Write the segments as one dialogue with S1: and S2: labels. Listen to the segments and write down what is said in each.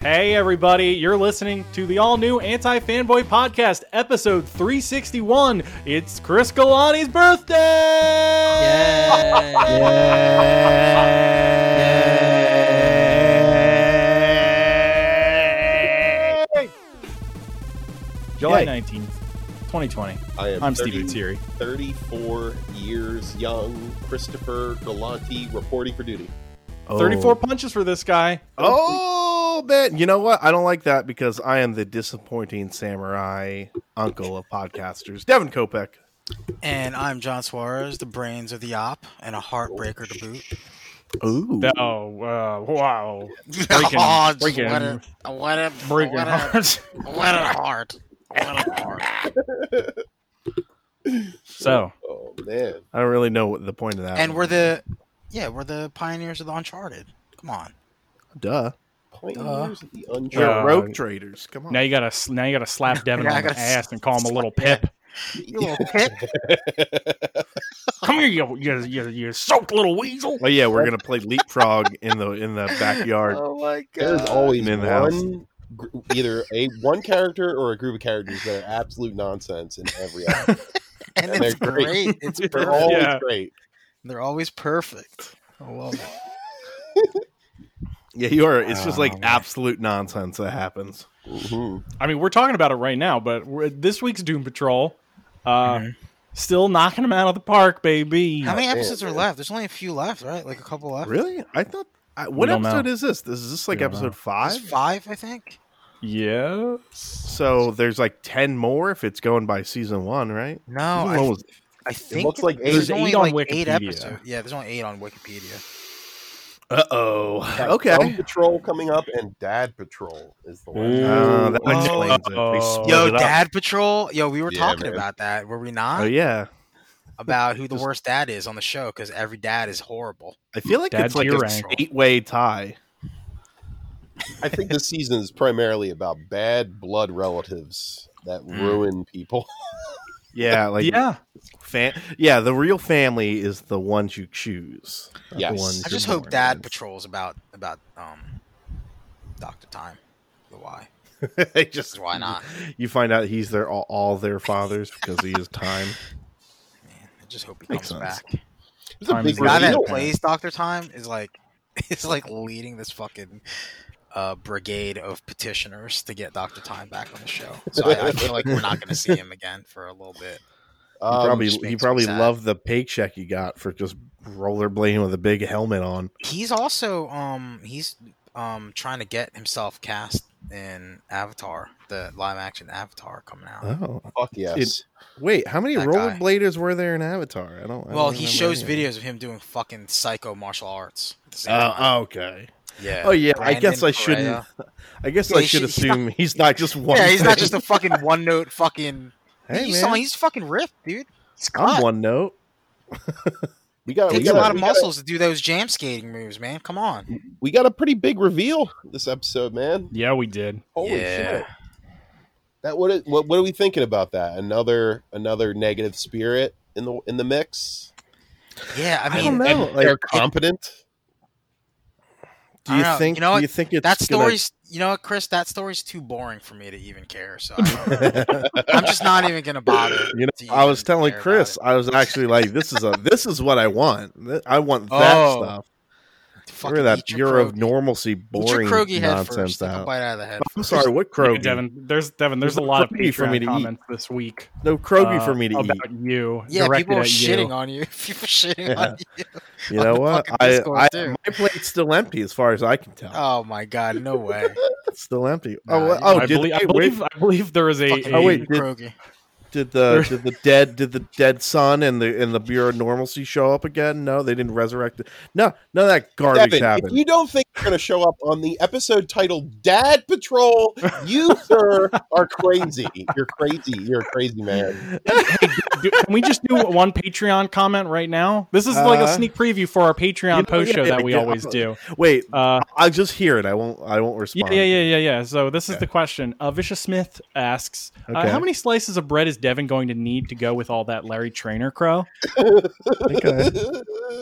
S1: Hey, everybody, you're listening to the all new Anti Fanboy Podcast, episode 361. It's Chris Galani's birthday!
S2: Yay!
S1: Yay! July
S3: Yay.
S1: 19th, 2020.
S3: I am
S1: I'm
S3: 30
S1: Steven Thierry.
S3: 34 years young, Christopher Galante reporting for duty. Oh.
S1: 34 punches for this guy.
S4: Oh, man. You know what? I don't like that because I am the disappointing samurai uncle of podcasters, Devin Kopeck.
S2: And I'm John Suarez, the brains of the op and a heartbreaker to boot.
S4: Ooh.
S1: Oh, wow. wow. Breaking-
S2: Oh,
S1: breaking-
S2: what a what a
S1: Breaking
S2: what a,
S1: hearts.
S2: what a heart. What a heart.
S1: So,
S3: Oh man,
S4: I don't really know what the point of that.
S2: And
S4: was.
S2: we're the yeah, we're the pioneers of the uncharted. Come on.
S4: duh.
S3: pioneers of the
S4: We're
S3: uncharted.
S1: Yeah.
S4: rogue traders. Come on.
S1: Uh, now you gotta now you gotta slap Devin
S2: Yeah, I
S1: on the
S2: gotta
S1: ass and call him a little
S2: yeah.
S1: pip.
S2: You little pit.
S1: Come here, you you you, you soaked little weasel.
S4: oh yeah, we're gonna play leapfrog in the in the backyard.
S2: oh my
S3: There's
S2: god.
S3: always
S4: in the house.
S3: one, gr- either a one character or a group of characters that are absolute nonsense in every. Episode.
S2: and
S3: they're
S2: it's
S3: great.
S2: great. It's
S3: They're
S2: perfect.
S3: always
S1: Yeah.
S3: great.
S2: They're always perfect. I love it.
S4: Yeah, you are. It's just like
S2: Oh, man.
S4: absolute nonsense that happens.
S3: Mhm.
S1: I mean, we're talking about it right now, but we're, this week's Doom Patrol, uh,
S2: Mhm.
S1: still knocking them out of the park, baby.
S2: How many
S3: Yeah,
S2: episodes are
S3: yeah.
S2: left? There's only a few left, right? Like a couple left.
S4: Really? I thought. I, what
S1: don't
S4: episode
S1: know.
S4: is this? This is this like
S1: We don't know.
S4: episode
S2: There's
S4: five?
S2: five, I think.
S1: Yes.
S4: So there's like ten more if it's going by season one, right?
S2: No,
S4: Season
S2: I
S4: one was-
S2: I think
S3: looks like eight.
S2: there's
S1: There's
S2: only
S1: eight on
S2: like eight
S1: Wikipedia.
S2: episodes. Yeah, there's only eight on Wikipedia.
S4: Uh oh.
S3: Got Thumb
S4: Okay.
S3: Patrol coming up, and Dad Patrol is the one.
S1: Ooh.
S4: Uh, that explains it.
S1: Oh.
S4: They split
S2: Yo,
S4: it up.
S2: Dad Patrol. Yo, we were
S3: Yeah,
S2: talking
S3: man.
S2: about that, were we not?
S4: Oh yeah.
S2: About who the
S4: Just-
S2: worst dad is on the show because every dad is horrible.
S4: I feel like
S1: Dad
S4: it's like
S1: tier
S4: a
S1: rank.
S4: eight-way tie.
S3: I think this season is primarily about bad blood relatives that
S4: Hmm.
S2: Mm.
S3: ruin people.
S4: Yeah, like
S1: yeah.
S4: Fa- yeah, the real family is the ones you choose. not the
S3: Yes.
S4: ones
S2: I
S4: you're
S2: just hope
S4: born
S2: Dad
S4: with.
S2: Patrol's about about um Doctor Time. The why?
S4: They
S2: Because
S4: just
S2: why not?
S4: You find out he's their all, all their fathers because he is time.
S2: Man, I just hope he
S4: Makes
S2: comes
S4: sense.
S2: back.
S3: It's a
S1: Time
S3: big
S1: is
S2: The guy that
S3: reveal.
S1: Brilliant.
S2: plays Doctor Time is like is like leading this fucking uh, brigade of petitioners to get Doctor Time back on the show. So I, I feel like we're not going to see him again for a little bit.
S4: He
S3: Um,
S4: probably
S2: just makes
S4: he
S2: me
S4: probably
S2: sad.
S4: loved the paycheck he got for just rollerblading with a big helmet on.
S2: He's also um he's um trying to get himself cast in Avatar, the live action Avatar coming out.
S4: Oh,
S3: Um, Fuck yes.
S4: It- wait, how many
S2: That guy.
S4: rollerbladers were there in Avatar? I don't. I don't
S2: well, he
S4: remember
S2: shows
S4: any of
S2: videos of him doing fucking psycho martial arts. at the
S4: them.
S2: same time.
S4: Oh, okay.
S2: yeah.
S4: Oh yeah, I
S2: Brandon
S4: guess
S2: Perea.
S4: I shouldn't. I guess
S2: Yeah,
S4: I
S2: he
S4: should
S2: should- he's not-
S4: assume he's not just one.
S2: Yeah, he's not just
S4: thing.
S2: a fucking one note fucking.
S4: Hey,
S2: he's,
S4: man,
S2: someone- he's fucking ripped, dude.
S4: I'm
S2: Scott
S4: one note.
S3: we got we
S2: takes a
S3: got
S2: lot of
S3: we got a-
S2: muscles to do those jam skating moves, man. Come on.
S3: we got a pretty big reveal this episode, man.
S1: Yeah, we did.
S3: Holy
S2: Yeah.
S3: shit! That what, is- what what are we thinking about that? Another another negative spirit in the in the mix.
S2: Yeah, I
S4: I
S2: mean,
S4: don't know.
S3: And
S4: like-
S3: they're competent.
S4: Do
S2: I
S4: you
S2: don't know.
S4: think?
S2: You know
S4: do
S2: what?
S4: you think it's
S2: that
S4: gonna-
S2: story's. You know what, Chris? That story's too boring for me to even care. So I, I'm just not even gonna bother.
S4: you know,
S2: to
S4: I was
S2: even
S4: telling
S2: care about
S4: Chris,
S2: it.
S4: I was actually like, "This is a this is what I want. Th- I want that
S2: Oh,
S4: stuff."
S2: Fucking
S4: Remember that
S2: eat your
S4: Bureau of
S2: Krogi.
S4: normalcy,
S2: Eat your
S4: boring
S2: Krogi head
S4: nonsense.
S2: first. Take a
S4: Out.
S2: bite out of the head.
S4: I'm
S2: first.
S4: sorry, what
S1: Yeah,
S4: Krogi?
S1: Devin, there's Devin. There's a
S4: There's
S1: lot of
S4: plenty
S1: Patreon
S4: for me to eat.
S1: comments this week.
S4: No Krogi
S1: uh,
S4: for me to
S1: about
S4: eat.
S1: you.
S2: Yeah,
S1: directed
S2: people are
S1: at
S2: shitting
S1: you.
S2: on you. People are shitting
S4: Yeah.
S2: on you.
S4: You
S2: on
S4: know
S2: the
S4: what?
S2: fucking
S4: I,
S2: Discord,
S4: I
S2: too.
S4: my plate's still empty as far as I can tell.
S2: Oh my god, no way.
S4: it's still empty.
S2: Nah,
S4: oh, well-
S2: you-
S4: oh,
S1: I
S4: did,
S1: believe, I
S4: wait,
S1: believe. I believe there is a.
S2: Fucking
S1: a-
S4: Oh, wait,
S2: eat
S4: did-
S2: Krogi.
S4: did the did the dead did the dead son and the and the Bureau of Normalcy show up again? No, they didn't resurrect it. No, none of that garbage
S3: Devin, if
S4: happened.
S3: you don't think you're going to show up on the episode titled "Dad Patrol," you sir are crazy. You're crazy. You're a crazy man.
S1: do- can we just do one Patreon comment right now? This is like a
S2: Uh-huh.
S4: Uh,
S1: sneak preview for our Patreon
S4: you know,
S1: post show
S4: yeah,
S1: that we
S4: yeah,
S1: always
S4: I'll-
S1: do.
S4: Wait,
S1: Uh,
S4: I'll just hear it. I won't. I won't
S1: yeah,
S4: respond.
S1: yeah, yeah, yeah, yeah. So this is the
S4: Okay.
S1: question. Uh, Vicious Smith asks, uh,
S4: Okay.
S1: "How many slices of bread is Devin going to need to go with all that Larry Trainer crow?
S4: Okay.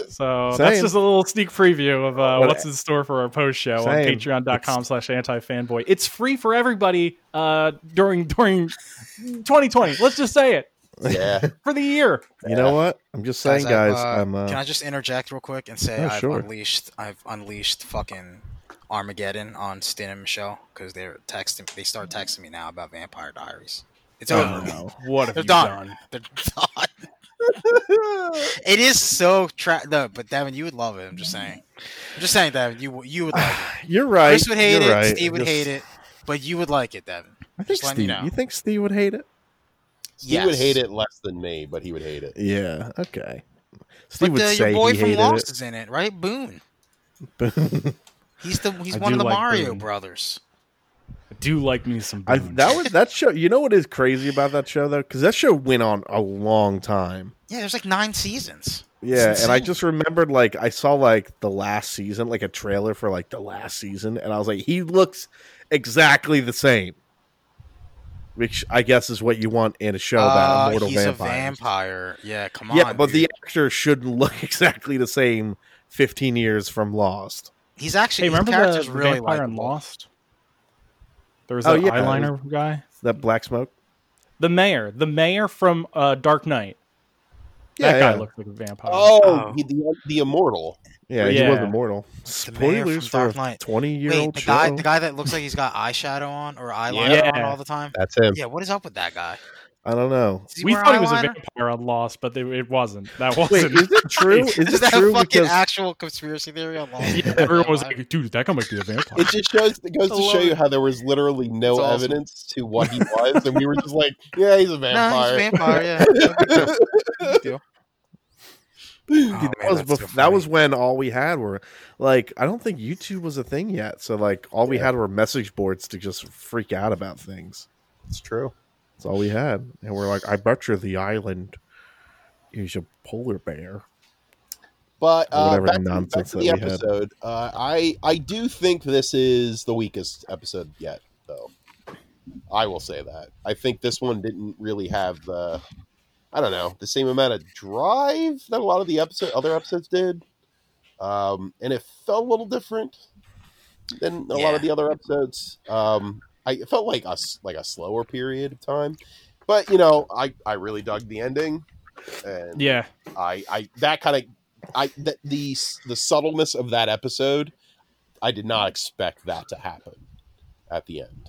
S1: So that's
S4: Same.
S1: just a little sneak preview of uh,
S4: What-
S1: what's in store for our post show on
S4: Same.
S1: patreon.com slash anti-fanboy. It's free for everybody uh, during during 2020. Let's just say it.
S3: yeah.
S1: For the year.
S4: You know what? I'm just saying, guys.
S2: I've, uh,
S4: I'm. Uh,
S2: Can I just interject real quick and say
S4: Yeah,
S2: I've
S4: sure.
S2: unleashed I've unleashed fucking Armageddon on Stin and Michelle because they're texting they start texting me now about Vampire Diaries. It's
S4: Oh,
S2: over.
S1: What have
S2: They're
S1: you
S2: done.
S1: done?
S2: They're done. it is so tra- no, but Devin, you would love it. I'm just saying. I'm just saying, Devin, you w- you would like it.
S4: you're right.
S2: Chris would hate
S4: you're
S2: it.
S4: right.
S2: Steve would
S4: Just-
S2: hate it. But you would like it, Devin.
S4: I
S2: Just
S4: think Steve.
S2: letting you
S4: You,
S2: know.
S4: think Steve would hate it?
S3: He would hate it less than me, but he would hate it.
S4: Yeah. Okay. Steve
S2: But
S4: would
S2: uh,
S4: say
S2: your boy
S4: he
S2: from
S4: hated
S2: Lost
S4: it.
S2: is in it, right? Boone.
S4: but-
S2: He's the he's
S1: I
S2: one
S1: do
S2: of the
S1: like
S2: Mario
S1: Boone.
S2: brothers.
S1: I do like me some
S4: I,
S1: Boone.
S4: that was that show. You know what is crazy about that show though? Because that show went on a long time.
S2: Yeah, there's like nine seasons.
S4: Yeah, and I
S2: insane.
S4: just remembered like I saw like the last season, like a trailer for like the last season, and I was like, he looks exactly the same. Which I guess is what you want in a show about
S2: Uh,
S4: immortal
S2: he's
S4: vampires.
S2: a vampire. Yeah, come on.
S4: Yeah, but
S2: dude.
S4: the actor shouldn't look exactly the same 15 years from Lost.
S2: he's
S1: Hey,
S2: actually his
S1: remember the,
S2: character's
S1: the
S2: really
S1: vampire in
S2: likable.
S1: Lost? There was
S4: Oh,
S1: that
S4: yeah.
S1: eyeliner guy.
S4: That black smoke.
S1: The mayor. The mayor from uh, Dark Knight. that guy
S4: yeah.
S1: looked like a vampire.
S3: Oh,
S2: Oh.
S3: he- the, the immortal.
S4: Yeah, he was
S1: Yeah.
S4: immortal.
S2: The mayor from
S4: Spoilers for
S2: Dark Knight.
S4: 20 year
S2: Wait,
S4: old
S2: the
S4: show.
S2: guy, the guy that looks like he's got eyeshadow on or eyeliner on
S1: Yeah.
S2: all the time.
S3: That's him.
S2: Yeah, what is up with that guy?
S4: I don't know.
S2: Does he
S1: we
S2: wear
S1: thought he was a
S2: eyeliner?
S1: vampire on Lost, but it, it wasn't. That
S4: Wait,
S1: wasn't.
S4: is it true? Is
S2: Is
S4: it
S2: that
S4: true?
S2: a fucking
S4: Because
S2: actual conspiracy theory on Lost?
S1: Yeah, everyone was like, dude, that guy might be a vampire.
S3: It just shows it goes
S2: I
S3: to
S2: love
S3: show you
S2: it.
S3: how there was literally no
S2: It's awesome.
S3: evidence to what he was, and we were just like, "Yeah, he's a
S2: no, he's a
S3: vampire."
S2: vampire. Yeah, No big deal. No big deal.
S4: Dude,
S2: Oh,
S4: that
S2: man,
S4: was
S2: that's so
S4: bef- that was
S2: funny.
S4: when all we had were like I don't think YouTube was a thing yet, so like all we had were message boards to just freak out about things.
S3: it's true.
S4: That's all we had, and we're like, I bet you the island is a polar bear.
S3: But uh,
S4: Whatever
S3: back, to- back
S4: nonsense
S3: to
S4: that
S3: the
S4: we had.
S3: episode. Uh, I I do think this is the weakest episode yet, though. I will say that. I think this one didn't really have the, I don't know, the same amount of drive that a lot of the episode other episodes did, um, and it felt a little different than a lot
S2: Yeah.
S3: of the other episodes. Um, I it felt like a s- like a slower period of time, but you know, I I really dug the ending. And
S1: yeah.
S3: I, I that kind of I th- the the subtleness of that episode, I did not expect that to happen at the end.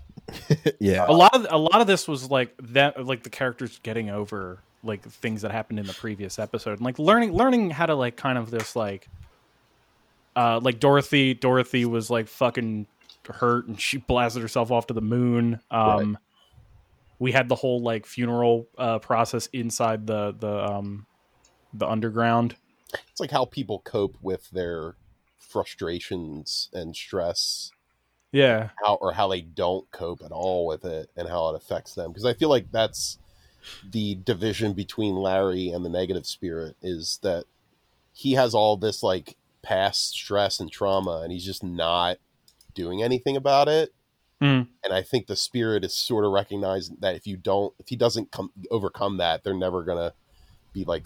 S4: yeah,
S1: A lot of a lot of this was like that like the characters getting over like things that happened in the previous episode and like learning learning how to like kind of this like uh like Dorothy Dorothy was like fucking hurt and she blasted herself off to the moon. Um we had the whole like funeral uh process inside the the um the underground.
S3: It's like how people cope with their frustrations and stress,
S1: Yeah.
S3: how or how they don't cope at all with it, and how it affects them. Because I feel like that's the division between Larry and the negative spirit is that he has all this like past stress and trauma, and he's just not doing anything about it.
S1: Mm.
S3: and I think the spirit is sort of recognizing that if you don't, if he doesn't come overcome that, they're never gonna be like,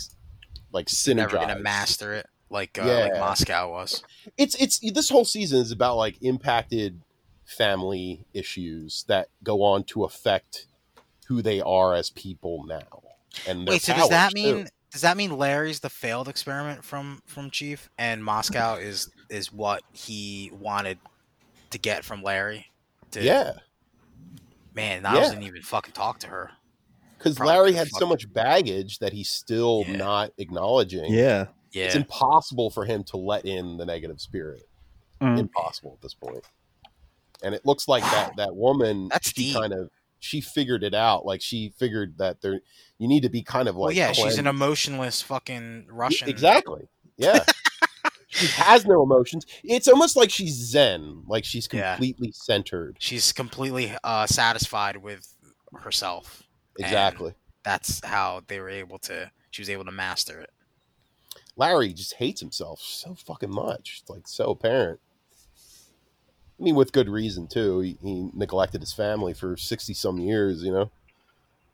S3: like synergized.
S2: never gonna master it like uh, like
S3: Yeah.
S2: Moscow was.
S3: It's it's this whole season is about like impacted family issues that go on to affect who they are as people now. And their
S2: Wait, so does that
S3: powers,
S2: mean
S3: too.
S2: does that mean Larry's the failed experiment from from Chief and Moscow is is what he wanted to get from Larry? To,
S3: yeah?
S2: man, Niles
S3: yeah.
S2: didn't even fucking talk to her.
S3: Because
S2: Probably
S3: Larry
S2: could've
S3: had
S2: fucked
S3: so much baggage that he's still
S2: Yeah.
S3: not acknowledging.
S4: yeah.
S2: Yeah,
S3: It's impossible for him to let in the negative spirit.
S1: Mm.
S3: impossible at this point. And it looks like that that woman
S2: That's
S3: she
S2: deep.
S3: kind of she figured it out. Like she figured that there you need to be kind of like E
S2: well, yeah, she's
S3: cleansed.
S2: an emotionless fucking Russian.
S3: Exactly. Yeah. she has no emotions. It's almost like she's zen, like she's
S2: Yeah.
S3: completely centered.
S2: She's completely uh, satisfied with herself. And-
S3: Exactly.
S2: That's how they were able to. She was able to master it.
S3: Larry just hates himself so fucking much. It's like so apparent. I mean, with good reason too. He, he neglected his family for sixty some years, you know.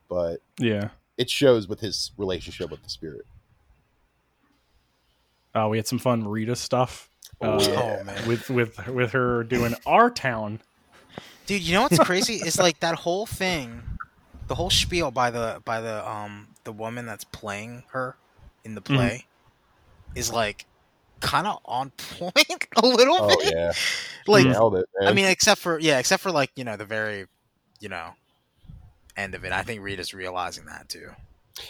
S3: But
S1: Yeah.
S3: it shows with his relationship with the spirit.
S1: Uh, we had some fun Rita stuff uh,
S2: oh man,
S1: with with with her doing our town.
S2: dude, you know what's crazy? It's like that whole thing, the whole spiel by the by the um the woman that's playing her in the
S3: Mm-hmm.
S2: play, is like kind of on point a little
S3: Oh
S2: bit.
S3: yeah,
S2: Like
S3: nailed it.
S2: I
S3: man.
S2: mean, except for yeah, except for like you know the very, you know, end of it. I think Rita's realizing that too.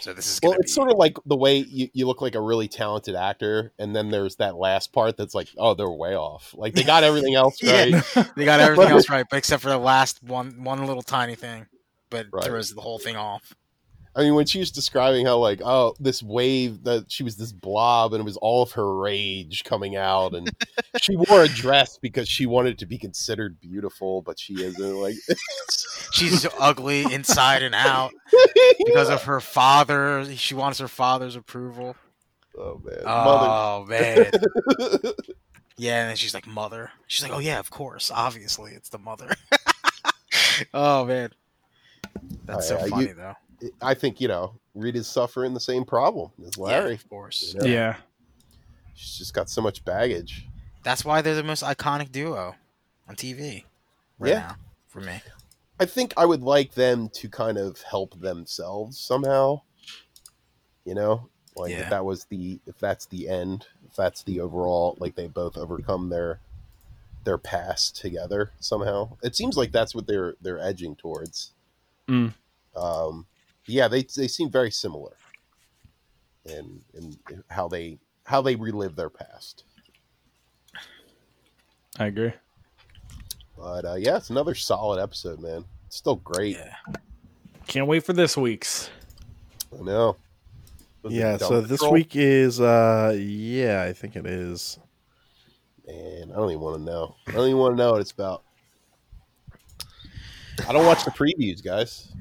S2: So this is
S3: well,
S2: gonna
S3: it's
S2: be
S3: sort of like the way you, you look like a really talented actor, and then there's that last part that's like, oh, they're way off. Like they got everything else right.
S2: Yeah. they got everything else right, but except for the last one one little tiny thing, but
S3: Right.
S2: throws the whole thing off.
S3: I mean, when she was describing how like, oh, this wave that she was this blob, and it was all of her rage coming out, and she wore a dress because she wanted to be considered beautiful, but she isn't. Like,
S2: She's so ugly inside and out because of her father. She wants her father's approval.
S3: oh man,
S2: Oh man,
S3: mother.
S2: yeah. And then she's like, "Mother." She's like, "Oh yeah, of course, obviously, it's the mother." oh man, that's
S3: Oh, yeah,
S2: so
S3: you-
S2: funny though.
S3: I think you know Rita's suffering the same problem as
S2: yeah,
S3: Larry.
S2: of course.
S3: you know? she's just got so much baggage.
S2: That's why they're the most iconic duo on TV right
S3: Yeah.
S2: now for me.
S3: I think I would like them to kind of help themselves somehow. You know, like
S2: Yeah.
S3: if that was the if that's the end, if that's the overall, like they both overcome their their past together somehow. It seems like that's what they're they're edging towards.
S1: Mm.
S3: Um, yeah, they they seem very similar in in how they how they relive their past.
S1: I agree.
S3: But uh, yeah, it's another solid episode, man. It's still great.
S2: Yeah.
S1: Can't wait for this week's.
S3: I know. Was it
S4: yeah, so
S3: Dumb
S4: this
S3: Control?
S4: week is uh yeah, I think it is.
S3: man, I don't even want to know. I don't even want to know what it's about. I don't watch the previews, guys.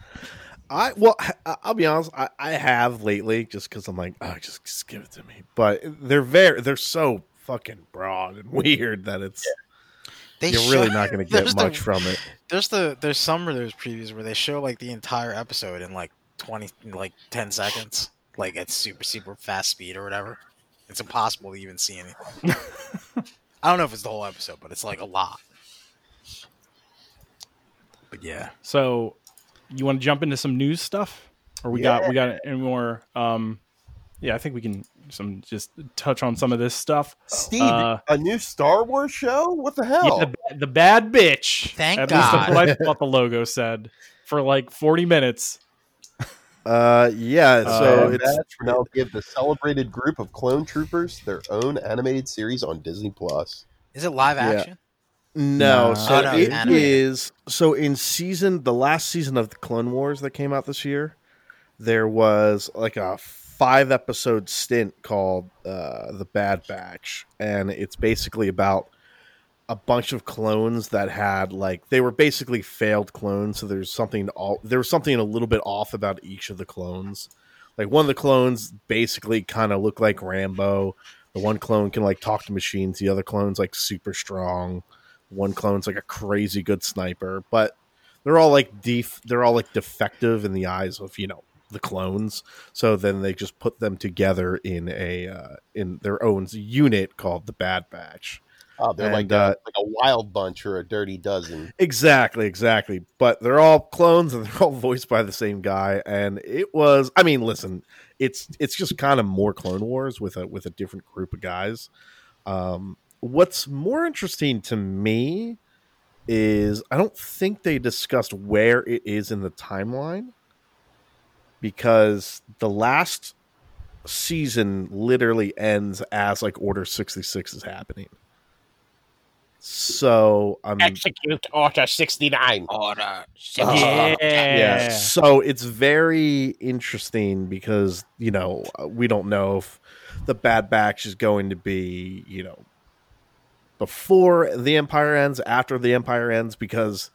S4: I well, I- I'll be honest. I, I have lately just because I'm like, oh, just, just give it to me. But they're very, they're so fucking broad and weird that it's
S2: They
S4: you're
S2: show-
S4: really not going to
S2: there's
S4: get
S2: the-
S4: much from it.
S2: There's the there's some of those previews where they show like the entire episode in like twenty like ten seconds, like at super super fast speed or whatever. It's impossible to even see anything. I don't know if it's the whole episode, but it's like a lot. But yeah,
S1: So, you want to jump into some news stuff, or we got we got any more? Um, yeah, I think we can some just touch on some of this stuff.
S3: Steve,
S1: Uh,
S3: a new Star Wars show? What the
S1: Yeah,
S3: hell?
S1: the, ba- the bad bitch.
S2: Thank
S1: At least that's what I thought the logo said for like forty minutes.
S4: Uh, yeah. So
S1: Uh,
S3: And
S4: it's
S3: that will now give the celebrated group of clone troopers their own animated series on Disney Plus.
S2: is it live
S4: Yeah.
S2: action?
S4: no.
S1: Nah.
S4: So
S2: Oh, no,
S4: it
S2: animated.
S4: is- So in season, the last season of the Clone Wars that came out this year, there was like a five episode stint called uh, the Bad Batch, and it's basically about a bunch of clones that had like they were basically failed clones so there's something all there was something a little bit off about each of the clones like one of the clones basically kind of looked like rambo the one clone can like talk to machines the other clone's like super strong one clone's like a crazy good sniper but they're all like def- they're all like defective in the eyes of you know the clones so then they just put them together in a uh, in their own unit called the bad batch
S3: Oh, they're
S4: And,
S3: like, a,
S4: uh,
S3: like a wild bunch or a dirty dozen.
S4: Exactly, exactly. But they're all clones and they're all voiced by the same guy and it was I mean, listen, it's it's just kind of more Clone Wars with a with a different group of guys. Um what's more interesting to me is I don't think they discussed where it is in the timeline because the last season literally ends as like Order 66 is happening. So I'm
S3: Execute Order 69.
S2: Order.
S3: Oh,
S4: Yeah.
S1: yeah.
S4: So it's very interesting because, you know, uh, we don't know if the Bad Batch is going to be, you know, before the Empire ends, after the Empire ends, because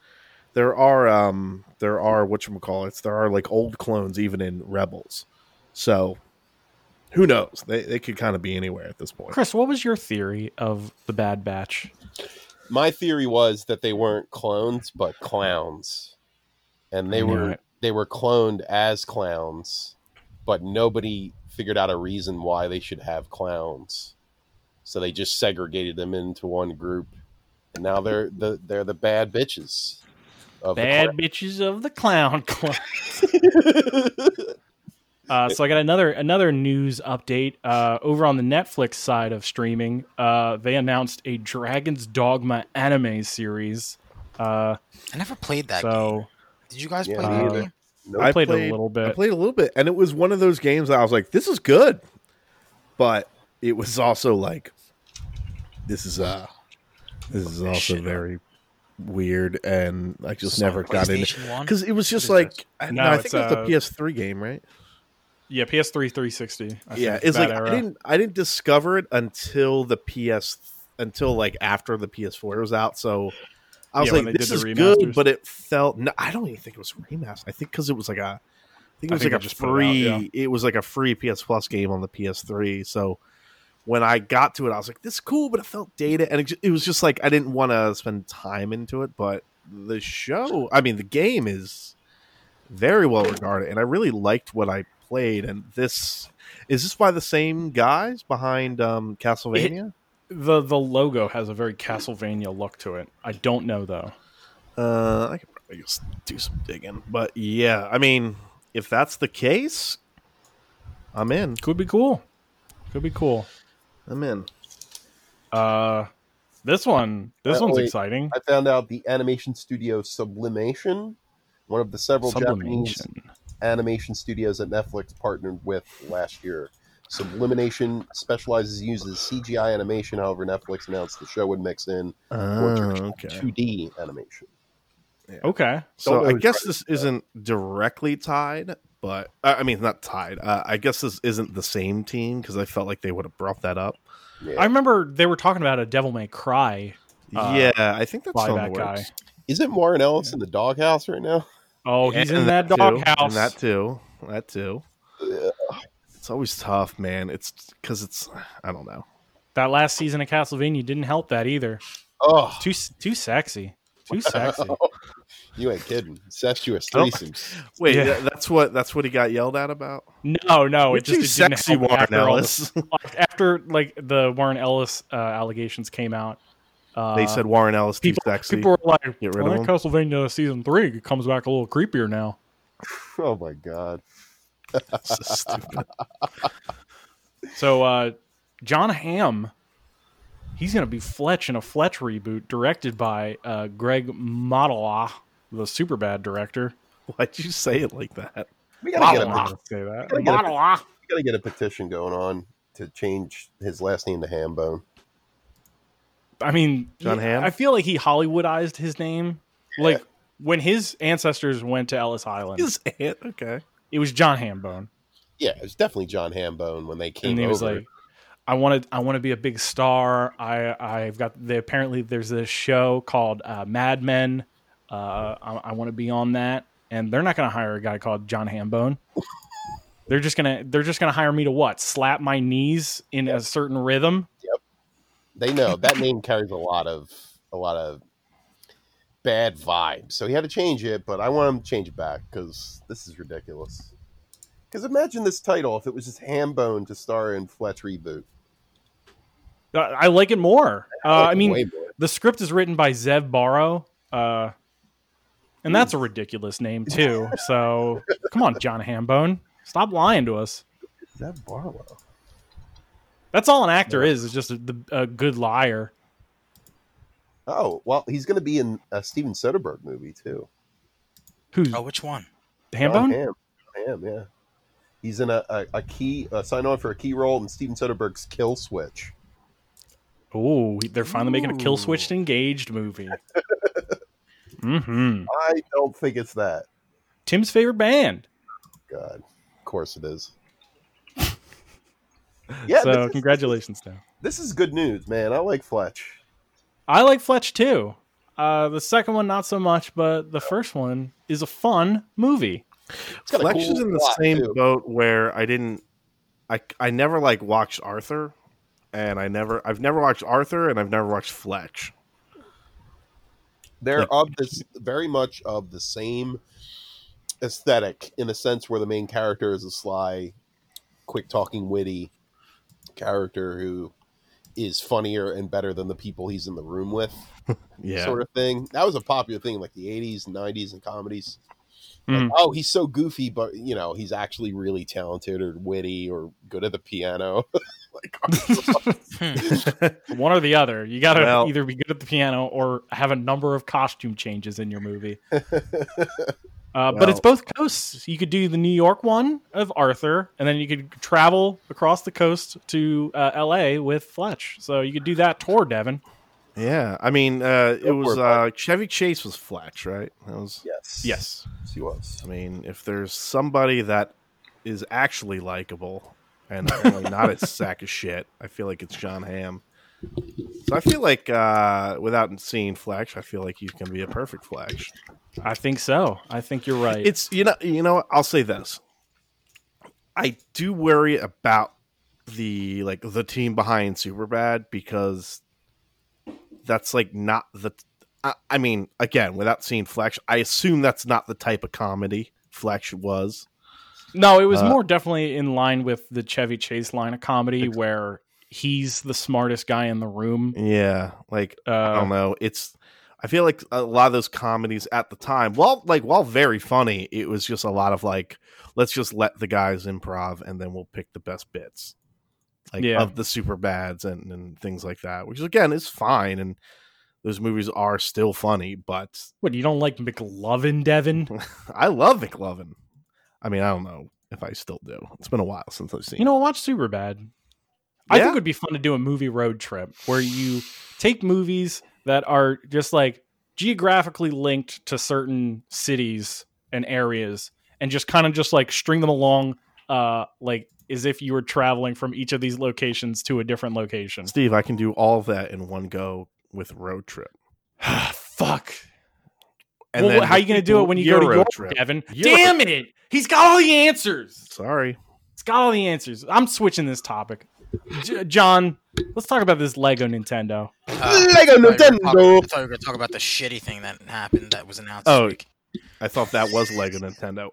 S4: there are um there are whatchamacallits, there are like old clones even in Rebels. So who knows? They they could kind of be anywhere at this point.
S1: Chris, what was your theory of the Bad Batch?
S3: my theory was that they weren't clones but clowns and
S1: I
S3: they
S1: knew
S3: were
S1: it.
S3: they were cloned as clowns but nobody figured out a reason why they should have clowns. So they just segregated them into one group, and now they're the they're the bad bitches. Of the
S1: Bad bitches of the clown club. Uh, so I got another another news update uh, over on the Netflix side of streaming. Uh, they announced a Dragon's Dogma anime series. Uh,
S2: I never played that game.
S1: so
S2: Did you guys
S3: Yeah,
S2: play
S1: me
S2: that
S1: either.
S2: game?
S3: Nope.
S1: I played a little bit.
S4: I played a little bit, and it was one of those games that I was like, "This is good," but it was also like, "This is uh, this is also
S2: Shit.
S4: very weird," and I just
S2: It's on
S4: never got into
S2: PlayStation One?
S4: because it was just
S2: What is
S4: like I,
S1: No,
S4: no, I
S1: it's,
S4: think it was
S1: uh,
S4: the PS3 game, right?
S1: yeah, PS3 360. I
S4: yeah,
S1: think,
S4: it's
S1: that
S4: like
S1: era.
S4: I didn't I didn't discover it until the PS until like after the PS4 was out. So I was
S1: Yeah, when
S4: like,
S1: they
S4: this
S1: did
S4: is
S1: the remasters.
S4: good, but it felt. No, I don't even think it was a remaster. I think because it was like a, I think it
S1: I
S4: was
S1: think
S4: like
S1: they
S4: a
S1: just put it out,
S4: free. It,
S1: yeah.
S4: was like a free PS Plus game on the PS3. So when I got to it, I was like, this is cool, but it felt dated, and it, ju- it was just like I didn't want to spend time into it. But the show, I mean, the game is very well regarded, and I really liked what I played. And this is this by the same guys behind um, Castlevania.
S1: the the logo has a very Castlevania look to it. I don't know though.
S4: Uh, I could probably just do some digging, but yeah, I mean, if that's the case, I'm in.
S1: Could be cool. Could be cool.
S4: I'm in.
S1: Uh, this one this
S3: Uh,
S1: one's
S3: wait.
S1: exciting.
S3: I found out the animation studio Sublimation, one of the several Japanese
S1: Sublimation.
S3: animation studios that Netflix partnered with last year. Sublimination specializes in uses CGI animation. However, Netflix announced the show would mix in more traditional
S4: Oh, okay.
S3: 2D animation.
S1: Okay.
S4: So I
S3: always
S4: guess this isn't directly tied, but I I mean, not tied. Uh, I guess this isn't the same team because I felt like they would have brought that up.
S3: Yeah.
S1: I remember they were talking about a Devil May Cry. Uh,
S4: yeah, I think that's
S1: by
S4: on the
S1: that guy.
S4: works.
S3: Is it Warren Ellis in the doghouse right now?
S1: Oh, he's
S4: And
S1: in that,
S4: too, and
S1: doghouse.
S4: That too. That too.
S3: Ugh.
S4: It's always tough, man. It's because it's. I don't know.
S1: That last season of Castlevania didn't help that either.
S3: Oh,
S1: Too too sexy. Too sexy.
S3: you ain't kidding. Incestuous
S4: I don't-
S3: threesomes.
S4: Wait,
S1: Yeah.
S4: th- that's what that's what he got yelled at about.
S1: No, no,
S4: You're
S1: it just
S4: too
S1: it
S4: sexy,
S1: didn't help
S4: Warren
S1: after all the-
S4: Ellis.
S1: after like the Warren Ellis uh, allegations came out. Uh,
S4: they said Warren Ellis too
S1: people
S4: sexy.
S1: people were like,
S4: Get rid
S1: "Well,
S4: of
S1: that Castlevania season three it comes back a little creepier now."
S3: Oh my god.
S4: It's so stupid.
S1: So uh, John Hamm, he's gonna be Fletch in a Fletch reboot, directed by uh, Greg Modelow, the Superbad director.
S4: Why'd you say it like that?
S3: We gotta, get a,
S1: Modelow.
S3: pet-
S1: Say that.
S3: gotta get a-
S1: Modelow.
S3: we gotta get a petition going on to change his last name to Hambone.
S1: I mean,
S4: John
S1: yeah,
S4: Hamm?
S1: I feel like he Hollywoodized his name. Like when his ancestors went to Ellis Island,
S4: His aunt. Okay.
S1: it was John Hambone,
S3: Yeah, it was definitely John Hambone when they came
S1: and he
S3: over.
S1: was like, "I want to, I want to be a big star. I, I've got the apparently there's this show called uh, Mad Men. Uh, I, I want to be on that, and they're not going to hire a guy called John Hambone." They're just gonna they're just gonna hire me to what? Slap my knees in a certain rhythm.
S3: they know that name carries a lot of a lot of bad vibes. So he had to change it, but I want him to change it back because this is ridiculous. Because imagine this title if it was just Hambone to star in Fletch reboot.
S1: Uh, I like it more. Uh, I mean,
S3: Way more.
S1: The script is written by Zev Barrow, uh,
S3: Hmm.
S1: and that's a ridiculous name too. So come on, John Hambone, stop lying to us.
S3: is that Barlow?
S1: That's all an actor is is just a, the- a good liar.
S3: Oh well, he's going to be in a Steven Soderbergh movie too.
S1: Who's
S2: Oh, which one?
S3: John
S1: Hambone?
S3: Hamm. Hamm, yeah. He's in a, a, a key a sign on for a key role in Steven Soderbergh's Kill Switch.
S1: Oh, they're finally making a kill switched engaged movie. hmm
S3: I don't think it's that.
S1: Tim's favorite band.
S3: God, of course it is. Yeah,
S1: so
S3: this is-
S1: congratulations, Tim.
S3: This is good news, man. I like Fletch.
S1: I like Fletch too. Uh, the second one not so much, but the first one is a fun movie.
S3: It's got a
S4: Fletch
S3: cool
S4: is in the
S3: plot,
S4: same
S3: too.
S4: boat where I didn't. I I never like watched Arthur, and I never I've never watched Arthur, and I've never watched Fletch.
S3: They're
S4: like-
S3: of this very much of the same aesthetic in a sense where the main character is a sly, quick talking, witty character who is funnier and better than the people he's in the room with,
S4: Yeah.
S3: sort of thing. That was a popular thing in like the 80s, 90s, and comedies.
S1: Mm.
S3: Like, oh, he's so goofy, but you know, he's actually really talented or witty or good at the piano. like,
S1: One or the other. You got to
S4: Well-
S1: either be good at the piano or have a number of costume changes in your movie. Uh, but it's both coasts. You could do the New York one of Arthur, and then you could travel across the coast to uh, L.A. with Fletch. So you could do that tour, Devin.
S4: Yeah. I mean, uh, it
S3: Go for
S4: was
S3: it, bud.
S4: uh, Chevy Chase was Fletch, right? That was.
S3: yes.
S1: Yes.
S3: He was.
S4: I mean, if there's somebody that is actually likable and apparently not a sack of shit, I feel like it's John Hamm. So I feel like uh, without seeing Fletch, I feel like he's gonna be a perfect Fletch.
S1: I think so. I think you're right.
S4: It's you know you know I'll say this. I do worry about the like the team behind Superbad because that's like not the I, I mean again without seeing Fletch, I assume that's not the type of comedy Fletch was.
S1: No, it was
S4: Uh,
S1: more definitely in line with the Chevy Chase line of comedy where he's the smartest guy in the room.
S4: Yeah, Um, like I don't
S1: Uh,
S4: know. It's I feel like a lot of those comedies at the time, while like while very funny, it was just a lot of like let's just let the guys improv and then we'll pick the best bits. Like
S1: Yeah.
S4: of the super bads and, and things like that, which again is fine and those movies are still funny, but
S1: what, you don't like McLovin, Devin?
S4: I love McLovin. I mean, I don't know if I still do. It's been a while since I've seen
S1: You know, watch Superbad. I think
S4: Yeah.
S1: it would be fun to do a movie road trip where you take movies that are just like geographically linked to certain cities and areas and just kind of just like string them along uh like as if you were traveling from each of these locations to a different location.
S4: it. Steve, I can do all of that in one go with road trip.
S1: Fuck. well, how are you going to do it when you go to
S4: Euro
S1: York,
S4: trip.
S1: Devin?
S4: Euro-
S1: Damn it! He's got all the answers.
S4: Sorry.
S1: He's got all the answers. I'm switching this topic. J- John, let's talk about this Lego Nintendo.
S2: Uh,
S3: Lego
S2: I thought you were talking-
S3: Nintendo.
S2: I thought we were going to talk about the shitty thing that happened that was announced.
S4: Oh.
S2: this week.
S4: I thought that was Lego Nintendo.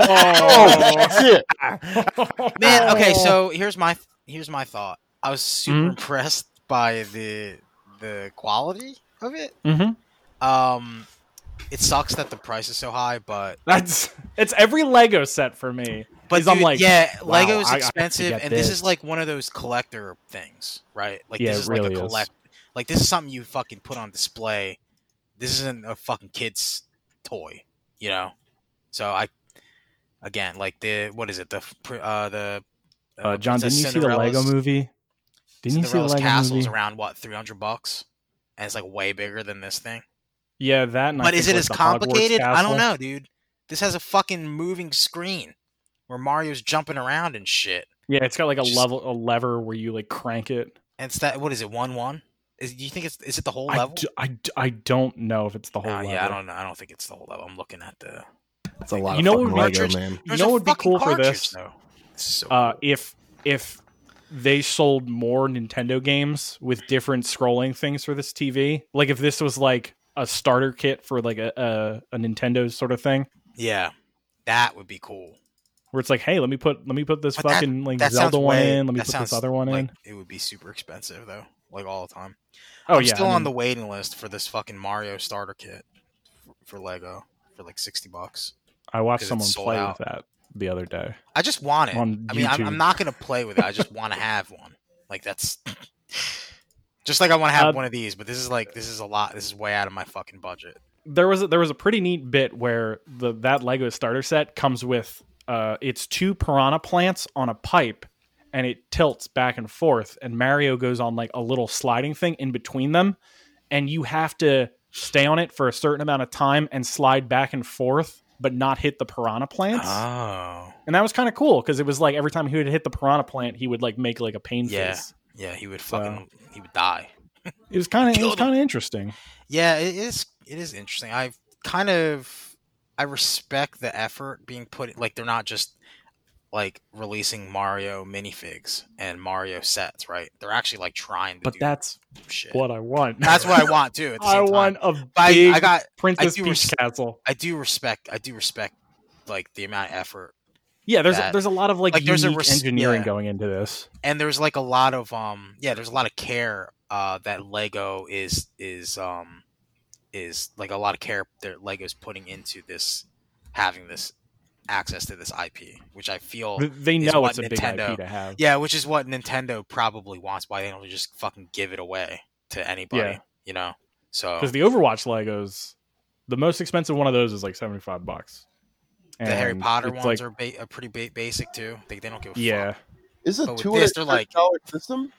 S3: Oh shit!
S1: Oh.
S2: man. Okay, so here's my here's my thought. I was super
S1: Mm-hmm.
S2: impressed by the the quality of it.
S1: hmm
S2: Um, it sucks that the price is so high, but
S1: that's it's every Lego set for me.
S2: but
S1: Is I'm
S2: dude,
S1: like,
S2: yeah,
S1: wow, I-
S2: Lego's
S1: I have to
S2: expensive,
S1: get
S2: and this.
S1: this.
S2: is like one of those collector things, right? Like
S1: Yeah,
S2: this
S1: it
S2: is
S1: really
S2: like
S1: is.
S2: a collect. Like this is something you fucking put on display. This isn't a fucking kid's toy, you know. So I, again, like the what is it? The pr- uh the
S1: Uh, John, didn't
S2: Princess
S1: you see the Lego
S2: Cinderella's-
S1: movie? Didn't you see the
S2: Cinderella's
S1: Lego
S2: castle's
S1: movie?
S2: around what three hundred bucks, and it's like way bigger than this thing.
S1: Yeah, that. And I
S2: but is
S1: think, like,
S2: it as
S1: the Hogwarts
S2: complicated? I
S1: castle.
S2: don't know, dude. This has a fucking moving screen where Mario's jumping around and shit.
S1: Yeah, it's got like a
S2: Just-
S1: level, a lever where you like crank it.
S2: And it's that what is it one one? Is do you think it's is it the whole
S1: I,
S2: level?
S1: d- I, d- I don't know if it's the whole
S2: Uh,
S1: level.
S2: yeah, I don't know. I don't think it's the whole level. I'm looking at the.
S4: It's a lot
S1: You
S4: of
S1: know
S4: fucking
S1: what would
S4: Lego,
S2: be-
S4: man.
S1: You know what would be cool for this?
S2: Though. It's So
S1: uh,
S2: cool.
S1: if if they sold more Nintendo games with different scrolling things for this TV, like if this was like a starter kit for like a a, a Nintendo sort of thing,
S2: yeah, that would be cool.
S1: where it's like, hey, let me put let me put this
S2: But that-
S1: fucking like
S2: that sounds
S1: Zelda one
S2: way-
S1: in, let me
S2: that
S1: put
S2: sounds
S1: this other one
S2: like
S1: in.
S2: It would be super expensive though, like all the time.
S1: Oh
S2: I'm
S1: yeah,
S2: still
S1: I
S2: on the
S1: mean,
S2: waiting list for this fucking Mario starter kit for, for Lego for like sixty bucks.
S1: I watched
S2: 'cause it's
S1: someone
S2: sold
S1: play
S2: out.
S1: with that the other day.
S2: I just want it.
S1: On
S2: I mean, I'm,
S1: YouTube.
S2: I'm not gonna play with it. I just want to have one. Like that's just like I want to have
S1: Uh,
S2: one of these. But this is like this is a lot. This is way out of my fucking budget.
S1: there was a, there was a pretty neat bit where the that Lego starter set comes with uh, it's two piranha plants on a pipe, and it tilts back and forth, and Mario goes on like a little sliding thing in between them, and you have to stay on it for a certain amount of time and slide back and forth, but not hit the piranha plants.
S2: Oh,
S1: And that was kind of cool because it was like every time he would hit the piranha plant, he would like make like a pain
S2: Yeah.
S1: face.
S2: yeah. He would fucking he would die.
S1: It was kind of it was
S2: Killed him.
S1: kind of interesting.
S2: Yeah, it is. It is interesting. I kind of I respect the effort being put. Like they're not just like releasing Mario minifigs and Mario sets, right? They're actually like trying to
S1: But
S2: do
S1: that's
S2: shit.
S1: what I want.
S2: That's what I want too. At the same
S1: I
S2: time.
S1: want a
S2: But I,
S1: big
S2: I got.
S1: Princess
S2: do
S1: Peach
S2: res-
S1: Castle.
S2: I do respect. I do respect like the amount of effort
S1: Yeah, there's
S2: that-
S1: there's a lot of like,
S2: like, there's a
S1: unique
S2: res-
S1: engineering
S2: yeah.
S1: going into this.
S2: and there's like a lot of um yeah there's a lot of care uh that lego is is um is like a lot of care that lego's putting into this having this access to this ip which i feel
S1: Th- They
S2: is
S1: know
S2: what
S1: it's a big
S2: Nintendo-
S1: IP to have.
S2: yeah which is what nintendo probably wants why they don't just fucking give it away to anybody
S1: Yeah.
S2: you know so
S1: because the Overwatch Legos, the most expensive one of those is like seventy five bucks.
S2: the harry
S1: And
S2: potter
S1: it's
S2: ones
S1: like-
S2: are, ba- are pretty ba- basic too they, they don't give a
S1: yeah,
S2: fuck
S3: Is
S2: But
S3: it
S2: with
S3: two
S2: this,
S3: hundred
S2: they're like-
S3: dollar system?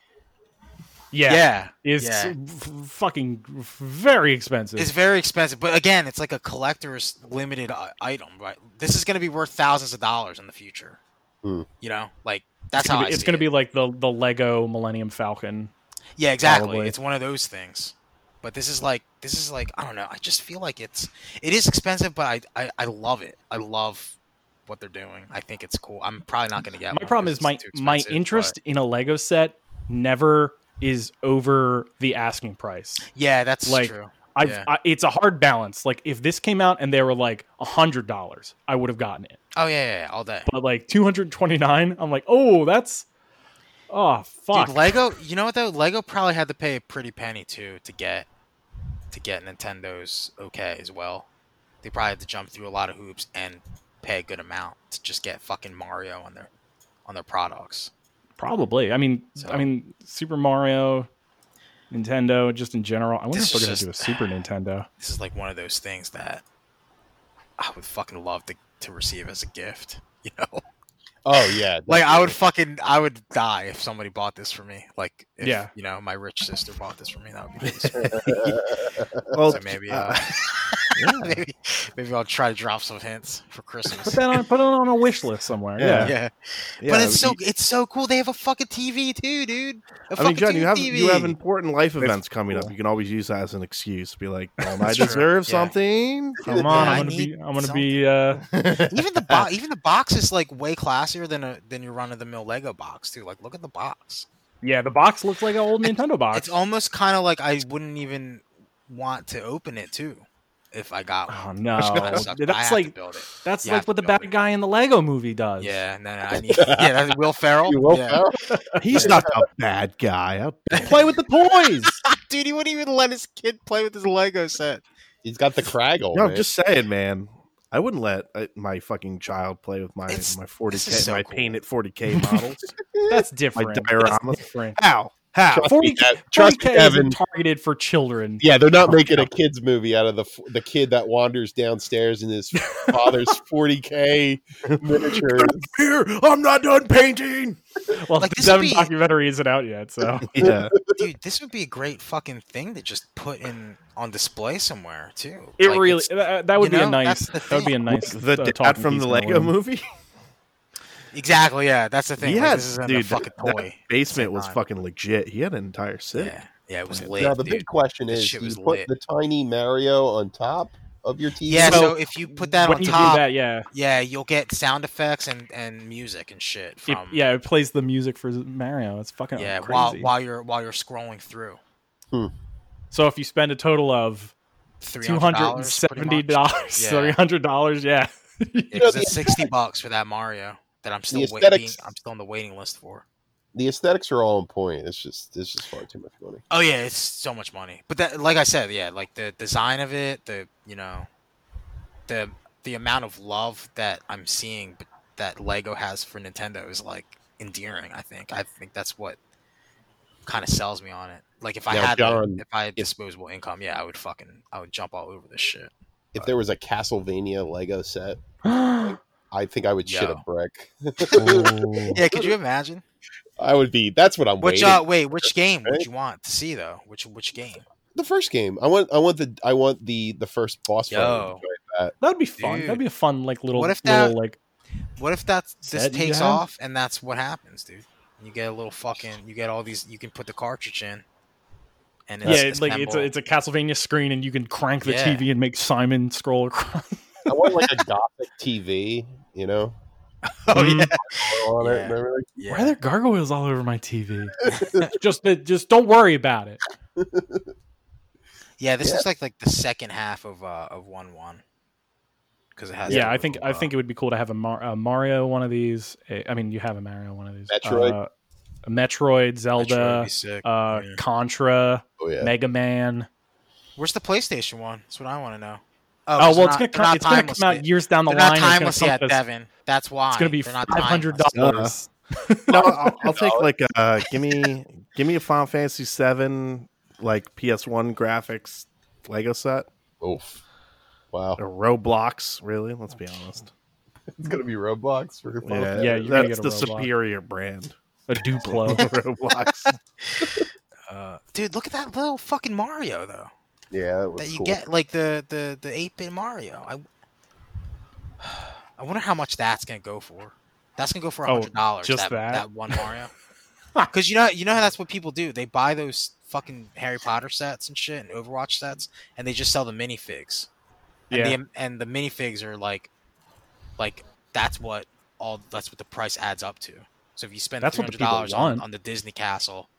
S1: yeah,
S2: yeah
S1: It's
S2: yeah.
S1: f- fucking very expensive.
S2: It's very expensive, but again, it's like a collector's limited i- item, right? This is going to be worth thousands of dollars in the future.
S3: Hmm.
S2: You know, like
S1: It's
S2: that's
S1: gonna
S2: how
S1: be,
S2: I
S1: it's
S2: see
S1: gonna
S2: it.
S1: be like the the Lego Millennium Falcon.
S2: Yeah, exactly.
S1: probably.
S2: It's one of those things. But this is like this is like I don't know. I just feel like it's it is expensive, but I I, I love it. I love what they're doing. I think it's cool. I'm probably not going to get.
S1: My
S2: one
S1: problem
S2: 'cause
S1: is my
S2: it's too
S1: my
S2: expensive,
S1: interest in a Lego set never is over the asking price.
S2: but- yeah, that's
S1: like,
S2: true.
S1: I've,
S2: Yeah.
S1: I, it's a hard balance. Like if this came out and they were like hundred dollars, I would have gotten it.
S2: Oh yeah, yeah, yeah, all day.
S1: But like two hundred twenty nine, I'm like, oh, that's oh fuck.
S2: Dude, Lego. You know what though? Lego probably had to pay a pretty penny too to get to get Nintendo's okay as well. They probably had to jump through a lot of hoops and pay a good amount to just get fucking Mario on their on their products.
S1: Probably. I mean,
S2: So-
S1: I mean, Super Mario, Nintendo, just in general. I wonder
S2: This
S1: if they're
S2: is
S1: gonna do a
S2: just-
S1: Super Nintendo.
S2: This is like one of those things that I would fucking love to to receive as a gift. You know,
S3: Oh yeah,
S2: like I would fucking I would die if somebody bought this for me. Like, if,
S1: Yeah.
S2: you know, my rich sister bought this for me. That would be nice.
S4: Well,
S2: so maybe,
S4: uh,
S2: uh, maybe, maybe I'll try to drop some hints for Christmas.
S1: Put that on. put it on a wish list somewhere.
S4: Yeah.
S1: Yeah.
S2: yeah.
S4: yeah,
S2: but it's
S4: you-
S2: so it's so cool. They have a fucking TV too, dude. A
S4: I mean,
S2: fucking
S4: John, you
S2: tube
S4: have
S2: TV.
S4: you have important life
S1: That's
S4: events coming up.
S1: cool.
S4: You can always use that as an excuse. Be like, um, I
S2: That's true.
S4: deserve
S2: Yeah.
S4: something.
S1: Come on,
S2: Yeah, I
S1: I'm gonna be.
S2: need
S1: I'm gonna be. Uh,
S2: even the box. Even the box is like way classier than a than your run of the mill Lego box too. Like, look at the box.
S1: yeah, the box looks like an old Nintendo box.
S2: It's almost kind of like I wouldn't even want to open it too, if I got one.
S1: oh no,
S2: Kinda sucks, but I
S1: that's
S2: have to
S1: like
S2: build it.
S1: that's
S2: you have
S1: like
S2: to
S1: what the
S2: build
S1: bad
S2: it.
S1: guy in the Lego Movie does.
S2: Yeah, no, no, I need. Yeah, that's Will Ferrell.
S3: You will
S2: yeah.
S3: Ferrell?
S4: He's not a bad guy. I'll-
S1: play with the toys.
S2: Dude, he wouldn't even let his kid play with his Lego set.
S3: He's got the craggle.
S4: no, I'm
S3: man.
S4: just saying, man. I wouldn't let uh, my fucking child play with my
S2: It's-
S4: my
S2: this
S4: 40k,
S2: is so
S4: my
S2: cool.
S4: painted 40k models,
S1: That's
S4: my
S1: different.
S4: dioramas.
S1: That's different.
S4: How? How?
S3: Trust me,
S1: 40
S3: Dev- trust me,
S1: 40K is
S3: Devin.
S1: targeted for children.
S3: Yeah, they're not making a kids movie out of the f- the kid that wanders downstairs in his father's 40k miniature.
S4: Here, I'm not done painting.
S1: Well,
S2: Like,
S1: the
S2: this would
S1: Devin
S2: be-
S1: documentary isn't out yet, so
S4: Yeah,
S2: Dude, this would be a great fucking thing to just put in on display somewhere too.
S1: it
S2: Like,
S1: really
S2: it's-
S1: that, that would
S2: you
S1: be a
S2: know,
S1: nice
S2: that's the
S1: that would be a nice
S4: the
S1: uh,
S4: dad
S1: talking
S4: from
S1: piece
S4: the
S1: in
S4: Lego
S1: one.
S4: movie.
S2: exactly. Yeah, that's the thing.
S4: He
S2: like,
S4: had-
S2: this isn't
S4: dude,
S2: a fucking
S4: that-
S2: toy.
S4: Basement
S2: Same
S4: was
S2: time.
S4: fucking legit. He had an entire city.
S2: Yeah, yeah, it was lit.
S3: now the
S2: dude.
S3: big question
S2: That
S3: is,
S2: shit
S3: do you
S2: was
S3: put
S2: lit.
S3: the tiny Mario on top of your TV?
S2: yeah, so,
S1: So,
S2: if you put that
S1: when
S2: on
S1: you do
S2: top,
S1: that, yeah,
S2: yeah, you'll get sound effects and and music and shit
S1: it,
S2: from
S1: yeah, it plays the music for Mario. It's fucking
S2: Um, yeah
S1: crazy.
S2: while while you're while you're scrolling through.
S1: so if you spend a total of two hundred and
S2: $300, pretty
S1: seventy
S2: much.
S1: dollars,
S2: Yeah.
S1: three hundred dollars, yeah,
S2: Yeah,
S3: know,
S2: 'cause
S3: the
S2: it's sixty bucks for that Mario that I'm still waiting.
S3: aesthetics-
S2: I'm still on the waiting list for.
S3: the aesthetics are all on point. It's just it's just far too much money.
S2: Oh yeah, it's so much money. But that, like I said, yeah, like the design of it, the you know, the the amount of love that I'm seeing b- that Lego has for Nintendo is like endearing. I think. I think that's what kind of sells me on it. Like if I
S3: Now,
S2: had
S3: John,
S2: the, if I had disposable income, yeah, I would fucking I would jump all over this shit.
S3: If there was a Castlevania Lego set,
S1: Oh.
S3: I think I would shit
S2: Yo.
S3: a brick.
S2: Yeah, could you imagine?
S3: I would be. That's what I'm
S2: Which
S3: waiting.
S2: uh, wait, which game would
S3: Right?
S2: you want to see though? Which which game?
S3: the first game. I want. I want the. I want the the first boss fight.
S2: Yo.
S1: that'd be fun.
S2: Dude.
S1: That'd be a fun like little
S2: What if
S1: little
S2: that-
S1: like
S2: What if that's this
S1: Set you
S2: takes
S1: have?
S2: off and that's what happens, dude? You get a little fucking. You get all these. You can put the cartridge in. And
S1: yeah,
S2: it's
S1: it's like it's a,
S2: assembled.
S1: it's a Castlevania screen, and you can crank the
S2: Yeah.
S1: TV and make Simon scroll across.
S3: I want like a gothic TV. You know,
S2: oh yeah,
S3: on
S2: Yeah.
S3: it and everything.
S1: mm. Why are there gargoyles all over my TV? just uh, just don't worry about it.
S2: yeah. This
S3: Yeah.
S2: looks like like the second half of uh of one one. because it has.
S1: yeah,
S2: the-
S1: I think I
S2: uh,
S1: think it would be cool to have a, Mar- a Mario one of these. Eh, I mean, you have a Mario one of these.
S3: Metroid.
S1: Uh, a Metroid,
S2: Metroid would
S1: Zelda,
S2: be sick.
S1: uh,
S2: yeah.
S1: Contra,
S3: Oh yeah.
S1: Mega Man.
S2: Where's the PlayStation one? That's what I want to know.
S1: Oh,
S2: 'cause
S1: well,
S2: they're
S1: it's
S2: not-
S1: gonna
S2: they're
S1: come.
S2: not
S1: It's gonna
S2: timeless
S1: come out
S2: yet.
S1: years down the
S2: They're
S1: line.
S2: not timeless
S1: it's gonna
S2: yet,
S1: come as-
S2: Devin. That's why
S1: It's gonna be
S2: They're not
S1: five hundred
S2: timeless.
S1: dollars.
S4: No, I'll, I'll take like uh give me give me a Final Fantasy Seven like PS1 graphics Lego set
S3: Oof. Wow.
S4: or Roblox. Really, let's be honest.
S3: It's gonna be Roblox for Final
S4: Yeah,
S3: Fantasy.
S1: Yeah, you're gonna
S4: that's
S1: get a
S4: the
S1: Roblox.
S4: superior brand.
S1: A Duplo.
S4: Roblox.
S2: Uh, dude, look at that little fucking Mario though
S3: Yeah, that was
S2: that you
S3: cool.
S2: get, like the the the eight bit Mario. I I wonder how much that's gonna go for. That's gonna go for
S1: Oh,
S2: hundred dollars.
S1: just
S2: that,
S1: that?
S2: one Mario. Because you know you know how that's what people do. They buy those fucking Harry Potter sets and shit and Overwatch sets, and they just sell the minifigs. And
S1: yeah.
S2: The, and the minifigs are like, like that's what all that's what the price adds up to. So if you spend
S1: That's
S2: three
S1: what the
S2: hundred
S1: people
S2: dollars on,
S1: want.
S2: on the Disney Castle,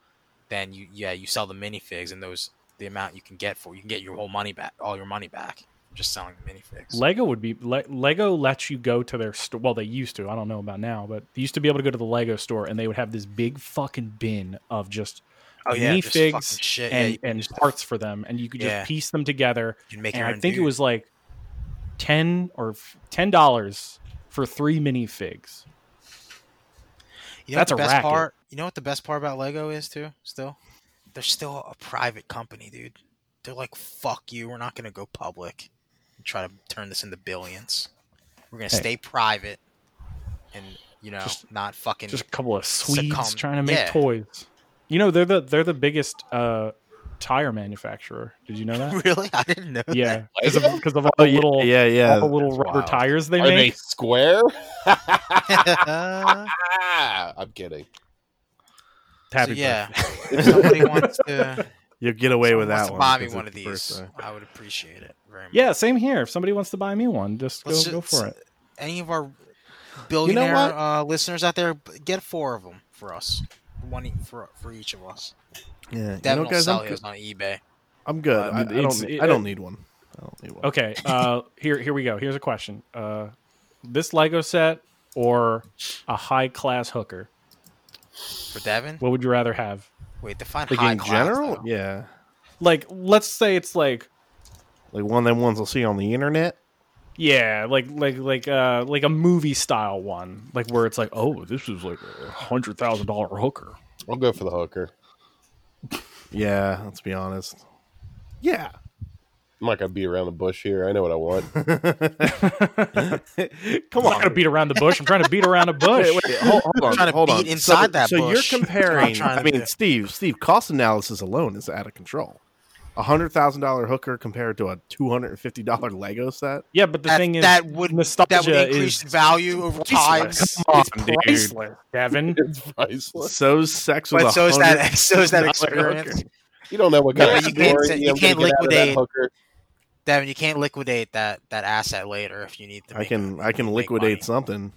S2: then you yeah you sell the minifigs and those the amount you can get for you can get your whole money back, all your money back, just selling the minifigs.
S1: Lego would be Le- Lego lets you go to their store. Well, they used to. I don't know about now, but they used to be able to go to the Lego store and they would have this big fucking bin of just
S2: Oh, yeah, just
S1: minifigs
S2: fucking shit. Yeah,
S1: and
S2: you can
S1: and
S2: just-
S1: parts for them, and you could just
S2: Yeah.
S1: piece them together.
S2: You can make
S1: and
S2: your
S1: I
S2: own
S1: think it
S2: dude.
S1: was like ten or f- ten dollars for three minifigs.
S2: You know what
S1: That's
S2: the
S1: a
S2: best
S1: racket.
S2: part. You know what the best part about Lego is too. Still, they're still a private company, dude. They're like, "Fuck you. We're not gonna go public and try to turn this into billions. We're gonna
S1: Hey.
S2: stay private, and you know,
S1: Just-
S2: not fucking
S1: Just a couple of Swedes
S2: Succumb.
S1: trying to make
S2: Yeah.
S1: toys. You know they're the they're the biggest uh, tire manufacturer. Did you know that?
S2: really. I didn't know.
S1: yeah, because of,
S3: Lego?
S1: 'cause of all
S4: Oh,
S1: the little
S4: yeah, yeah.
S1: all the little
S3: That's
S1: rubber
S3: wild.
S1: tires they
S3: Are they
S1: make.
S3: square?
S2: That.
S3: Ah, I'm kidding.
S2: so
S1: Happy
S2: yeah,
S1: birthday.
S2: if somebody wants to,
S4: You'll get away
S2: someone
S4: with
S2: wants
S4: that
S2: to
S4: one.
S2: buy me
S4: because
S2: one of
S4: it's
S2: these,
S4: your birthday.
S2: I would appreciate it very much.
S1: Yeah, same here. If somebody wants to buy me one, just go,
S2: Let's ju-
S1: go for it.
S2: any of our billionaire
S4: what?
S2: uh, listeners out there, b- get four of them for us. One e- for for each of us.
S4: Yeah, you
S2: Devin
S4: know, guys,
S2: will
S4: I'm
S2: sell his
S4: good.
S2: on eBay.
S4: I'm good.
S1: I
S4: I, I
S1: mean, it's-
S4: don't. Need, I
S1: it-
S4: don't need one. I don't need one.
S1: Okay, uh, here here we go. Here's a question: uh, This Lego set or a high class hooker?
S2: For Devin,
S1: What would you rather have?
S2: wait, define
S4: Like
S2: high
S4: in
S2: class,
S4: general,
S2: though.
S4: yeah.
S1: Like, let's say it's like
S4: Like one of them ones I'll see on the internet.
S1: yeah, like like like uh, like a movie style one, like where it's like, oh, this is like a hundred thousand dollar hooker.
S3: I'll go for the hooker.
S4: Yeah, let's be honest. Yeah,
S3: I'm not gonna beat around the bush here. I know what I want.
S1: Come on, I'm not gonna beat around the bush. I'm trying to beat around a bush.
S4: Wait, hold, hold on,
S2: trying to
S4: hold
S2: beat
S4: on.
S2: inside
S4: so,
S2: that
S4: So
S2: bush.
S4: you're
S2: That's what I'm
S4: comparing.
S2: trying
S4: I
S2: to
S4: mean,
S2: do.
S4: Steve, Steve, cost analysis alone is out of control. A hundred thousand dollar hooker compared to a two hundred and fifty dollar Lego set.
S1: Yeah, but the
S2: that,
S1: thing is,
S2: that would that
S1: nostalgia
S2: would increase
S1: is
S2: value over time.
S1: priceless.
S4: Come
S1: It's
S4: on, dude.
S1: priceless, Devin.
S3: it's priceless.
S4: So sex with
S2: But
S4: a
S2: so is
S4: hundred-
S2: that so is that
S4: dollar
S2: experience,
S3: You don't know what
S2: Yeah,
S3: kind
S2: you
S3: of
S2: can't
S3: glory
S2: say-
S3: I'm
S2: you
S3: gonna
S2: can't
S3: get out of that
S2: liquidate-
S3: hooker.
S2: Devin. You can't liquidate that that asset later if you need to.
S4: I
S2: make it.
S4: can I can
S2: make
S4: liquidate
S2: money.
S4: something.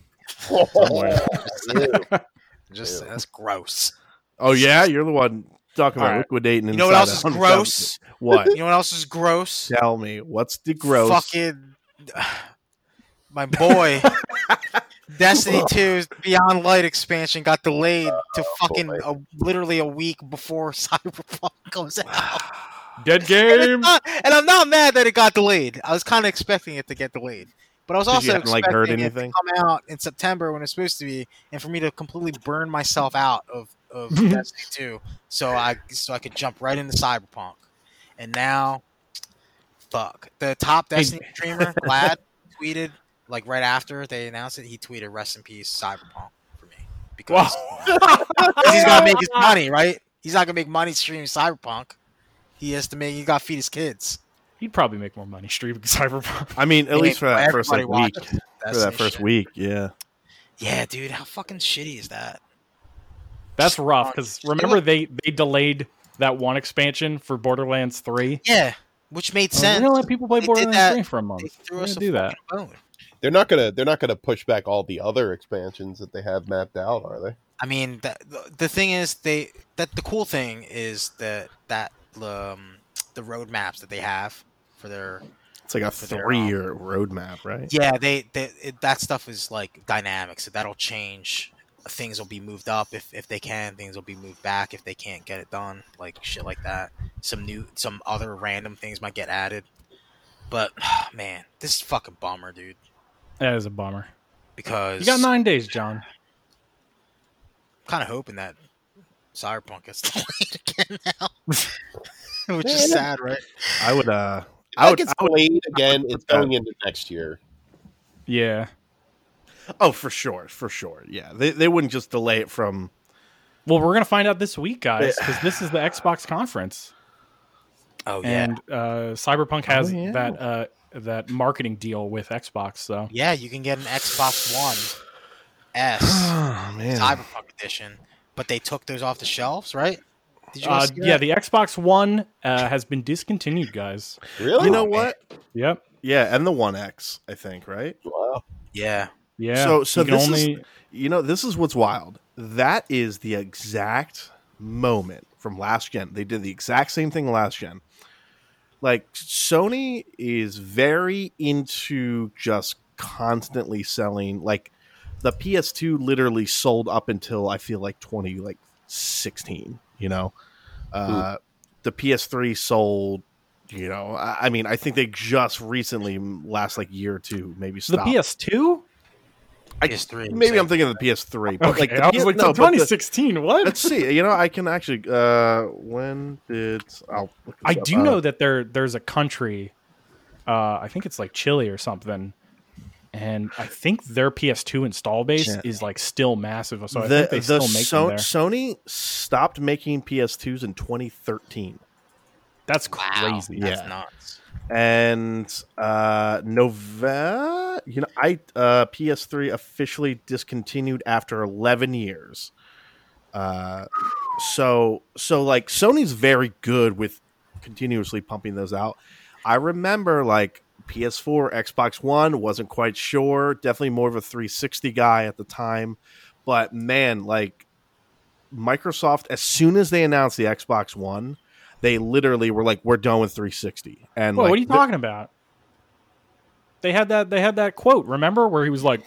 S2: Oh,
S3: Ew.
S2: Just
S3: Ew.
S2: that's gross.
S4: Oh yeah, you're the one talking about
S1: Alright.
S4: liquidating.
S2: You know what
S4: inside
S2: else is
S4: a hundred
S2: gross?
S4: thousand- What?
S2: Uh, You know what else is gross?
S4: Tell me what's the gross?
S2: Fucking my boy. Destiny 2's Beyond Light expansion got delayed to fucking
S3: boy.
S2: a, literally a week before Cyberpunk comes out.
S1: Dead
S2: And, it's
S1: game.
S2: not- and I'm not mad that it got delayed. I was kind of expecting it to get delayed, but I was
S4: Did you
S2: also
S4: happen to, like, heard
S2: expecting it
S4: anything?
S2: to come out in September when it's supposed to be, and for me to completely burn myself out of, of Destiny 2, so I so I could jump right into Cyberpunk, and now, fuck, the top Destiny streamer Glad tweeted like right after they announced it, he tweeted "Rest in peace, Cyberpunk" for me
S1: Wow.
S2: because 'cause he's gonna make his money, right? He's not gonna make money streaming Cyberpunk. He has to make. He got to feed his kids.
S1: He'd probably make more money streaming Cyberpunk.
S4: I mean, at
S2: Hey,
S4: least for that first like,
S2: everybody
S4: week.
S2: watches
S4: For that first
S2: shit.
S4: week, yeah.
S2: Yeah, dude, how fucking shitty is that?
S1: That's rough because remember they they delayed that one expansion for Borderlands Three.
S2: Yeah, which made
S4: Oh,
S1: We're
S2: sense.
S1: gonna let people play
S2: They did
S1: Borderlands
S2: that-
S1: Three for a
S2: They
S1: month. We're
S2: threw
S1: gonna
S2: us a
S1: do that.
S2: fucking bone.
S3: They're not gonna they're not gonna push back all the other expansions that they have mapped out, are they?
S2: I mean, that, the, the thing is, they that the cool thing is that that um, the roadmaps that they have for their
S4: It's like a
S2: for their,
S4: three
S2: um,
S4: year roadmap, right?
S2: Yeah, they, they it, that stuff is like dynamic, so that'll change. Things will be moved up if, if they can. Things will be moved back if they can't get it done. Like shit, like that. Some new, some other random things might get added. But man, this is fucking bummer, dude.
S1: That is a bummer.
S2: Because
S1: You got nine days, John.
S2: kind of hoping that Cyberpunk gets delayed again now, which is sad, right?
S4: I would. uh
S3: I
S4: I
S3: think
S4: would,
S3: it's
S4: I would.
S3: delayed again.
S4: would
S3: It's
S4: put that-
S3: going into next year.
S1: Yeah.
S4: Oh, for sure, for sure. Yeah, they they wouldn't just delay it from.
S1: Well, we're gonna find out this week, guys, because this is the Xbox conference,
S2: Oh
S1: and uh, Cyberpunk has
S4: Oh, yeah.
S1: that uh, that marketing deal with Xbox. So
S2: yeah, you can get an Xbox One S
S4: Oh man.
S2: Cyberpunk edition, but they took those off the shelves, right? Did
S1: Uh,
S2: see
S1: yeah,
S2: that?
S1: the Xbox One uh, has been discontinued, guys.
S3: Really?
S4: you know what?
S1: Yep.
S4: Yeah, and the One X, I think, right?
S3: Wow.
S2: yeah.
S1: Yeah.
S4: So- so
S1: you can
S4: this is-
S1: only
S4: You know, this is what's wild. That is the exact moment from last gen. They did the exact same thing last gen. Like Sony is very into just constantly selling. Like the PS2 literally sold up until I feel like 20 like 16, you know. Uh the PS3 sold you know, I I mean, I think they just recently, last like year or two, maybe
S1: the
S4: stopped.
S1: PS2.
S4: I-
S2: PS3.
S4: Maybe
S2: thinking.
S4: I'm thinking of the PS3. But
S1: Okay,
S4: like the
S1: I
S4: PS
S1: was like
S4: no,
S1: so
S4: but the-
S1: 2016. what?
S4: let's see. You know, I can actually. Uh, when did I'll look this
S1: I
S4: up.
S1: do
S4: Uh,
S1: know that there there's a country, uh, I think it's like Chile or something, and I think their PS2 install base
S4: Yeah.
S1: is like still massive. So I
S4: the
S1: think they
S4: the
S1: still make them
S4: So-
S1: there.
S4: Sony stopped making PS2s in 2013,
S1: That's
S2: Wow,
S1: crazy.
S2: that's
S4: Yeah.
S2: nuts.
S4: and uh, Nova. You know, I uh, PS3 officially discontinued after 11 years. Uh, so so like Sony's very good with continuously pumping those out. I remember like PS4, Xbox One, wasn't quite sure. Definitely more of a 360 guy at the time, but man, like Microsoft, as soon as they announced the Xbox One, they literally were like, "We're done with 360." And
S1: Well,
S4: like,
S1: what are you
S4: th-
S1: talking about? They had that. They had that quote. Remember where he was like,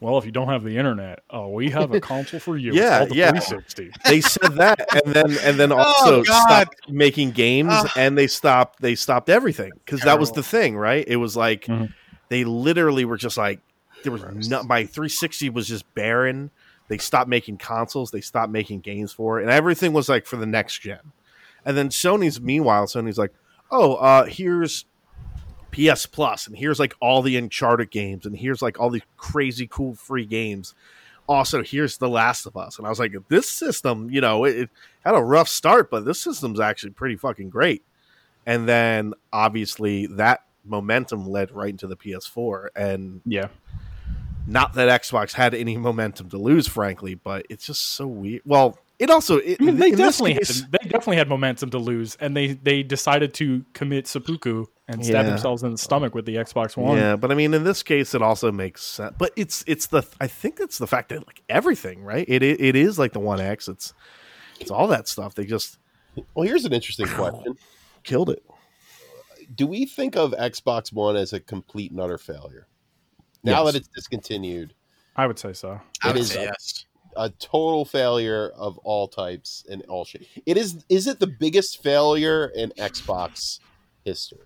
S1: "Well, if you don't have the internet, uh, we have a console for you. It's
S4: Yeah,
S1: called the
S4: yeah.
S1: 360."
S4: they said that, and then and
S1: Oh,
S4: then also
S2: God.
S4: stopped making games,
S2: Ah.
S4: and they stopped they stopped everything because that was the thing, right? It was like
S1: Mhm.
S4: they literally were just like there was
S2: Gross.
S4: no, my 360 was just barren. They stopped making consoles, they stopped making games for it, and everything was like for the next gen. And then Sony's meanwhile, Sony's like, oh, uh, here's PS Plus, and here's like all the Uncharted games, and here's like all these crazy cool free games. Also, here's The Last of Us, and I was like, this system, you know, it, it had a rough start, but this system's actually pretty fucking great. And then obviously that momentum led right into the PS4, and
S1: Yeah,
S4: not that Xbox had any momentum to lose, frankly, but it's just so weird. Well, it also, it,
S1: I mean, they
S4: in this
S1: definitely
S4: case-
S1: had, they definitely had momentum to lose, and they they decided to commit seppuku and stab
S4: Yeah.
S1: themselves in the stomach with the Xbox One.
S4: Yeah, but I mean, in this case, it also makes sense. But it's it's the I think it's the fact that like everything, right? It i- it is like the One X. It's it's all that stuff. They just
S3: Well, here's an interesting question.
S4: killed it.
S3: Do we think of Xbox One as a complete and utter failure? Now
S4: Yes.
S3: that it's discontinued,
S1: I would say so.
S2: I
S3: It
S2: would
S3: is
S2: say
S4: uh,
S3: a-
S2: yes.
S3: a total failure of all types and all shit. It is is it the biggest failure in Xbox history?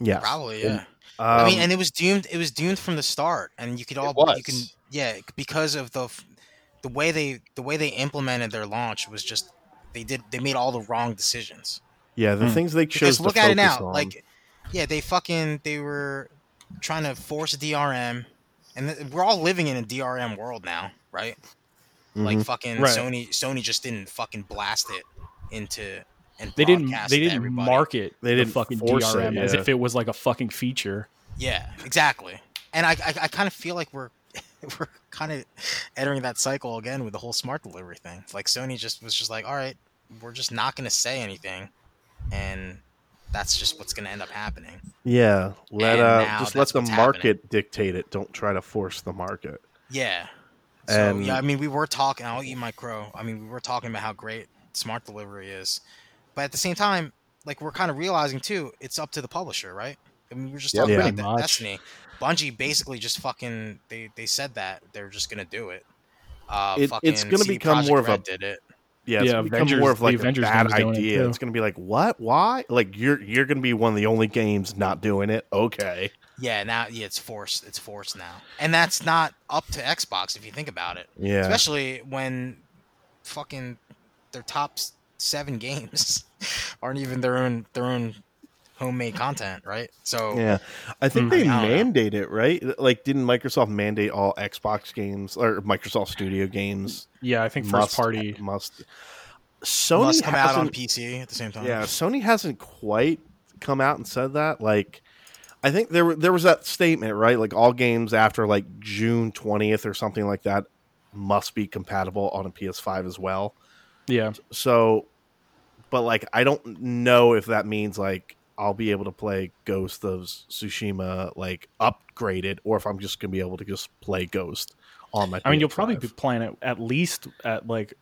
S4: Yeah,
S2: Probably, yeah.
S4: Um,
S2: I mean, and it was doomed. It was doomed from the start, and you could all you can
S3: was.
S2: yeah because of the f- the way they the way they implemented their launch was just they did they made all the wrong decisions.
S4: yeah, the
S1: Hmm.
S4: things they chose.
S2: Because look
S4: to
S2: at it
S4: focus
S2: now,
S4: on-
S2: like yeah, they fucking they were trying to force a DRM, and th- we're all living in a DRM world now, right? Like
S4: Mhm.
S2: fucking
S1: Right.
S2: Sony Sony just didn't fucking blast it into and
S1: They didn't.
S2: broadcast it
S1: They
S2: to
S1: didn't
S2: everybody.
S1: market.
S4: They
S1: the
S4: didn't
S1: fucking
S4: force it,
S1: DRM as
S4: yeah.
S1: if it was like a fucking feature.
S2: Yeah, exactly. And I, I, I kind of feel like we're we're kind of entering that cycle again with the whole smart delivery thing. It's Like Sony just was just like, all right, we're just not going to say anything, and that's just what's going to end up happening.
S4: yeah, let
S2: and
S4: uh,
S2: now
S4: just let
S2: that's
S4: the
S2: what's
S4: market dictate it. Don't try to force the market.
S2: Yeah. So
S4: And-
S2: yeah, I mean, we were talking. I'll eat my crow. I mean, we were talking about how great smart delivery is, but at the same time, like we're kind of realizing too, it's up to the publisher, right? I mean, we were just
S3: Yeah,
S2: talking
S1: pretty
S2: about that
S1: much.
S2: Destiny. Bungie basically just fucking they they said that they're just gonna do it. Uh,
S4: It- it's
S2: fucking
S4: gonna
S2: CD
S4: become
S2: Projekt
S4: more of a-
S2: Red did it.
S4: Yeah, it's
S1: Yeah,
S4: gonna become
S1: Avengers-
S4: more of
S1: the
S4: like a
S1: Avengers
S4: bad
S1: game's doing it,
S4: idea.
S1: too.
S4: it's going to be like, what? Why? Like you're you're going to be one of the only games not doing it. Okay.
S2: Yeah, now yeah, it's forced. It's forced now, and that's not up to Xbox if you think about it.
S4: Yeah.
S2: Especially when fucking their top s- seven games aren't even their own their own homemade content, right? So
S4: yeah. I think
S1: Mm.
S4: they
S2: I don't
S4: mandate it, right? Like didn't Microsoft mandate all Xbox games or Microsoft Studio games
S1: Yeah, I think first
S4: must-
S1: party.
S4: must Sony
S2: must come out on
S4: hasn't-
S2: PC at the same time.
S4: Yeah, Sony hasn't quite come out and said that. Like, I think there were- there was that statement, right? Like, all games after like June twentieth or something like that must be compatible on a PS5 as well.
S1: Yeah,
S4: So, but like, I don't know if that means like I'll be able to play Ghost of Tsushima like upgraded, or if I'm just gonna be able to just play Ghost on my.
S1: I mean, you'll
S4: PS5.
S1: probably be playing it at least at like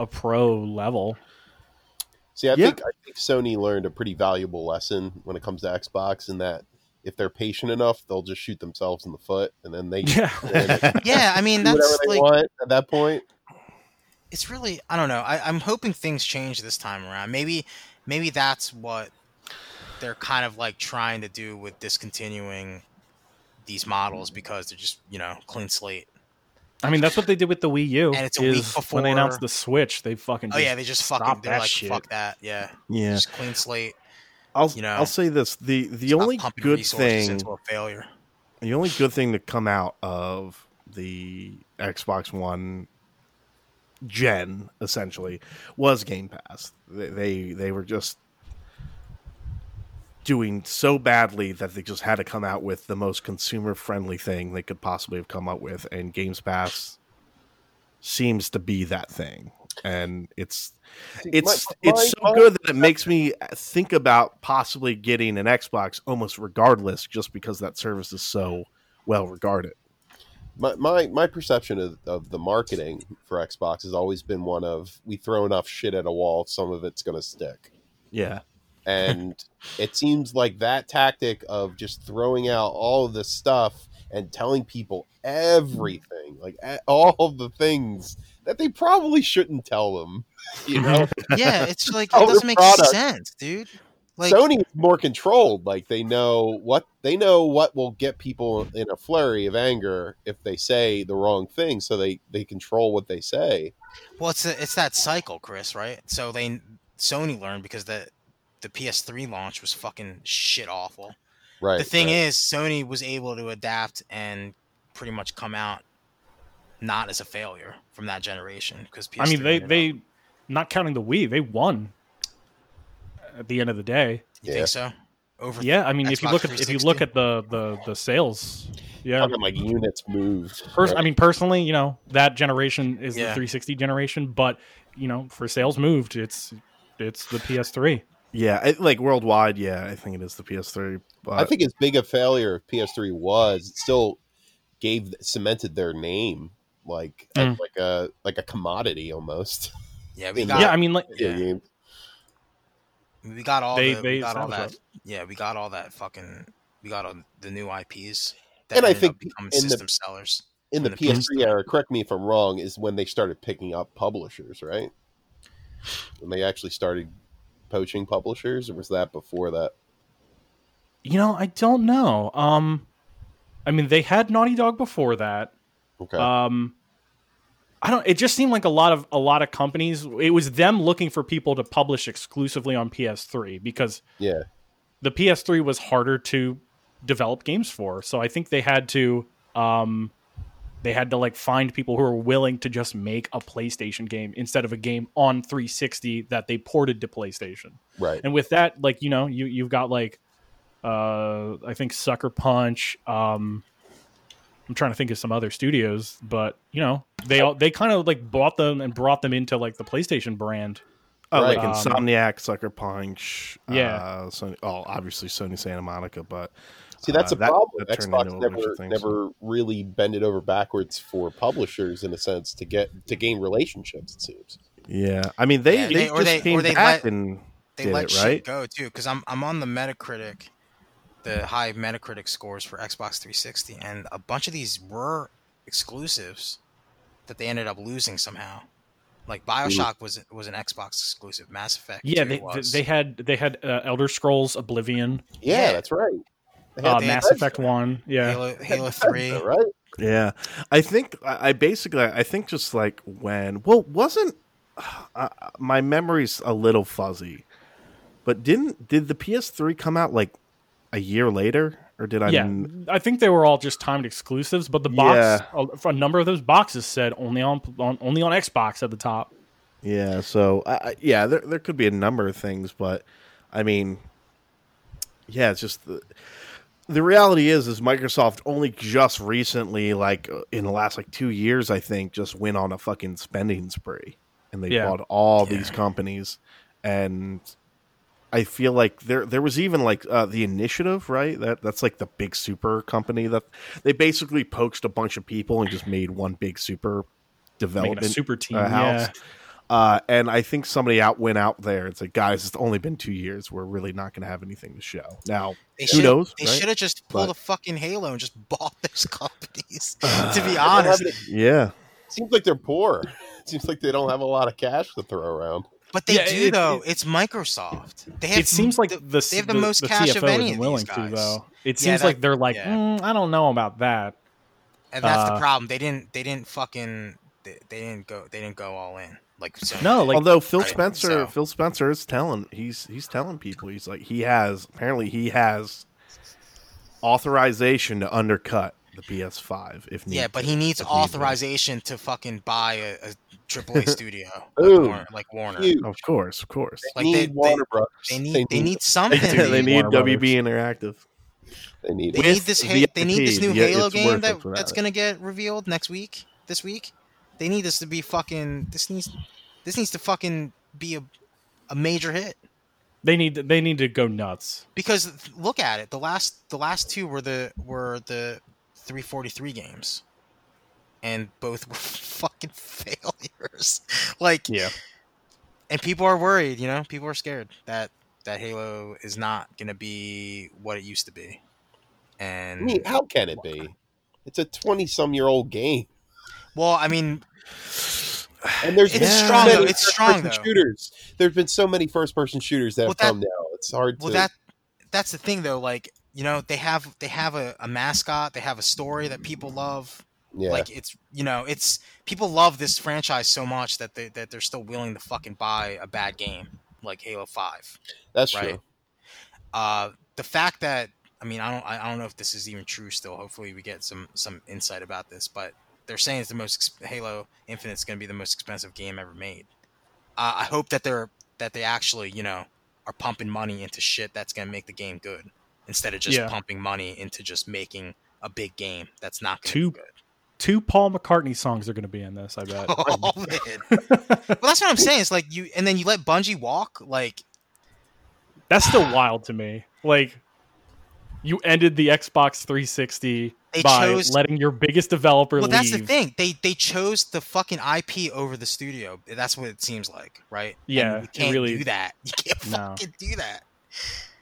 S1: a pro level.
S3: See, I
S4: Yeah.
S3: think I think Sony learned a pretty valuable lesson when it comes to Xbox in that if they're patient enough, they'll just shoot themselves in the foot, and then they
S1: Yeah,
S3: do
S2: yeah. I mean,
S3: whatever
S2: that's
S3: they
S2: like
S3: want at that point.
S2: it's really I don't know. I, I'm hoping things change this time around. Maybe maybe that's what they're kind of like trying to do with discontinuing these models because they're just you know clean slate.
S1: I mean that's what they did with the Wii U.
S2: And it's a week
S1: is when they announced
S2: before-
S1: the Switch, they fucking
S2: Oh
S1: just,
S2: yeah, they just
S1: stop
S2: fucking they're
S1: that
S2: like
S1: shit.
S2: fuck that. Yeah,
S4: yeah.
S2: just clean slate.
S4: I'll
S2: you know,
S4: I'll say this the the
S2: Stop
S4: only
S2: pumping
S4: good
S2: resources
S4: thing
S2: into a failure.
S4: The only good thing to come out of the Xbox One gen essentially was Game Pass. They they, they were just doing so badly that they just had to come out with the most consumer friendly thing they could possibly have come up with and Games Pass seems to be that thing. And it's it's
S3: My-
S4: it's
S3: my-
S4: so good that it makes me think about possibly getting an Xbox almost regardless, just because that service is so well regarded.
S3: My my, my perception of, of the marketing for Xbox has always been one of we throw enough shit at a wall, some of it's going to stick.
S4: Yeah,
S3: And it seems like that tactic of just throwing out all of this stuff and telling people everything, like a- all of the things that they probably shouldn't tell them. You know,
S2: yeah, it's like
S3: Oh,
S2: it doesn't
S3: their
S2: make
S3: product.
S2: sense, dude. Like
S3: Sony is more controlled. Like they know what they know what will get people in a flurry of anger if they say the wrong thing, so they they control what they say.
S2: Well, it's a, it's that cycle, Chris, right? So they Sony learned because the the PS3 launch was fucking shit awful.
S3: Right.
S2: the thing
S3: right.
S2: is, Sony was able to adapt and pretty much come out not as a failure from that generation because PS3
S1: I mean they
S2: ended up-
S1: they not counting the Wii, they won at the end of the day.
S2: you
S3: Yeah.
S2: think so over
S1: Yeah, I mean if you
S2: Xbox
S1: look at if you look
S2: 360.
S1: at the the the sales, yeah.
S3: Talking like units moved.
S1: Pers-
S3: right?
S1: I mean personally, you know, that generation is the
S2: Yeah.
S1: 360 generation, but you know, for sales moved, it's it's the PS3.
S4: yeah, I, like worldwide. Yeah, I think it is the PS3. But
S3: I think as big a failure of PS3 was, it still gave cemented their name like as
S1: Mm.
S3: like a like a commodity almost.
S2: yeah we
S3: Yeah.
S2: got
S1: yeah, I mean like
S3: Video game.
S2: we got all
S1: They-
S2: the,
S1: they
S2: we got all that
S1: sabotaged.
S2: yeah we got all that fucking we got all the new IPs that
S3: And I
S2: ended up
S3: think
S2: becoming
S3: in the-
S2: system sellers
S3: in the
S2: When the
S3: PS3 era, correct me if I'm wrong, is when they started picking up publishers, right? When they actually started poaching publishers, or was that before that?
S1: You know, I don't know. Um, I mean, they had Naughty Dog before that.
S3: Okay,
S1: Um, I don't. It just seemed like a lot of a lot of companies. It was them looking for people to publish exclusively on PS3 because
S3: yeah,
S1: the PS3 was harder to develop games for. So I think they had to um they had to like find people who were willing to just make a PlayStation game instead of a game on 360 that they ported to PlayStation.
S3: right.
S1: And with that, like you know, you you've got like uh I think Sucker Punch, um I'm trying to think of some other studios, but you know, they all they kind of like bought them and brought them into like the PlayStation brand.
S4: oh, like
S2: Um,
S3: Right.
S4: Insomniac, Sucker Punch.
S1: Yeah.
S4: uh, Sony, oh, obviously Sony Santa Monica, but
S3: See, that's
S4: uh,
S3: a
S4: that-
S3: problem.
S4: that turned into
S3: Xbox
S4: a bunch
S3: never
S4: of things.
S3: never really bended over backwards for publishers in a sense to get to gain relationships. It seems.
S4: Yeah, I mean they
S2: Yeah,
S4: they,
S2: they- or
S4: just
S2: they-
S4: came
S2: or they
S4: back
S2: let-
S4: and
S2: they
S4: did
S2: let
S4: it
S2: shit
S4: right.
S2: go too because I'm I'm on the Metacritic the high Metacritic scores for Xbox 360, and a bunch of these were exclusives that they ended up losing somehow. Like Bioshock was was an Xbox exclusive, Mass Effect.
S1: Yeah,
S2: 2
S1: they,
S2: was.
S1: they had they had uh, Elder Scrolls Oblivion,
S3: Yeah,
S2: Yeah.
S3: that's right. They had
S1: uh,
S2: they
S1: Mass
S3: Bethesda,
S1: Effect One. Yeah,
S2: Halo, Halo Three.
S3: right?
S4: Yeah, I think I I basically I think just like when well wasn't uh, my memory's a little fuzzy, but didn't did the PS3 come out like a year later or did I?
S1: yeah.
S4: m-
S1: I think they were all just timed exclusives, but the box
S4: Yeah.
S1: uh, for a number of those boxes said only on, on only on Xbox at the top.
S4: yeah. So I, I- yeah, there there could be a number of things, but I mean, yeah, it's just the. The reality is, is Microsoft only just recently, like uh, in the last like two years, I think, just went on a fucking spending spree, and they
S1: Yeah.
S4: bought all these companies, and I feel like there there was even like uh, the initiative, right? That that's like the big super company that they basically poached a bunch of people and just made one big super development
S1: super team,
S4: uh, house.
S1: yeah.
S4: Uh, and I think somebody out went out there and said, "Guys, it's only been two years. We're really not going to have anything to show now.
S2: They
S4: who
S2: should,
S4: knows?
S2: They
S4: right?
S2: should have just pulled
S4: But-
S2: a fucking Halo and just bought those companies. to be
S3: They don't have
S2: honest,
S3: any-
S4: Yeah,
S3: seems like they're poor. seems like they don't have a lot of cash to throw around.
S2: but they
S1: Yeah,
S2: do
S1: it-
S2: though. it's Microsoft. They have,
S1: It seems like the,
S2: the, they have the, most
S1: the
S2: cash
S1: CFO
S2: of any
S1: isn't
S2: of
S1: willing
S2: these guys.
S1: to though. It
S2: Yeah,
S1: seems
S2: that-
S1: like they're like,
S2: yeah.
S1: "Mm, I don't know about that.
S2: and that's
S1: Uh,
S2: the problem. They didn't. They didn't fucking. They, they didn't go. They didn't go all in. Like Sony
S1: No,
S2: did.
S1: like
S4: Although Phil
S2: I-
S4: Spencer,
S2: so-
S4: Phil Spencer is telling he's he's telling people he's like he has apparently he has authorization to undercut the PS5 if need.
S2: Oh, yeah, but he needs
S4: if need be.
S2: authorization to fucking buy a, a AAA studio like
S3: Ooh.
S2: Warner. Like Warner.
S3: Huge.
S4: Of course, of course.
S2: Like,
S3: need
S2: they- they-
S3: Warner Brothers.
S2: They need. They E need something.
S4: Yeah, they need
S1: Warner Brothers.
S4: WB Interactive.
S3: They need.
S2: They
S4: with
S2: need this.
S4: the
S2: Ha- they need this
S4: IP,
S2: new
S4: yeah,
S2: Halo
S4: it's
S2: game
S4: worth
S2: that,
S4: it for
S2: that's
S4: that.
S2: gonna get revealed next week. This week, they need this to be fucking. This needs. This needs to fucking be a, a major hit
S1: they need they need to go nuts.
S2: because look at it. The last the last two were the were the 343 games, and both were fucking failures. Like
S1: Yeah,
S2: and people are worried. You know, people are scared that that Halo is not gonna be what it used to be.
S3: I
S2: And
S3: mean, how can it be? It's a twenty-some-year-old game,
S2: well, I mean,
S3: and there's
S2: It's
S3: been
S4: strong,
S3: So
S4: though.
S3: many
S2: It's strong,
S3: first-person
S2: though.
S3: shooters. There's been so many first-person shooters that
S2: Well,
S3: have
S2: that-
S3: come now. It's hard
S2: well
S3: to.
S2: that that's the thing though like you know they have they have a, a mascot they have a story that people love
S3: yeah.
S2: like it's you know it's people love this franchise so much that they that they're still willing to fucking buy a bad game like halo 5
S3: That's
S2: right.
S3: true.
S2: uh the fact that i mean i don't i I don't know if this is even true still hopefully we get some some insight about this but they're saying it's the most ex- halo infinite's going to be the most expensive game ever made uh, i hope that they're that they actually you know are pumping money into shit that's going to make the game good instead of just
S1: Yeah.
S2: pumping money into just making a big game that's not going
S1: Two-
S2: to be good
S1: two Paul McCartney songs are going to be in this. I bet.
S2: Oh, man. well that's what i'm saying it's like you and then you let bungie walk like
S1: That's still wild to me. Like you ended the Xbox 360
S2: They
S1: by
S2: chose-
S1: letting your biggest developer
S2: well
S1: leave.
S2: that's the thing they they chose the fucking ip over the studio that's what it seems like right And
S1: Yeah,
S2: you
S1: it
S2: can't
S1: really-
S2: do that you can't
S1: No.
S2: fucking do that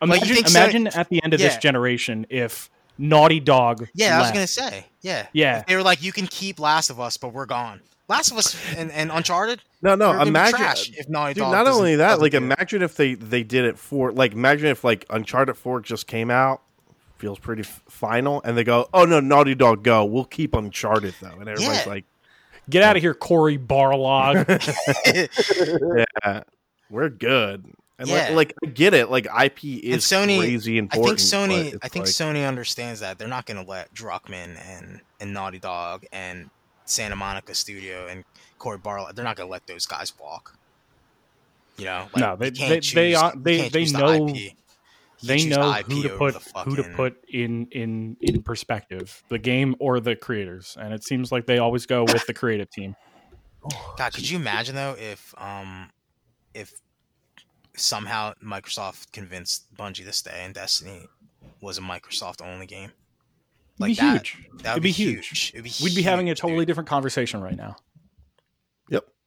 S2: Like, you
S1: Imagine,
S2: think so-
S1: imagine at the end of this
S2: Yeah.
S1: generation if Naughty Dog.
S2: yeah i was
S1: left.
S2: gonna say yeah
S1: Yeah,
S2: they were like you can keep last of us but we're gone last of us and, and uncharted
S4: No,
S2: they're
S4: no.
S2: gonna be
S4: Imagine,
S2: trash if Naughty
S4: Dude,
S2: Dog
S4: not
S2: doesn't-
S4: only that,
S2: doesn't
S4: like
S2: do it.
S4: imagine if they they did it for like imagine if like Uncharted Four just came out, feels pretty f- final, and they go, oh no, Naughty Dog, go, we'll keep Uncharted though, and everybody's
S2: Yeah.
S4: like,
S1: get out of here, Corey Barlog.
S4: yeah, we're good, and like,
S2: Yeah.
S4: like I get it, like IP is
S2: Sony-
S4: crazy
S2: I think
S4: important.
S2: Sony.
S4: but it's
S2: I think
S4: like-
S2: Sony understands that they're not going to let Druckmann and and Naughty Dog and Santa Monica Studio and Corey Barlow. They're not going to let those guys walk. You know, like,
S1: No, they-
S2: you can't
S1: they-
S2: choose,
S1: they are-
S2: you
S1: they-
S2: can't
S1: they
S2: choose the
S1: know-
S2: IP. You
S1: they
S2: choose the
S1: know
S2: IP
S1: who to
S2: over
S1: put
S2: the
S1: who to
S2: fucking-
S1: put in in in perspective, the game or the creators, and it seems like they always go with the creative team.
S2: God, could you imagine though if um if somehow Microsoft convinced Bungie to stay and Destiny was a Microsoft only game?
S1: It'd be
S2: that-
S1: huge.
S2: That
S1: It'd
S2: would
S1: be
S2: be
S1: huge.
S2: huge. It'd be
S1: We'd be having a
S2: huge, dude.
S1: totally different conversation right now.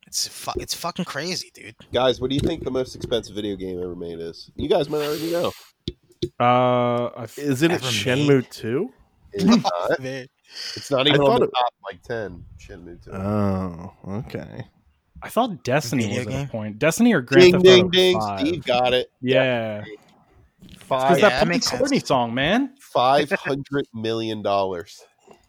S2: It's fu- it's fucking crazy, dude.
S3: Guys, what do you think the most expensive video game ever made is? You guys might already know.
S1: Uh, I f-
S4: Isn't it
S2: Ever
S4: Shenmue two?
S3: It's not,
S2: They-
S3: it's not
S4: I
S3: even on
S4: thought
S3: the
S4: it-
S3: top like ten. Shenmue two.
S4: Oh, okay.
S1: I thought Destiny
S2: Video
S1: was at
S2: game?
S1: a point. Destiny or Grand
S3: ding
S1: Theft
S3: ding
S1: Auto
S3: ding.
S1: 5.
S3: Steve got it.
S1: Yeah,
S3: Five
S1: because
S2: Oh,
S1: that
S2: yeah, that
S1: Paul
S2: makes sense.
S1: McCartney song, man.
S3: five hundred million dollars.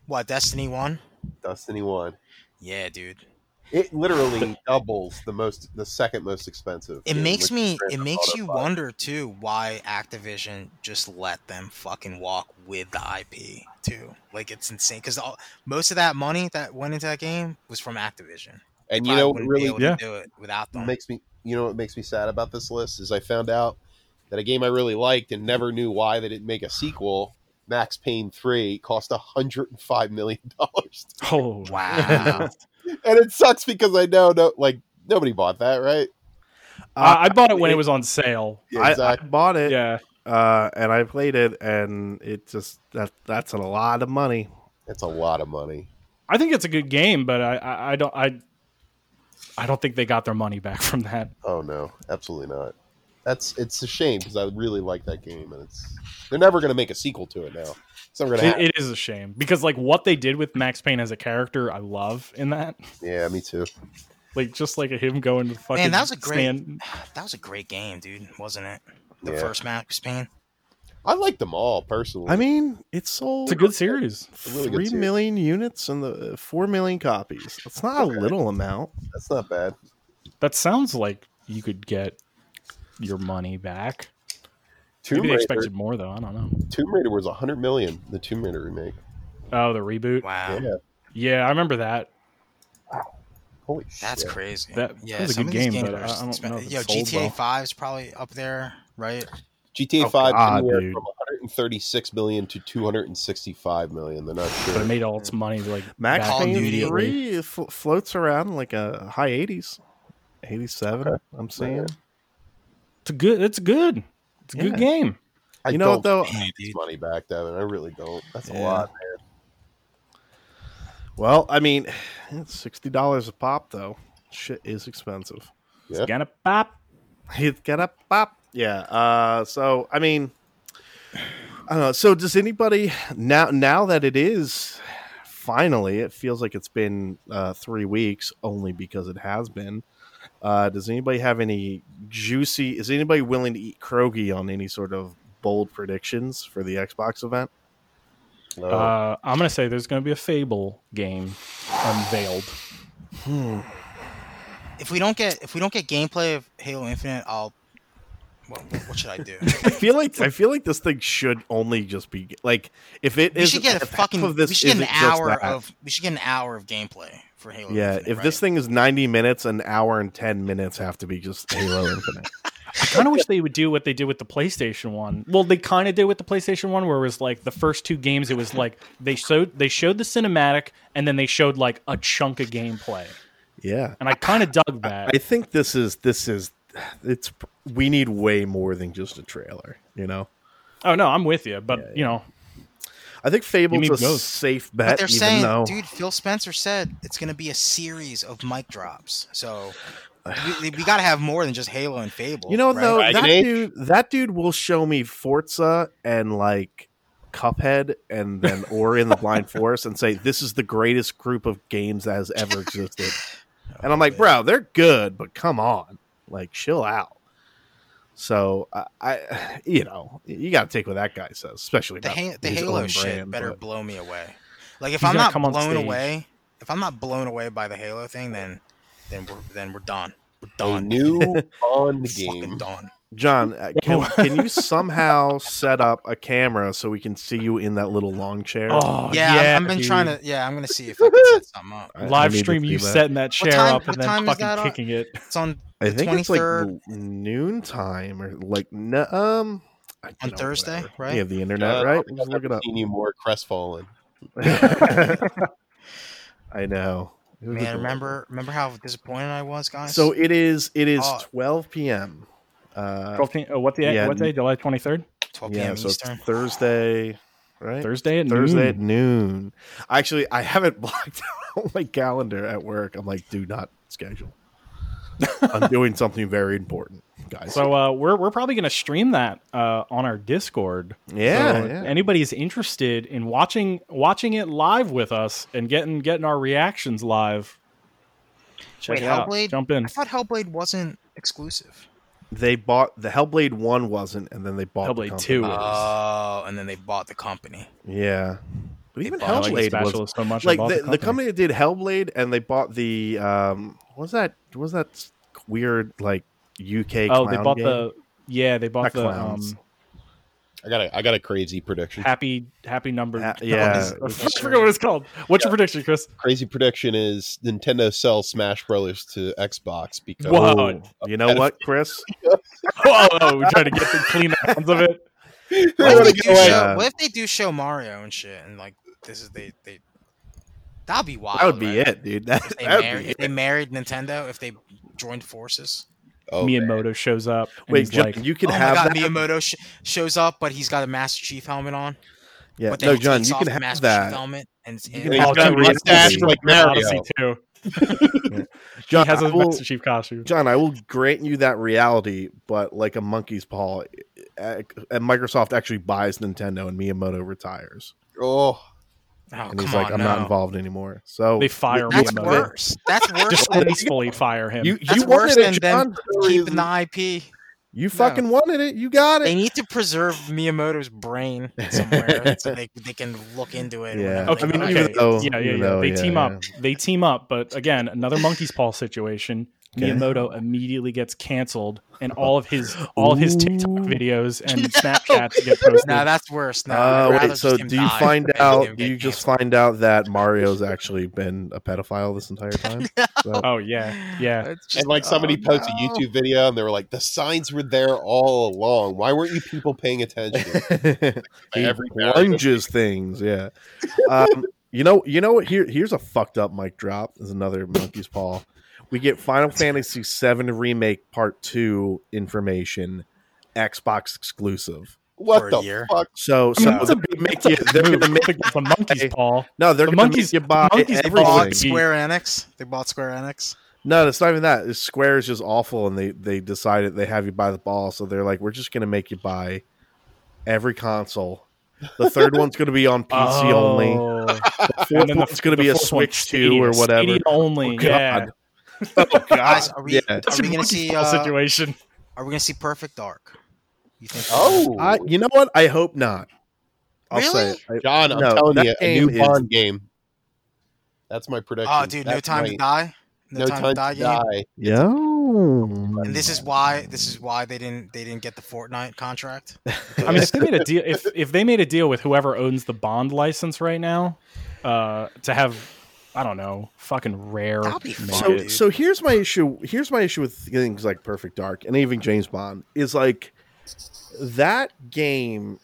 S2: What Destiny One?
S3: Destiny one.
S2: Yeah, dude.
S3: It literally doubles the most, the second most expensive.
S2: It
S3: game,
S2: makes
S3: which
S2: me.
S3: is Grand
S2: It
S3: Theft
S2: makes
S3: Auto
S2: you
S3: five.
S2: wonder too why Activision just let them fucking walk with the IP too. Like it's insane because most of that money that went into that game was from Activision.
S3: And
S2: They probably
S3: you know what
S2: wouldn't be
S3: really
S2: able to
S1: yeah.
S2: do it without them.
S3: makes me, you know what makes me sad about this list is I found out that a game I really liked and never knew why they didn't make a sequel. Max Payne three cost hundred and five million dollars,
S1: Oh,
S2: wow.
S3: and it sucks because I know no, like nobody bought that, right?
S1: I, I bought it when it was on sale.
S3: Yeah,
S4: I,
S3: exactly.
S4: I bought it,
S1: Yeah,
S4: uh, and I played it, and it just that that's a lot of money.
S3: That's a lot of money.
S1: I think it's a good game, but I, I, I don't, I, I don't think they got their money back from that.
S3: Oh no, absolutely not. That's it's a shame because I really like that game, and it's they're never going to make a sequel to it now. It's never going to
S1: It-
S3: happen.
S1: it is a shame because like what they did with Max Payne as a character, I love in that.
S3: yeah, me too.
S1: Like just like him going to fucking
S2: that was a great-
S1: stand-
S2: that was a great game, dude. Wasn't it? The
S3: Yeah.
S2: first Max Payne.
S3: I like them all personally.
S4: I mean, it sold
S1: It's a good series.
S4: three
S3: really
S4: million
S3: good series.
S4: units and the uh, four million copies. That's not a little amount.
S3: that's not bad.
S1: That sounds like you could get your money back.
S3: Tomb
S1: Maybe they
S3: Raider,
S1: expected more though. I don't know.
S3: Tomb Raider was 100 million. The Tomb Raider remake.
S1: Oh, the reboot.
S2: Wow.
S3: Yeah,
S1: Yeah, I remember that.
S3: holy
S2: That's
S3: shit.
S2: crazy.
S1: That- that
S2: yeah,
S1: was a
S2: some
S1: good
S2: of these
S1: game,
S2: games
S1: but
S2: are
S1: I- I don't
S2: expen-
S1: know if it
S2: Yo,
S1: sold well.
S2: GTA Five's probably up there, right?
S3: GTA
S4: Oh,
S3: 5
S4: God,
S3: anywhere
S4: dude.
S3: from 136 million to 265 million. They're not
S1: But it
S3: sure.
S1: made all its money like
S4: Max
S1: back
S2: Call of Duty.
S4: Payne
S1: immediately.
S4: three flo- floats around like a high eighties, eighty seven.
S3: Okay.
S4: I'm seeing.
S1: It's a good. It's good. It's a
S4: Yeah.
S1: good game.
S3: I
S4: you know
S3: don't
S4: what though?
S2: Yeah,
S3: think
S2: dude.
S3: it's money back, Devin. I really don't. That's a
S4: Yeah.
S3: lot.
S4: Well, I mean, it's sixty dollars a pop though. Shit is expensive.
S3: Yeah.
S1: Gonna pop.
S4: He's got a pop. Yeah. Uh, so I mean, I don't know. So does anybody now? Now that it is finally, it feels like it's been uh, three weeks only because it has been. Uh, does anybody have any juicy? Is anybody willing to eat Krogi on any sort of bold predictions for the Xbox event?
S3: No.
S2: Oh.
S1: Uh, I'm gonna say there's gonna be a Fable game unveiled.
S2: If we don't get if we don't get gameplay of Halo Infinite, I'll. What, what should I do?
S4: I feel like I feel like this thing should only just be like if it
S2: we should
S4: isn't-
S2: get a
S4: if half
S2: fucking.
S4: of this
S2: we should get an
S4: isn't just
S2: hour
S4: that-
S2: of. We should get an hour of gameplay for Halo.
S4: Yeah,
S2: Infinite,
S4: if
S2: right?
S4: this thing is 90 minutes, an hour and 10 minutes have to be just Halo Infinite.
S1: I kind of wish they would do what they did with the PlayStation One. Well, they kind of did with the PlayStation One, where it was like the first two games, it was like they showed they showed the cinematic, and then they showed like a chunk of gameplay,
S4: Yeah.
S1: and I kind of dug that.
S4: I think this is this is it's we need way more than just a trailer, you know.
S1: oh no, I'm with you, but
S4: Yeah,
S1: you know,
S4: I think Fable's
S1: need
S4: a
S1: both.
S4: safe
S2: But
S4: bet
S2: they're
S4: even
S2: saying,
S4: though
S2: dude, Phil Spencer said it's going to be a series of mic drops. So we, we got to have more than just Halo and Fable.
S4: you know
S2: right?
S4: though
S3: Dragon
S4: that
S3: Age?
S4: dude that dude will show me Forza and like Cuphead and then Ori in the Blind Forest and say this is the greatest group of games that has ever existed. and I'm like, bro, they're good, but come on, like, chill out. So I, I you know, you got to take what that guy says, especially
S2: the,
S4: about
S2: ha- the
S4: his
S2: Halo
S4: own
S2: shit
S4: brand,
S2: better
S4: but-
S2: blow me away. Like if
S1: He's
S2: I'm
S1: gonna
S2: not
S1: come on
S2: blown
S1: stage.
S2: away, if I'm not blown away by the Halo thing, then then we're then we're done. We're
S3: a
S2: done.
S3: new Bond
S2: Fucking
S3: game.
S2: done.
S4: John, uh, can, can you somehow set up a camera so we can see you in that little long chair?
S1: oh
S2: Yeah,
S1: yeah,
S2: I'm, I've been
S1: dude.
S2: trying to. Yeah, I'm gonna see if I can set something up.
S4: I- I
S1: live
S4: need to
S1: stream
S4: see
S1: you
S4: that.
S1: setting that chair
S2: time-
S1: up
S2: what
S1: and then
S2: time is
S1: fucking
S2: that on-
S1: kicking it.
S2: It's on
S4: I
S2: the
S4: think it's like
S2: 23rd.
S4: l- noontime or like no, um I don't
S2: On
S4: know,
S2: Thursday,
S4: whatever.
S2: right?
S4: You have the internet,
S3: Uh,
S4: right?
S3: I've
S4: Just look it
S3: never
S4: up.
S3: Seen you more crestfallen.
S4: I know. It was
S2: Man,
S4: adorable.
S2: remember remember how disappointed I was, guys.
S4: So it is. It is
S2: Oh.
S4: 12 p.m. Uh,
S1: 12, uh, what the
S4: yeah,
S1: what day? July 23rd,
S2: 12 p.m.
S4: yeah, so it's
S2: Eastern.
S4: Thursday, right?
S1: Thursday at
S4: Thursday at
S1: noon.
S4: noon. Actually, I haven't blocked out my calendar at work. I'm like, do not schedule. I'm doing something very important, guys.
S1: So uh, we're we're probably going to stream that uh, on our Discord.
S4: Yeah,
S1: So
S4: yeah.
S1: If anybody's interested in watching watching it live with us and getting getting our reactions live. Check
S2: Wait,
S1: it out.
S2: Hellblade?
S1: Jump in.
S2: I thought Hellblade wasn't exclusive.
S4: they bought the Hellblade one wasn't, and then they bought the
S1: Hellblade
S4: company.
S1: 2. It is.
S2: Oh, and then they bought the company.
S4: Yeah, but even
S2: bought- I like
S4: Hellblade
S1: I like
S4: was
S1: Specialist so much. I
S4: like
S1: bought
S4: the, the, company that did Hellblade, and they bought the um, what was that what was that weird like UK?
S1: Oh, they
S4: clown
S1: bought
S4: game?
S1: the yeah, they bought
S4: Not
S1: the um,
S4: clowns.
S3: I got a I got a crazy prediction.
S1: happy happy number.
S4: Uh, yeah,
S1: I forgot what it's called. What's your prediction, Chris?
S3: Crazy prediction is Nintendo sells Smash Brothers to Xbox because
S1: Whoa.
S4: Ooh, you know what, Chris?
S1: oh, oh, we're trying to get the clean hands of it.
S3: They
S2: What
S3: "Oh, wanna
S2: if, they
S3: get
S2: do
S3: away.
S2: show,
S4: Uh,
S2: what if they do show Mario and shit, and like this is they they that'd be wild.
S4: That would be
S2: right?
S4: it, dude. That,
S2: If they,
S4: that'd
S2: married, if
S4: be it.
S2: they married Nintendo, if they joined forces.
S3: Oh, man.
S1: Miyamoto shows up. And
S4: Wait,
S1: he's
S4: John,
S1: like,
S4: you could
S2: oh
S4: have
S2: my god,
S4: that.
S2: Miyamoto sh- shows up, but he's got a Master Chief helmet on.
S4: yeah,
S2: but then
S4: no,
S2: he
S4: John,
S2: takes
S4: you
S2: off
S4: can
S2: the
S4: have
S2: Master Chief
S4: that.
S2: helmet, and it's
S4: can
S2: him.
S4: have
S1: "Oh,
S4: that
S1: dude, he's
S4: mustache
S1: from
S3: like
S1: Mario
S3: Mario."
S1: Odyssey too.
S4: John,
S1: he has
S4: I
S1: a
S4: will-
S1: Master Chief costume.
S4: John, I will grant you that reality, but like a monkey's paw, eh, and Microsoft actually buys Nintendo, and Miyamoto retires,
S3: Oh,
S2: Oh,
S4: and
S2: come
S4: he's like,
S2: on,
S4: "I'm
S2: no.
S4: not involved anymore." So
S1: They fire
S4: That's
S2: That's
S1: Miyamoto.
S2: worse. That's worse. than
S1: Disgracefully fire him.
S4: You
S2: That's
S4: you wanted
S2: worse than
S4: it, John.
S2: keeping the IP.
S4: You fucking wanted it. You got
S2: They
S4: it.
S2: need to preserve Miyamoto's brain somewhere so they, they can look into it. or
S4: Yeah.
S2: whatever.
S1: okay,
S4: I mean,
S1: okay.
S4: even though-
S1: yeah, yeah,
S4: even
S1: yeah.
S4: though,
S1: they
S4: yeah,
S1: team up.
S4: yeah.
S1: They team up, but again, another monkey's paw situation.
S4: Okay.
S1: Miyamoto immediately gets canceled, and all of his all of his TikTok
S4: Ooh.
S1: videos and Snapchats get posted.
S2: No, that's worse. No, I'd
S4: Uh, wait,
S2: rather
S4: so
S2: just him
S4: do you
S2: die
S4: find
S2: than him
S4: out? Do
S2: get
S4: you just
S2: canceled.
S4: find out that Mario's actually been a pedophile this entire time? So-
S1: oh yeah, yeah.
S2: It's just-
S3: and like somebody
S2: oh,
S3: posted
S2: no.
S3: a YouTube video and they were like, the signs were there all along. Why weren't you people paying attention?
S4: he
S3: Every Mario-
S4: plunges things. Yeah. Um, you know. You know what? Here, here's a fucked up mic drop. Is another monkey's paw. We get Final Fantasy VII remake part two information, Xbox exclusive.
S2: For
S3: What
S2: a
S3: the
S2: year.
S3: fuck?
S1: I
S4: So,
S1: mean,
S4: so
S1: that's a big
S4: make you- they're gonna make
S1: It's a monkey's paw.
S4: no, they're
S1: The
S4: gonna
S1: monkeys-
S4: make you buy
S1: the monkeys
S2: They
S1: Everything.
S2: bought
S1: Everything.
S2: Square Enix. They bought Square Enix.
S4: No, it's not even that. It's Square is just awful, and they they decided they have you buy the ball, so they're like, we're just gonna make you buy every console. The third one's gonna be on PC
S1: Oh,
S4: only.
S1: only.
S4: The fourth one's gonna be a Switch two or whatever.
S1: only.
S4: Oh,
S1: yeah.
S4: God. Oh
S2: Guys,
S4: god,
S2: are we,
S4: yeah.
S1: That's a
S2: are we gonna
S1: monkey's
S2: see?
S1: paw
S2: Uh,
S1: Ah, situation.
S2: are we gonna see Perfect Dark? You think?
S3: Oh,
S4: I, you know what? I hope not. I'll say
S2: Really?
S4: it. I-
S3: John, I'm
S4: No,
S3: telling
S4: that
S3: you, a
S4: game
S3: new
S4: is-
S3: Bond game. That's my prediction.
S2: Oh, dude, no
S3: That's
S2: time
S3: my-
S2: to die. No, time, to die. game.
S4: yeah.
S2: And this is why this is why they didn't they didn't get the Fortnite contract.
S1: I mean, if they made a deal, if if they made a deal with whoever owns the Bond license right now, uh, to have, I don't know, fucking rare.
S2: That'd be fun,
S1: make
S4: so
S1: it.
S4: so here's my issue here's my issue with things like perfect dark and even james bond is like that game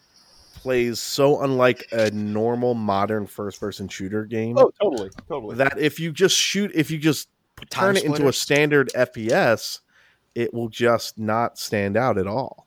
S4: plays so unlike a normal modern first person shooter game
S3: Oh, totally, totally.
S4: that if you just shoot if you just
S2: Time
S4: turn it into a
S2: splitters.
S4: standard fps it will just not stand out at all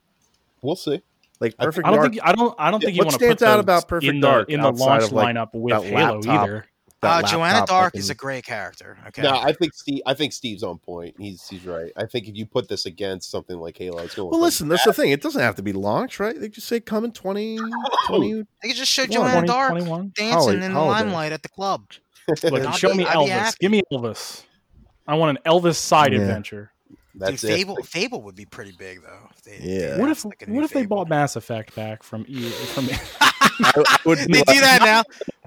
S3: we'll see.
S4: like
S3: I-
S4: perfect
S1: I don't
S4: dark
S1: think I don't I don't think
S4: Yeah,
S1: you
S4: what
S1: want to
S4: stands
S1: put
S4: out
S1: those
S4: about Perfect
S1: in the,
S4: Dark
S1: in the
S4: outside
S1: launch
S4: of, like,
S1: lineup with
S4: that
S1: Halo
S4: laptop.
S1: either.
S4: that
S2: Uh, Joanna
S4: laptop
S2: Dark
S4: looking-
S2: is a great character. Okay.
S3: No, I think Steve. I think Steve's on point. He's he's right. I think if you put this against something like Halo, it's going.
S4: well
S3: for-
S4: listen that's the thing it doesn't have to be launched right they just say come in 20 20
S2: They could just show
S4: Come
S2: Joanna
S4: on,
S1: 20,
S2: Dark
S1: 21?
S2: dancing
S4: Holly-
S2: in the
S4: Holiday.
S2: limelight at the club.
S1: Look,
S2: I'd
S1: show
S2: be-
S1: me
S2: I'd be
S1: Elvis.
S2: happy.
S1: Give me Elvis. I want an Elvis side
S4: Yeah.
S1: adventure.
S3: That's
S2: Dude,
S3: it.
S2: Fable Fable would be pretty big though. if they-
S4: Yeah.
S2: they
S1: what if
S2: announced, like, a new
S1: what if they
S2: Fable.
S1: bought Mass Effect back from EA from
S4: I would
S2: They do that now.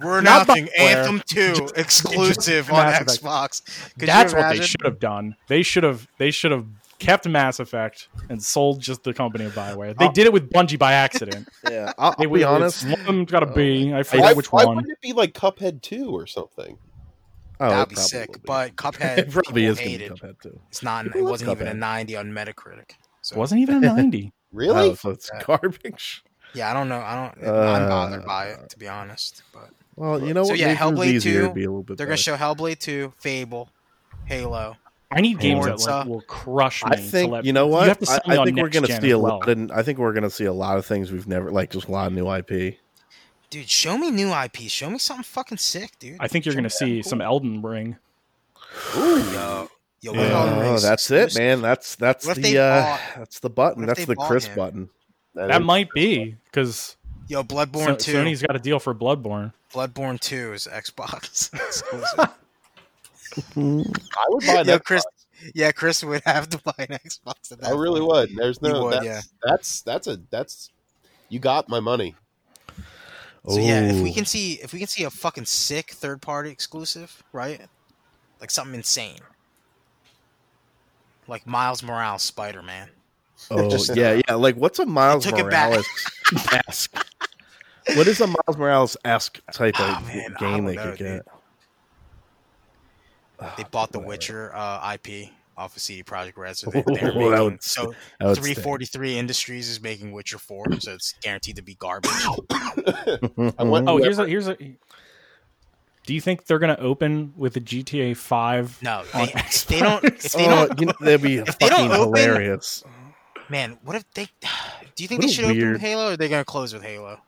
S2: We're
S1: Not
S2: announcing
S1: Bioware.
S2: Anthem 2 exclusive on
S1: Mass Effect.
S2: Xbox. Could
S1: That's
S2: you
S1: what they
S2: imagine?
S1: should have done. They should have they should have kept Mass Effect and sold just the company of Bioware. They
S4: Oh.
S1: did it with Bungie by accident.
S4: yeah i'll,
S1: They
S4: I'll be honest
S1: One of them got a B. I
S3: Why,
S1: forget which
S3: why
S1: one.
S3: wouldn't it be like Cuphead Two or something?
S4: Oh,
S2: That'd
S4: it
S2: be
S4: probably
S2: sick.
S4: will be.
S2: But
S4: it
S2: Cuphead
S4: probably
S2: people
S4: is going to
S2: hated.
S4: be Cuphead too.
S2: It's not. It
S4: People love
S2: wasn't even a
S4: Cuphead.
S2: 90 on Metacritic. So
S1: Wasn't even a ninety.
S3: Really?
S4: Oh, so it's
S2: Yeah.
S4: garbage.
S2: Yeah, I don't know. I don't. I'm
S4: Uh,
S2: bothered by it to be honest. But
S4: Well, you know
S2: So
S4: what?
S2: yeah,
S4: Maybe it was
S2: Hellblade
S4: easier
S2: 2,
S4: to be a little bit.
S2: they're gonna
S4: better.
S2: show Hellblade 2, Fable, Halo.
S1: I need games
S2: Or
S1: that
S2: it's,
S1: like,
S2: uh,
S1: will crush me.
S4: I
S1: to
S4: think
S1: let,
S4: you know what.
S1: have to
S4: I,
S1: sell me
S4: I
S1: on
S4: think we're
S1: next
S4: going to
S1: gen
S4: see
S1: as
S4: a
S1: well.
S4: lot. Of, I think we're going to see a lot of things we've never like. Just a lot of new IP.
S2: Dude, show me new IP. Show me something fucking sick, dude.
S1: I think you're
S2: Show
S1: going
S2: me
S1: to see
S2: something
S1: some Elden Ring.
S2: cool. No. Yo,
S4: Yeah.
S2: Lord of the
S4: Oh,
S2: Rings.
S4: that's it, man. That's that's
S2: What if
S4: the
S2: they
S4: uh,
S2: bought-
S4: that's the button.
S2: what if
S4: That's
S2: they
S4: the
S2: bought
S4: Chris
S2: him?
S4: button.
S1: That might be because
S2: Yo, Bloodborne two.
S1: Sony's got a deal for Bloodborne.
S2: Bloodborne two is Xbox. exclusive.
S3: I would buy
S2: Yo,
S3: that.
S2: Chris. Yeah, Chris would have to buy an Xbox. At that
S3: I really
S2: point.
S3: would. There's no.
S2: would,
S3: that's, that's that's a that's. You got my money.
S2: So yeah, if we
S4: Ooh.
S2: can see if we can see a fucking sick third party exclusive, right? Like something insane. Like Miles Morales Spider Man.
S4: Oh
S3: Just-
S4: yeah, yeah. Like, what's a Miles
S2: took it back.
S4: Morales esque? What is a Miles Morales esque type
S2: Ah,
S4: of
S2: man, I
S4: game
S2: don't
S4: they
S2: know,
S4: could get?
S2: dude. They bought the
S4: whatever.
S2: Witcher uh, IP off of CD Project Red, so they, they're
S4: Well, that
S2: making,
S4: would
S2: so
S4: I would
S2: three
S4: say.
S2: forty three Industries is making Witcher four, so it's guaranteed to be garbage.
S4: Oh, uh,
S3: I want-
S1: Oh,
S3: Whoever-
S1: here's a here's a. Do you think they're gonna open with a GTA Five?
S2: No,
S1: On
S2: they, they don't. If they
S4: Oh,
S2: don't,
S4: you know, that'd be
S2: they don't
S4: fucking
S2: open-
S4: hilarious.
S2: man, what if they? Do you think
S4: What
S2: they
S4: a
S2: should open
S4: weird-
S2: with Halo, or are they gonna close with Halo?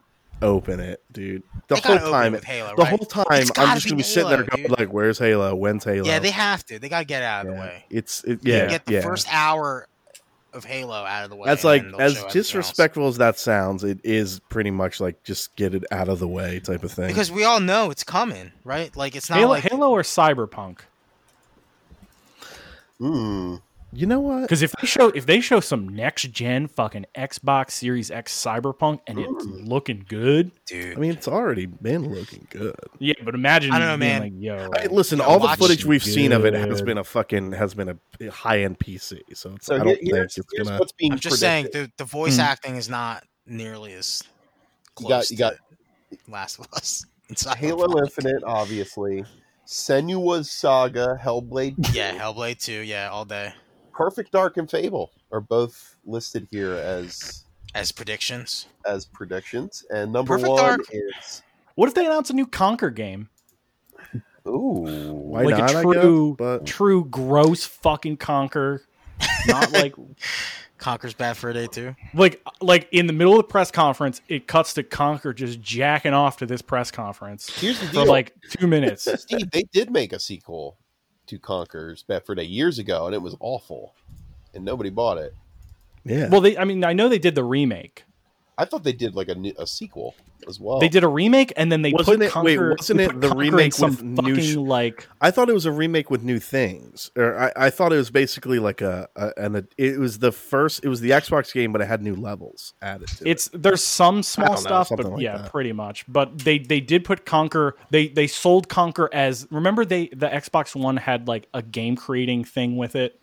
S4: Open it, dude. The
S2: They
S4: whole
S2: gotta open
S4: time,
S2: with Halo,
S4: the
S2: right?
S4: whole time,
S2: It's gotta
S4: I'm just
S2: be
S4: gonna be sitting there
S2: Halo,
S4: going,
S2: dude.
S4: like, "Where's Halo? When's Halo?"
S2: Yeah, they have to. They gotta get it out of
S4: Yeah.
S2: the way.
S4: It's it,
S1: You
S4: yeah,
S2: Get the
S4: yeah.
S2: first hour of Halo out of the way. and
S4: That's like
S2: then they'll show
S4: as
S2: everything else.
S4: disrespectful as that sounds. It is pretty much like just get it out of the way type of thing.
S2: because we all know it's coming, right? Like it's not
S1: Halo,
S2: like
S1: Halo or Cyberpunk?
S3: Hmm.
S4: you know what?
S1: Because if they show if they show some next gen fucking Xbox Series X Cyberpunk and it's
S4: Mm.
S1: looking good,
S2: dude.
S4: I mean, it's already been looking good.
S1: yeah. But imagine,
S2: I don't know,
S1: being
S2: man.
S1: Like, Yo,
S4: I mean, listen,
S2: Yeah,
S4: all the
S2: watch-
S4: footage we've seen of it has
S1: Good.
S4: been a fucking has been a high end PC. So, it's,
S3: So
S4: I
S3: here-
S4: don't think
S3: here's,
S4: it's
S3: here's
S4: gonna.
S3: what's being.
S2: I'm just saying
S3: predicted.
S2: the the voice
S1: Hmm.
S2: acting is not nearly as
S3: You
S2: close.
S3: got you got
S2: to Last of Us. It's not
S3: Halo
S2: fun.
S3: Infinite, obviously. Senua's Saga, Hellblade, 2,
S2: Yeah, Hellblade two. Yeah, all day
S3: Perfect Dark, and Fable are both listed here as
S2: as predictions.
S3: as predictions. And number
S2: Perfect
S3: one
S2: Dark.
S3: is
S1: what if they announce a new Conquer game?
S3: ooh,
S4: Why
S1: like
S4: not?
S1: a
S4: I
S1: true,
S4: guess, but
S1: true gross fucking Conquer, not like
S2: Conker's Bad Fur Day two.
S1: like like in the middle of the press conference, it cuts to Conquer just jacking off to this press conference
S3: Here's the
S1: for
S3: deal,
S1: like two minutes.
S3: Steve. They did make a sequel to Conquerors Bad for Day years ago, and it was awful, and nobody bought it.
S4: yeah,
S1: Well, they I mean I know they did the remake.
S3: I thought they did like a, new, a sequel as well.
S1: They did a remake and then they
S4: Oh. Wasn't
S1: put
S4: it-
S1: Conquer,
S4: wait, wasn't
S1: they
S4: it
S1: put
S4: the
S1: Conquer in
S4: remake
S1: some
S4: with new
S1: fucking
S4: sh-
S1: like
S4: I thought it was a remake with new things, or I, I thought it was basically like a, a and a, it was the first. It was the Xbox game, but it had new levels added. To it.
S1: it's there's some small
S4: know,
S1: stuff, but
S4: something like
S1: yeah,
S4: that.
S1: pretty much. But they they did put Conquer. They they sold Conquer as remember they the Xbox One had like a game creating thing with it.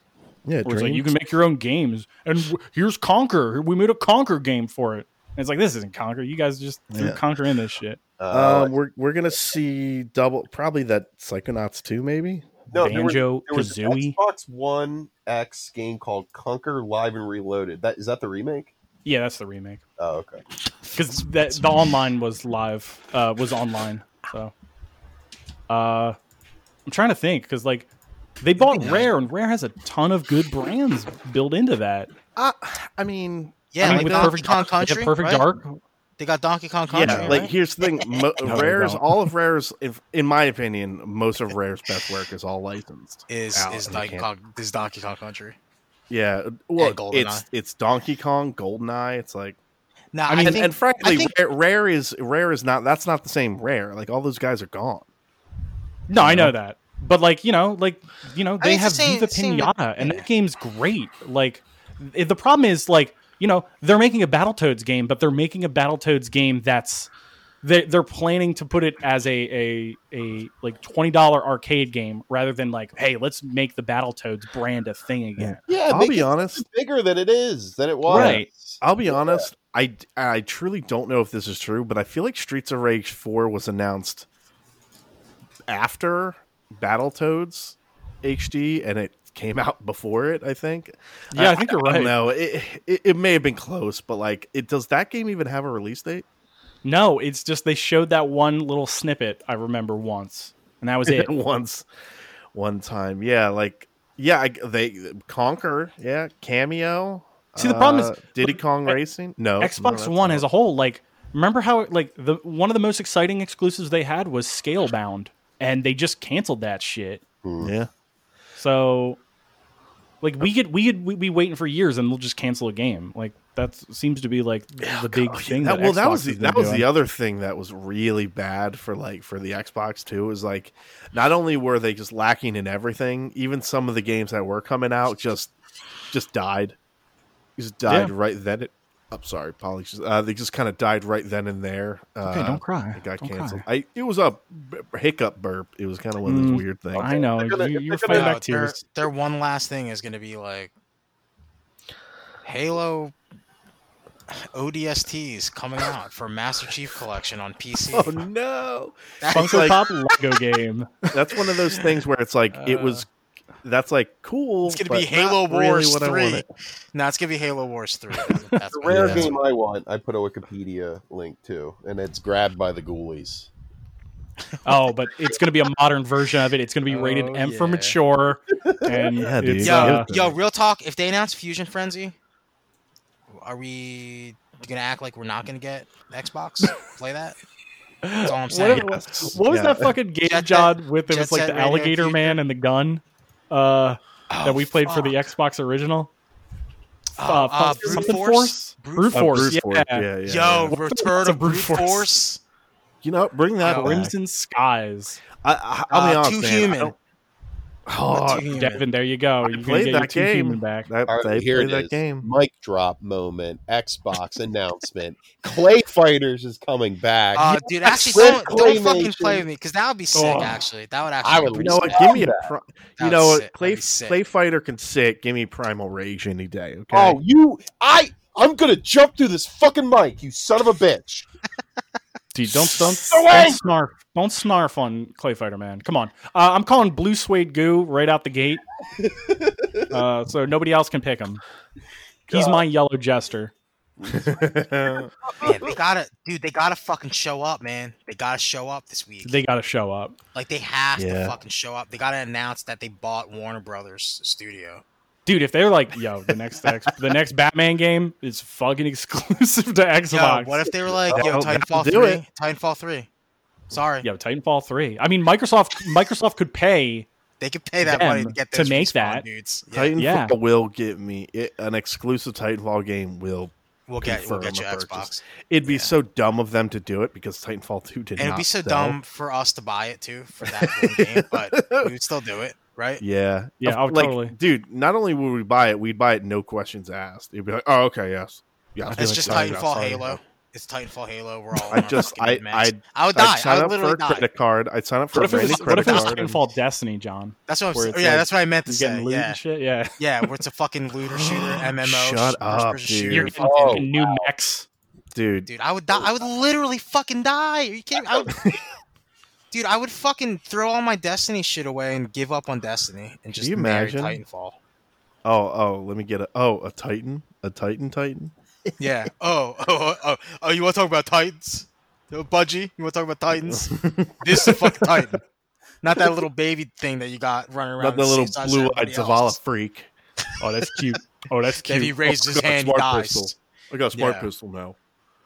S4: yeah,
S1: Where it's like you can
S4: Dreams.
S1: make your own games, and w- here's Conquer. We made a Conquer game for it. And it's like this isn't Conquer. You guys just threw
S4: Yeah.
S1: Conquer in this shit.
S3: Uh,
S4: Um, we're we're gonna see double probably that Psychonauts two maybe.
S3: no, there was-
S1: Banjo
S3: there was an
S1: Kazooie.
S3: Xbox One X game called Conquer Live and Reloaded. That is that the remake?
S1: Yeah, that's the remake
S3: Oh, okay.
S1: because that the online was live uh, was online. So, uh, I'm trying to think because like they bought Rare and Rare has a ton of good brands built into that.
S4: Uh, I mean,
S2: Yeah,
S1: I mean,
S2: like
S1: with
S2: Donkey
S1: Perfect
S2: Kong
S1: Dark, they have
S2: Country.
S1: Perfect
S2: right?
S1: Dark.
S2: They got Donkey Kong Country.
S1: Yeah,
S4: like
S2: right?
S4: here's the thing: Mo-
S1: No, they
S4: Rare's
S1: don't.
S4: all of Rare's, if, in my opinion, most of Rare's best work is all licensed.
S2: is
S4: out
S2: is
S4: and they
S2: like
S4: can't-
S2: Kong, is Donkey Kong Country.
S4: yeah, well,
S2: and GoldenEye.
S4: it's it's Donkey Kong, Goldeneye. It's like
S2: No,
S4: I mean,
S2: think,
S4: and frankly,
S2: I think-
S4: Rare, Rare is Rare is not that's not the same Rare. Like all those guys are gone.
S1: No, I know that, but like you know, like you know, they
S2: mean, it's
S1: have
S2: the same-
S1: Viva
S2: same with-
S1: Pinata, and that game's great. Like i- the problem is like you know they're making a Battletoads game, but they're making a Battletoads game that's they they're planning to put it as a a a like twenty dollar arcade game rather than like hey let's make the Battletoads brand a thing again.
S3: Yeah,
S4: I'll
S3: make
S4: be
S3: it
S4: honest.
S3: bigger than it is than it was.
S1: Right.
S4: I'll be honest. I I truly don't know if this is true, but I feel like Streets of Rage Four was announced after Battletoads HD, and it came out before it. I think.
S1: Yeah, I think you're right.
S4: No, it, it it may have been close, but like, it does that game even have a release date?
S1: No, it's just they showed that one little snippet I remember once, and that was it.
S4: once one time yeah like yeah I, they conquer yeah cameo
S1: See, the problem is- e,
S4: uh, diddy kong racing no Oh, no,
S1: Xbox
S4: that's
S1: One
S4: not-
S1: as a whole, like remember how like the one of the most exciting exclusives they had was Scalebound, and they just canceled that shit.
S4: yeah
S1: So Like we get we get we be waiting for years and they'll just cancel a game. Like that seems to be like the big
S4: God, yeah,
S1: thing.
S4: That,
S1: that
S4: well, that
S1: Xbox
S4: was the,
S1: has been
S4: that was
S1: doing.
S4: the other thing that was really bad for like for the Xbox too. Is like not only were they just lacking in everything, even some of the games that were coming out just just died, just died
S1: Yeah.
S4: right then. It, I'm sorry, Polly. Uh, they just kind of died right then and there. Uh,
S1: Okay, don't cry.
S4: It got
S1: Don't cry.
S4: canceled. I it was a b- hiccup burp. It was kind of one of those
S1: Mm.
S4: weird things.
S1: I know
S3: They're gonna-
S1: you,
S3: if
S1: you're
S3: they're gonna-
S1: fighting
S2: No,
S1: back
S2: their,
S1: tears.
S2: their one last thing is going to be like Halo ODSTs coming out for Master Chief Collection on PC.
S4: Oh no!
S2: That's-
S1: Funko
S4: like-
S1: Pop Lego game.
S4: That's one of those things where it's like it was. That's like
S2: Uh.
S4: cool.
S2: it's going to
S4: but
S2: be Halo
S4: not really
S2: Wars
S4: what I
S2: Three.
S4: wanted.
S2: No, it's going to be Halo Wars Three. That's
S3: The rare
S4: Yeah.
S3: game I want, I put a Wikipedia link to, and it's grabbed by the ghoulies.
S1: Oh, but it's gonna be a modern version of it. It's gonna be rated
S2: Oh,
S1: M for
S2: yeah.
S1: mature. And
S4: Yeah, dude.
S1: it's,
S4: Yeah.
S1: uh,
S2: Yo, yo, real talk. If they announce Fusion Frenzy, are we gonna act like we're not gonna get Xbox? Play that. That's all I'm saying.
S1: What,
S4: Yes.
S1: what was
S4: Yeah.
S1: that fucking game,
S2: Jet
S1: John? With it
S2: Jet
S1: was like
S2: Set
S1: the
S2: Radio
S1: alligator
S2: Future. Oh,
S1: man and the gun uh, that we played for the
S2: fuck.
S1: Xbox original.
S2: Uh,
S1: Uh,
S2: uh,
S1: fuck,
S2: Brute
S1: something
S2: Force?
S1: Brute,
S2: Brute
S4: Oh,
S1: force.
S4: brute
S1: yeah.
S4: force, yeah, yeah, yeah.
S2: Yo, Return
S1: It's a
S2: of Brute
S1: brute force.
S2: Force.
S4: You know, bring that back.
S1: Crimson Skies.
S4: I, I, I'll be
S2: Uh,
S4: honest,
S2: too
S4: man,
S2: human.
S4: I don't- Oh,
S2: Too Human.
S1: Devin, there you go. You're
S4: I
S1: gonna
S4: played
S1: get
S4: that
S1: your two
S4: game.
S1: human back.
S4: That,
S3: All right,
S4: they
S3: here
S4: played
S3: it
S4: that
S3: is.
S4: game.
S3: Mic drop moment. Xbox announcement. Clay Fighters is coming back.
S2: Uh, dude, actually,
S3: Flip
S2: don't, don't fucking
S3: Claymation.
S2: play with me because that would be sick.
S1: Oh.
S2: Actually, that would
S3: I
S2: actually.
S3: would
S4: You
S2: be
S4: know what?
S2: sick.
S4: Give me a.
S3: That-
S4: Pri- you
S2: That'd
S4: know
S2: sick.
S4: what? Clay,
S2: That'd be sick.
S4: Clay Fighter can sit. Give me Primal Rage any day. Okay.
S3: Oh, you! I I'm gonna jump through this fucking mic, you son of a bitch.
S1: Dude, don't don't,
S3: No way!
S1: don't snarf. Don't snarf on Clay Fighter, man. Come on. Uh, I'm calling Blue Suede Goo right out the gate. uh, so nobody else can pick him. He's my yellow jester.
S2: Oh. Man, they gotta, dude. They gotta fucking show up, man. They gotta show up this week.
S1: They got to show up.
S2: like they have
S4: Yeah.
S2: to fucking show up. They gotta announce that they bought Warner Brothers studio.
S1: Dude, if they're like, yo, the next X, the next Batman game is fucking exclusive to
S2: Yo,
S1: Xbox.
S2: what if they were like,
S4: That'll-
S2: yo,
S4: that'll
S2: Titanfall
S4: do
S2: three,
S4: it.
S2: Titanfall three. Sorry,
S1: Yo, Titanfall three. I mean, Microsoft Microsoft could pay.
S2: they could pay that
S1: Them
S2: money to get
S1: to
S2: those
S1: make
S2: Respawn
S1: that.
S2: dudes. Yeah,
S4: Titanfall
S1: Yeah.
S4: will get me it, an exclusive Titanfall game. Will
S2: we'll get we'll get you
S4: confirm a
S2: Xbox,
S4: purchase. it'd be
S2: Yeah.
S4: so dumb of them to do it because Titanfall two did
S2: and it'd
S4: not
S2: be so
S4: sell.
S2: dumb for us to buy it too for that one game, but we would still do it, right?
S4: Yeah,
S1: Yeah,
S4: Of-
S1: oh,
S4: like,
S1: totally.
S4: dude. Not only would we buy it, we'd buy it no questions asked. It'd be like, oh, okay, yes, yeah.
S1: I'd be
S2: It's
S1: like,
S2: just
S1: sorry,
S2: Titanfall
S4: sorry.
S2: Halo. It's Titanfall Halo. We're all.
S4: I
S2: on our
S4: just-
S2: fucking
S4: I-
S2: mid-max.
S4: I'd-
S2: I would die.
S4: I'd sign
S2: I would
S4: up for
S2: literally
S4: a
S2: die.
S4: credit card. I'd sign up for
S1: What if
S4: a
S1: it was,
S4: brand new
S1: what
S4: credit
S1: if it was
S4: card. and-
S1: Titanfall Destiny, John?
S2: That's what I'm
S1: where
S2: saying.
S1: it's
S2: Yeah,
S1: like
S2: that's what I meant to
S1: You're
S2: say.
S1: getting loot
S2: Yeah,
S1: and shit. Yeah,
S2: yeah, where it's a fucking looter shooter MMO.
S4: Shut
S2: first
S4: up,
S2: person
S4: dude.
S2: shooter,
S1: you're getting
S3: Oh,
S1: fucking new mechs.
S4: dude.
S2: Dude, I would die. I would literally fucking die. Are you kidding? I would, dude, I would fucking throw all my Destiny shit away and give up on Destiny and just
S4: you
S2: marry
S4: imagine?
S2: Titanfall.
S4: Oh, oh, let me get a. Oh, a Titan, a Titan, Titan.
S2: Yeah. Oh, oh, oh, oh, oh you want to talk about Titans? Oh, Budgie, you want to talk about Titans? this is a fucking Titan. Not that little baby thing that you got running around.
S4: Not the
S2: same
S4: little
S2: size as
S4: blue-eyed
S2: everybody
S4: Zavala
S2: else's.
S4: freak.
S1: Oh, that's cute. Oh, that's
S2: That
S1: cute.
S2: if he raised
S4: Oh,
S2: his
S4: God,
S2: hand, he
S4: smart
S2: dies.
S4: pistol. I got a smart
S2: Yeah.
S4: pistol now.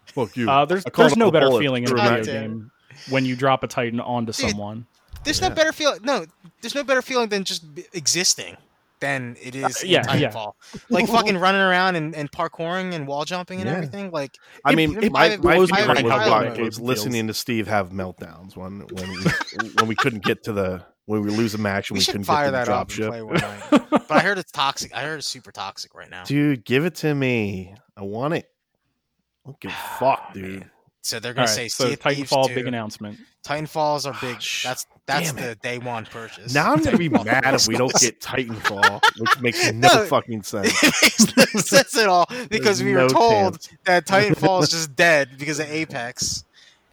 S4: Fuck you.
S1: Uh, there's
S4: I called
S1: there's
S4: up
S1: no
S4: the
S1: better
S4: bullet
S1: feeling in a
S4: through
S1: video
S4: that.
S1: game when you drop a Titan onto
S2: Dude.
S1: someone.
S2: There's
S4: Yeah.
S2: no better feeling. No, there's no better feeling than just b- existing than it
S4: Uh,
S2: is in
S1: yeah, yeah.
S2: Titanfall. Like fucking running around and, and parkouring and wall jumping and
S4: Yeah.
S2: everything. Like
S4: I
S1: It-
S4: mean,
S1: it
S4: my, my
S1: blows my
S4: favorite
S1: mind
S4: was
S1: how
S4: like-
S1: bad it
S4: was
S1: feels.
S4: listening to Steve have meltdowns when when we, when we couldn't get to the when we lose a match and
S2: we,
S4: we,
S2: should
S4: couldn't
S2: fire
S4: get
S2: that
S4: to the drop
S2: up and
S4: ship.
S2: play one night. But I heard it's toxic. I heard it's super toxic right now.
S4: Dude, give it to me. I want it. I don't give a
S2: Oh,
S4: fuck, dude.
S2: So they're
S1: All
S2: gonna
S1: right,
S2: say
S1: so
S2: sea of Thieves
S1: Titanfall,
S2: 2.
S1: big announcement.
S2: Titanfalls are big.
S4: Ah, Sh-
S2: That's that's
S4: damn
S2: the day one purchase.
S4: Now I'm gonna be
S2: Titanfall
S4: mad if we don't
S2: purchase.
S4: get Titanfall, which makes no,
S2: No.
S4: fucking sense.
S2: it makes no sense at all because
S4: There's
S2: we
S4: no
S2: were told
S4: chance.
S2: that Titanfall is just dead because of Apex,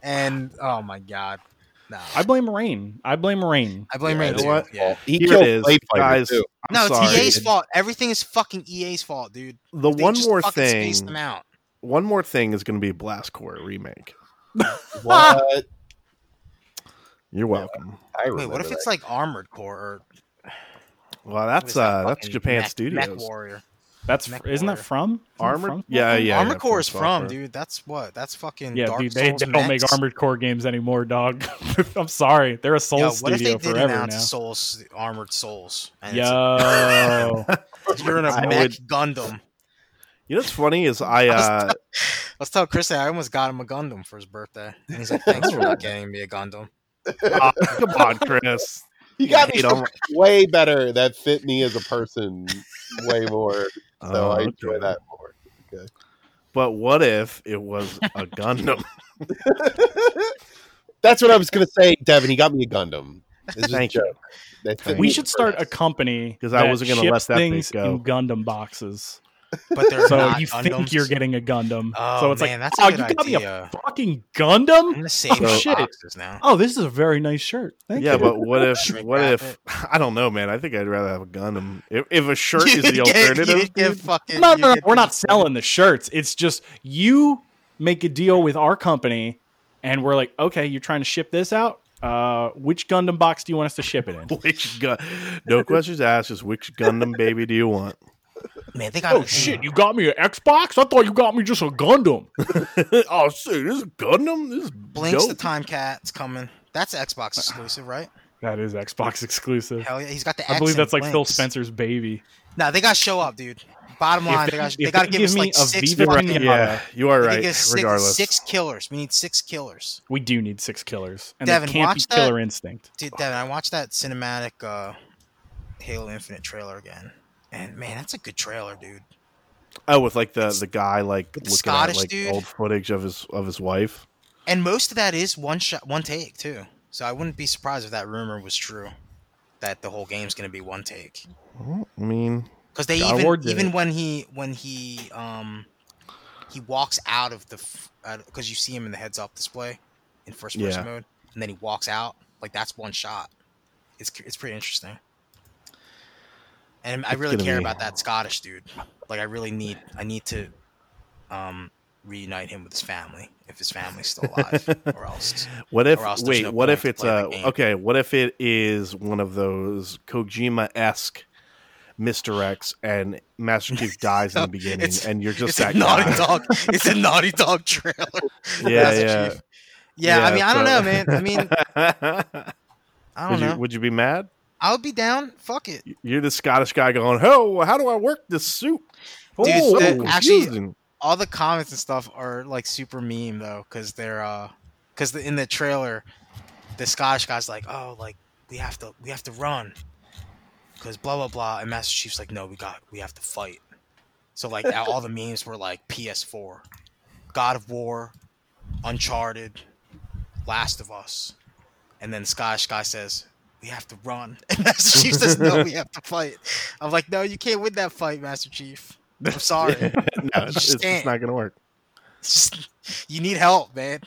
S2: and oh my god, no,
S1: I blame Rain. I blame Rain.
S2: I blame
S3: Yeah,
S2: Rain.
S3: you know
S2: too.
S3: what?
S2: Yeah.
S3: He
S4: Here
S3: killed
S4: it is,
S3: Clay Fighter
S4: guys.
S3: too.
S4: I'm
S2: No, it's
S4: sorry.
S2: EA's fault. Everything is fucking EA's fault, dude.
S4: The
S2: They
S4: one
S2: just
S4: more
S2: fucking spaced
S4: thing,
S2: them out.
S4: one more thing is gonna be a Blast Core remake.
S3: What?
S4: You're welcome.
S3: I remember
S2: Wait, what if
S3: that.
S2: it's like Armored Core or
S4: Well,
S2: what
S4: that's
S2: is that,
S4: uh, that's
S2: fucking
S4: Japan
S2: Mech-
S4: Studios.
S2: Mech Warrior.
S1: That's
S2: Mech
S1: isn't that
S2: Warrior.
S1: from Isn't that
S4: Armored,
S1: from-
S4: yeah, yeah.
S2: Armored
S4: yeah,
S2: Core is
S4: Software.
S2: from, dude. That's what. That's fucking.
S1: Yeah,
S2: Dark
S1: dude, they,
S2: Souls
S1: they don't make
S2: mechs.
S1: armored core games anymore, dog. I'm sorry, they're a Souls
S2: Yo, what if
S1: studio
S2: they did
S1: forever
S2: announce
S1: now.
S2: Souls, Armored Souls? and it's-
S1: Yo,
S2: You're in a
S4: I
S2: mech
S4: would-
S2: Gundam.
S4: You know what's funny is I uh,
S2: Let's tell Chris that I almost got him a Gundam for his birthday. And he's like, thanks for not getting me a Gundam.
S4: uh, come on, Chris.
S3: You got me
S4: Hate on
S3: something way better that fit me as a person way more. So
S4: Oh,
S3: I enjoy
S4: okay.
S3: that more.
S4: But what if it was a Gundam?
S3: That's what I was gonna say, Devin. He got me a Gundam. This is
S4: Thank
S3: a
S4: you.
S3: joke. They fit
S4: Thank
S3: me
S1: We
S4: you.
S3: as
S1: should
S3: a
S1: start a
S3: person.
S1: company
S4: 'Cause I wasn't gonna
S1: ships
S4: let that bait
S1: things
S4: go.
S1: in Gundam boxes.
S2: But they're
S1: So
S2: not
S1: you
S2: Gundams.
S1: think you're getting a Gundam?
S2: Oh, Mm.
S1: so it's
S2: man,
S1: like,
S2: that's a
S1: oh,
S2: good
S1: you got me a
S2: idea."
S1: fucking
S2: I'm
S1: Gundam.
S2: gonna save
S1: Oh,
S2: my
S1: shit.
S2: boxes now.
S1: Oh, this is a very nice shirt. Thank
S4: yeah,
S1: you.
S4: but what if?
S2: Shrink
S4: What
S2: wrap
S4: if?
S2: it.
S4: I don't know, man. I think I'd rather have a Gundam. If, if a shirt is
S2: You
S4: the
S2: get- you
S4: alternative,
S2: get
S4: dude,
S2: fucking-
S1: no,
S2: you
S1: no, no,
S2: get
S1: we're
S2: the-
S1: not selling the shirts. It's just you make a deal with our company, and we're like, okay, you're trying to ship this out. Uh, which Gundam box do you want us to ship it in?
S4: which gun? No questions asked. Just which Gundam baby do you want?
S2: Man, they got
S1: Oh shit! You got me an Xbox? I thought you got me just a Gundam.
S4: oh shit, this is Gundam. This is
S2: Blinks the
S4: dope.
S2: Time Cat's coming. That's Xbox exclusive, right?
S1: That is Xbox exclusive.
S2: Hell yeah, he's got the.
S1: I
S2: X
S1: believe
S2: in
S1: that's like Phil
S2: Blinks.
S1: Spencer's baby.
S2: Nah, they gotta show up, dude. Bottom
S1: If
S2: line,
S1: they-
S2: they, gotta,
S1: if
S2: they gotta
S1: they
S2: give,
S1: give
S2: us
S1: me
S2: like
S1: a
S2: six
S1: Viva
S2: fucking.
S1: Pinata,
S4: Yeah, you are
S2: they
S4: right.
S2: give us
S4: regardless,
S2: six, six killers. We need six killers,
S1: We do need six killers, and
S2: Devin,
S1: they can't be
S2: watch that.
S1: Killer Instinct.
S2: dude. Devin, I watched that cinematic uh, Halo Infinite trailer again, and man, that's a good trailer, dude.
S4: oh, with like the the guy like
S2: With the
S4: looking
S2: Scottish
S4: at like
S2: dude.
S4: old footage of his of his wife.
S2: And most of that is one shot, one take too. So I wouldn't be surprised if that rumor was true, that the whole game's gonna be one take.
S4: Well, I mean,
S2: because they
S1: God Ward
S2: even
S1: did
S2: even
S1: it.
S2: when he when he um he walks out of the because you see him in the heads up display in first person
S4: Yeah.
S2: mode and then he walks out like that's one shot it's it's pretty interesting and I
S4: It's
S2: really
S4: gonna
S2: care
S4: be-
S2: about that Scottish dude like I really need I need to um reunite him with his family if his family's still alive or else
S4: What if
S2: Or else there's
S4: wait?
S2: no
S4: what
S2: point
S4: if
S2: to
S4: it's
S2: play
S4: a
S2: the game.
S4: okay? What if it is one of those Kojima esque misdirects and Master Chief dies in the beginning,
S2: It's-
S4: and you're just
S2: it's a
S4: that
S2: naughty
S4: guy?
S2: dog it's a naughty dog trailer
S4: Yeah,
S2: Master
S4: yeah,
S2: Chief. yeah I mean I don't know man I mean
S4: mean,
S2: I
S4: would
S2: don't
S4: you
S2: know
S4: would you be mad?
S2: I would be down. Fuck it.
S4: You're the Scottish guy going, "Oh, how do I work this suit?"
S2: Dude,
S4: oh,
S2: the-
S4: so
S2: actually-
S4: confusing."
S2: All the comments and stuff are like super meme though, because they're uh, because the, in the trailer, the Scottish guy's like, oh, like we have to, we have to run, because blah blah blah, and Master Chief's like, no, we got, we have to fight. So like all the memes were like PS4, God of War, Uncharted, Last of Us, and then Scottish guy says. We have to run. And Master Chief says, No, we have to fight. I'm like, No, you can't win that fight, Master Chief. I'm sorry.
S4: no, it's, it's just
S2: can't.
S4: not gonna work.
S2: It's just- you need help, man.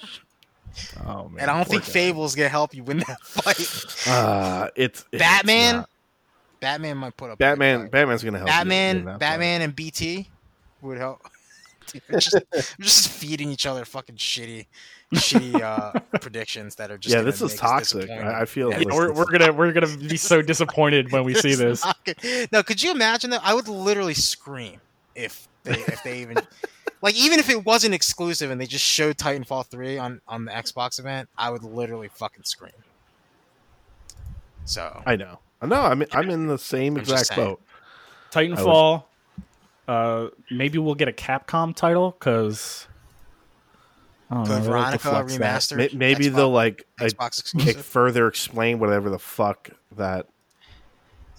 S4: Oh man,
S2: and I don't
S4: poor
S2: think
S4: guy.
S2: Fable's gonna help you win that fight.
S4: Uh, it's it's
S2: Batman,
S4: not.
S2: Batman might put up. a good
S4: Batman,
S2: fight.
S4: Batman's gonna help. you in
S2: Batman,
S4: that fight.
S2: Batman, and BT would help. Dude, we're just, we're just feeding each other fucking shitty, shitty uh, predictions that are just.
S4: Yeah,
S2: gonna
S4: this is
S2: make us
S4: toxic.
S2: disappointed.
S4: I, I feel
S1: Yeah,
S4: this
S1: we're,
S4: is-
S1: we're gonna we're gonna be so disappointed when we see
S2: It's
S1: this.
S2: not good. No, could you imagine that? I would literally scream if they if they even like even if it wasn't exclusive and they just showed Titanfall three on on the Xbox event, I would literally fucking scream. So
S4: I know. No, I'm I'm in the same
S2: I'm just
S4: exact
S2: saying.
S4: boat.
S1: Titanfall. Uh, maybe we'll get a Capcom title because.
S2: Code Veronica remastered.
S4: May- Maybe
S2: Xbox,
S4: they'll like uh,
S2: Xbox
S4: like,
S2: exclusive.
S4: further explain whatever the fuck that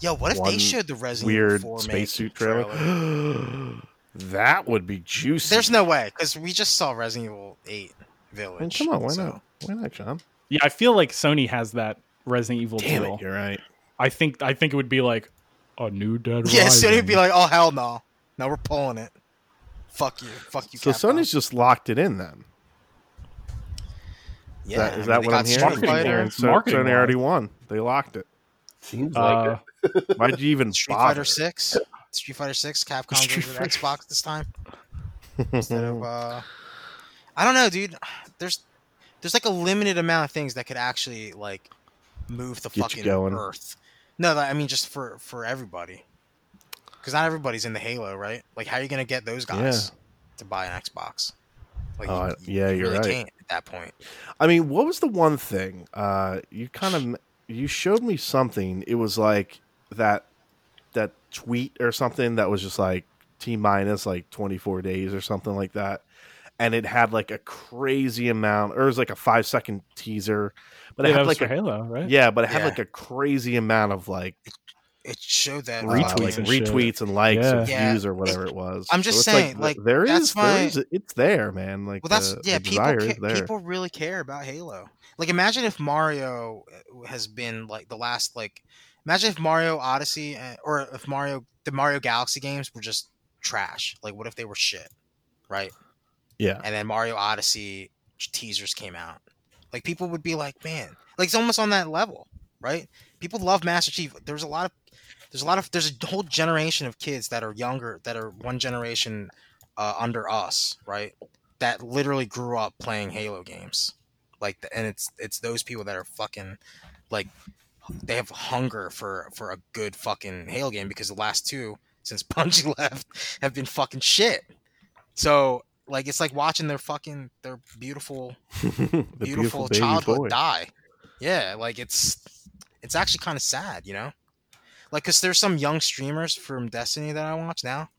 S2: Yo, what if they
S4: one
S2: showed the Resident Evil
S4: weird
S2: 4
S4: spacesuit
S2: making
S4: trailer. that would be juicy.
S2: There's no way because we just saw Resident Evil eight Village.
S4: I mean, come on, why
S2: so-
S4: not? Why not, John?
S1: Yeah, I feel like Sony has that Resident Evil
S4: Damn
S1: deal.
S4: it, you're right.
S1: I think I think it would be like a new Dead
S2: Yeah, so
S1: Rising.
S2: they'd be like, "Oh hell no, no, we're pulling it. Fuck you, fuck you."
S4: So
S2: Capcom."
S4: Sony's just locked it in then. Is
S2: Yeah,
S4: that, is that what I'm hearing?
S1: Street Fighter.
S4: hearing so,
S1: Marketing
S4: Sony
S1: wise.
S4: already won. They locked it.
S3: Seems like
S1: Uh,
S3: it.
S4: Why'd you even
S2: Street
S4: bother?
S2: Fighter Six, Street Fighter Six, Capcom
S4: Street
S2: goes with
S4: Fighter-
S2: Xbox this time. Instead
S4: Mm.
S2: of, uh, I don't know, dude. There's there's like a limited amount of things that could actually like move the
S4: Get you
S2: fucking
S4: going.
S2: earth. No, that- I mean just for for everybody, because not everybody's in the Halo, right? Like, how are you gonna get those guys to buy an Xbox? Like,
S4: Oh, yeah, you're
S2: really
S4: right.
S2: Can't at that point.
S4: I mean, what was the one thing uh, you kind of you showed me something? It was like that that tweet or something that was just like T minus like 24 days or something like that. And it had like a crazy amount, or it was like a five second teaser, but
S1: yeah,
S4: it
S1: that was
S4: had like
S1: for
S4: a,
S1: Halo, right?
S4: yeah, but it had
S2: Yeah.
S4: like a crazy amount of like
S2: It showed that uh,
S4: retweets,
S1: Retweets
S4: and
S1: and shit.
S4: retweets and likes or
S2: Yeah.
S4: views or whatever it was.
S2: I'm just
S4: it's
S2: saying,
S4: th-
S2: like,
S4: there
S2: that's
S4: is, there
S2: my-
S4: is, it's there, man. Like,
S2: Well, that's
S4: the-
S2: yeah.
S4: the
S2: People
S4: desire
S2: ca-
S4: is there.
S2: people really care about Halo. Like, imagine if Mario uh, has been like the last like. Imagine if Mario Odyssey and, or if Mario the Mario Galaxy games were just trash. Like, what if they were shit, right?
S4: yeah,
S2: And then Mario Odyssey teasers came out. Like, people would be like, "Man, like it's almost on that level, right?" People love Master Chief. There's a lot of there's a lot of there's a whole generation of kids that are younger that are one generation uh, under us, right? That literally grew up playing Halo games, like, th- and it's it's those people that are fucking like they have hunger for for a good fucking Halo game because the last two since Bungie left have been fucking shit. So like it's like watching their fucking their beautiful
S4: the
S2: beautiful,
S4: baby
S2: childhood
S4: boy.
S2: die. Yeah, like it's it's actually kind of sad, you know. Like, cause there's some young streamers from Destiny that I watch now.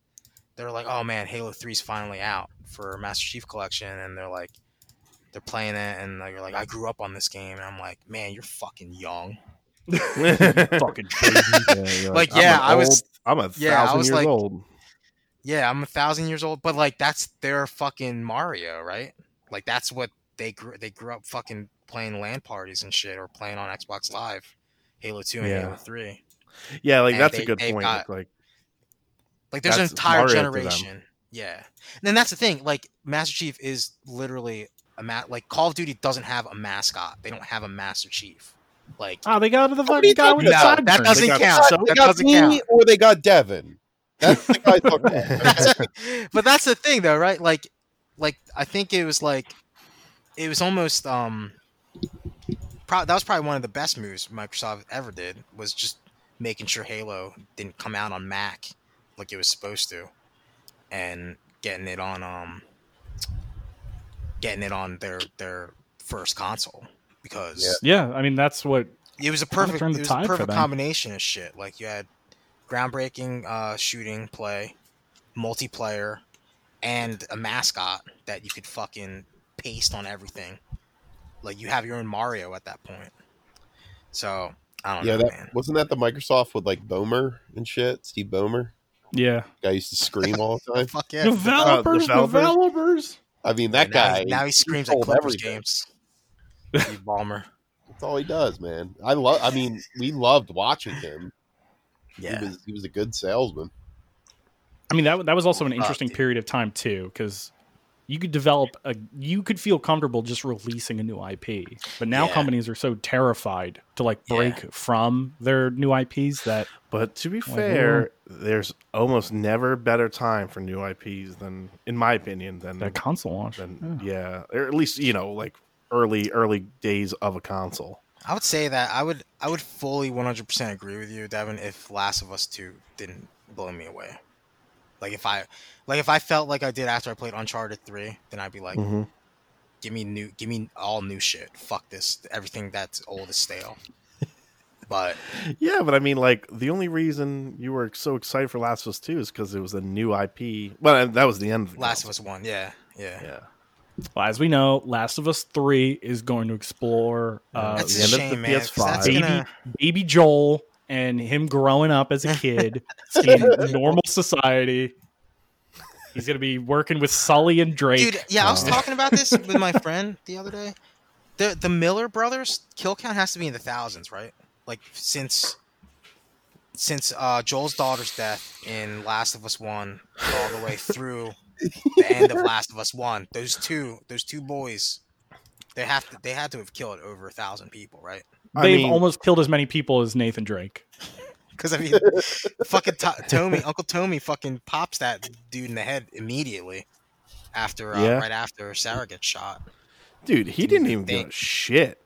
S2: They're like, oh man, Halo 3's finally out for Master Chief Collection, and they're like, they're playing it, and like, you're like, I grew up on this game, and I'm like, man, you're fucking young.
S1: Fucking crazy.
S4: Yeah, you're
S2: Like,
S4: I'm
S2: yeah,
S4: an
S2: I was-
S4: old- I'm a
S2: yeah, I
S4: thousand
S2: was
S4: years
S2: like-
S4: old.
S2: Yeah, I'm a thousand years old, but like that's their fucking Mario, right? Like that's what they grew. They grew up fucking playing LAN parties and shit, or playing on Xbox Live, Halo 2 and
S4: Yeah.
S2: Halo 3.
S4: Yeah, like
S2: and
S4: that's a
S2: they-
S4: good
S2: they've
S4: point.
S2: got-
S4: like,
S2: Like there's
S4: That's
S2: an entire
S4: Mario to them.
S2: generation. Yeah. And then that's the thing. Like Master Chief is literally a ma- like Call of Duty doesn't have a mascot. They don't have a Master Chief. Like
S1: oh, they got to the
S3: What are
S1: fucking
S3: you
S1: guy with
S3: talking
S1: the sideburns.
S2: That
S3: about?
S1: They
S2: doesn't
S1: got-
S2: count.
S3: So they
S2: That
S3: got
S2: doesn't
S3: me
S2: count.
S3: or they got Devin. That's the guy. fucking-
S2: That's- but that's the thing though, right? Like like I think it was like it was almost um pro- that was probably one of the best moves Microsoft ever did was just making sure Halo didn't come out on Mac like it was supposed to and getting it on um getting it on their their first console because
S1: Yeah, I mean that's what.
S2: it was a
S1: Kinda
S2: perfect,
S1: turned
S2: it
S1: the
S2: was
S1: tide
S2: a
S1: for
S2: perfect
S1: them.
S2: combination of shit. Like you had groundbreaking uh, shooting play, multiplayer, and a mascot that you could fucking paste on everything. Like you have your own Mario at that point. So I don't
S3: yeah,
S2: know,
S3: that,
S2: man.
S3: wasn't that the Microsoft with like Bomer and shit? Steve Bomer,
S1: Yeah,
S3: guy used to scream all the time.
S2: Fuck yeah. uh,
S1: developers,
S4: developers.
S1: developers.
S3: I mean, that
S2: now
S3: guy.
S2: He, now he screams at
S3: sold
S2: Clippers
S3: everything.
S2: games. Steve Ballmer.
S3: That's all he does, man. I love. I mean, we loved watching him. He
S2: Yeah.
S3: was he was a good salesman.
S1: I mean that that was also an
S2: Uh,
S1: interesting
S2: it-
S1: period of time too, because you could develop a you could feel comfortable just releasing a new IP, but now
S2: Yeah.
S1: companies are so terrified to like
S2: Yeah. Mm.
S1: break from their new IPs that
S4: But to be
S1: Like,
S4: fair, there's almost never better time for new IPs than, in my opinion, than
S1: that console launch.
S4: than yeah. or at least you know like early early days of a console.
S2: I would say that I would I would fully 100% agree with you, Devin, if Last of Us 2 didn't blow me away. Like if I like if I felt like I did after I played Uncharted 3, then I'd be like,
S4: Mhm.
S2: give me new give me all new shit. Fuck this. Everything that's old is stale. but
S4: Yeah, but I mean, like the only reason you were so excited for Last of Us Two is because it was a new IP. Well, and that was the end of the
S2: Last of
S4: console.
S2: Us 1, yeah. Yeah.
S4: Yeah,
S1: Well, as we know, Last of Us Three is going to explore uh,
S2: That's
S4: the
S2: a
S4: end of
S2: shame,
S4: the
S2: man, 'cause
S4: PS5.
S2: that's
S1: baby
S2: gonna-
S1: baby Joel and him growing up as a kid in normal society. He's gonna be working with Sully and Drake.
S2: Dude, yeah, I was
S4: Uh.
S2: talking about this with my friend the other day. The the Miller brothers kill count has to be in the thousands, right? Like since since uh, Joel's daughter's death in Last of Us One, all the way through the end of Last of Us One, those two those two boys, they have to they had to have killed over a thousand people, right?
S4: I
S1: They've
S4: mean-
S1: almost killed as many people as Nathan Drake.
S2: Because I mean, fucking to- Tommy, Uncle Tommy, fucking pops that dude in the head immediately after uh,
S4: Yeah.
S2: right after Sarah gets shot.
S4: dude, he didn't even give a
S2: Thank-
S4: shit.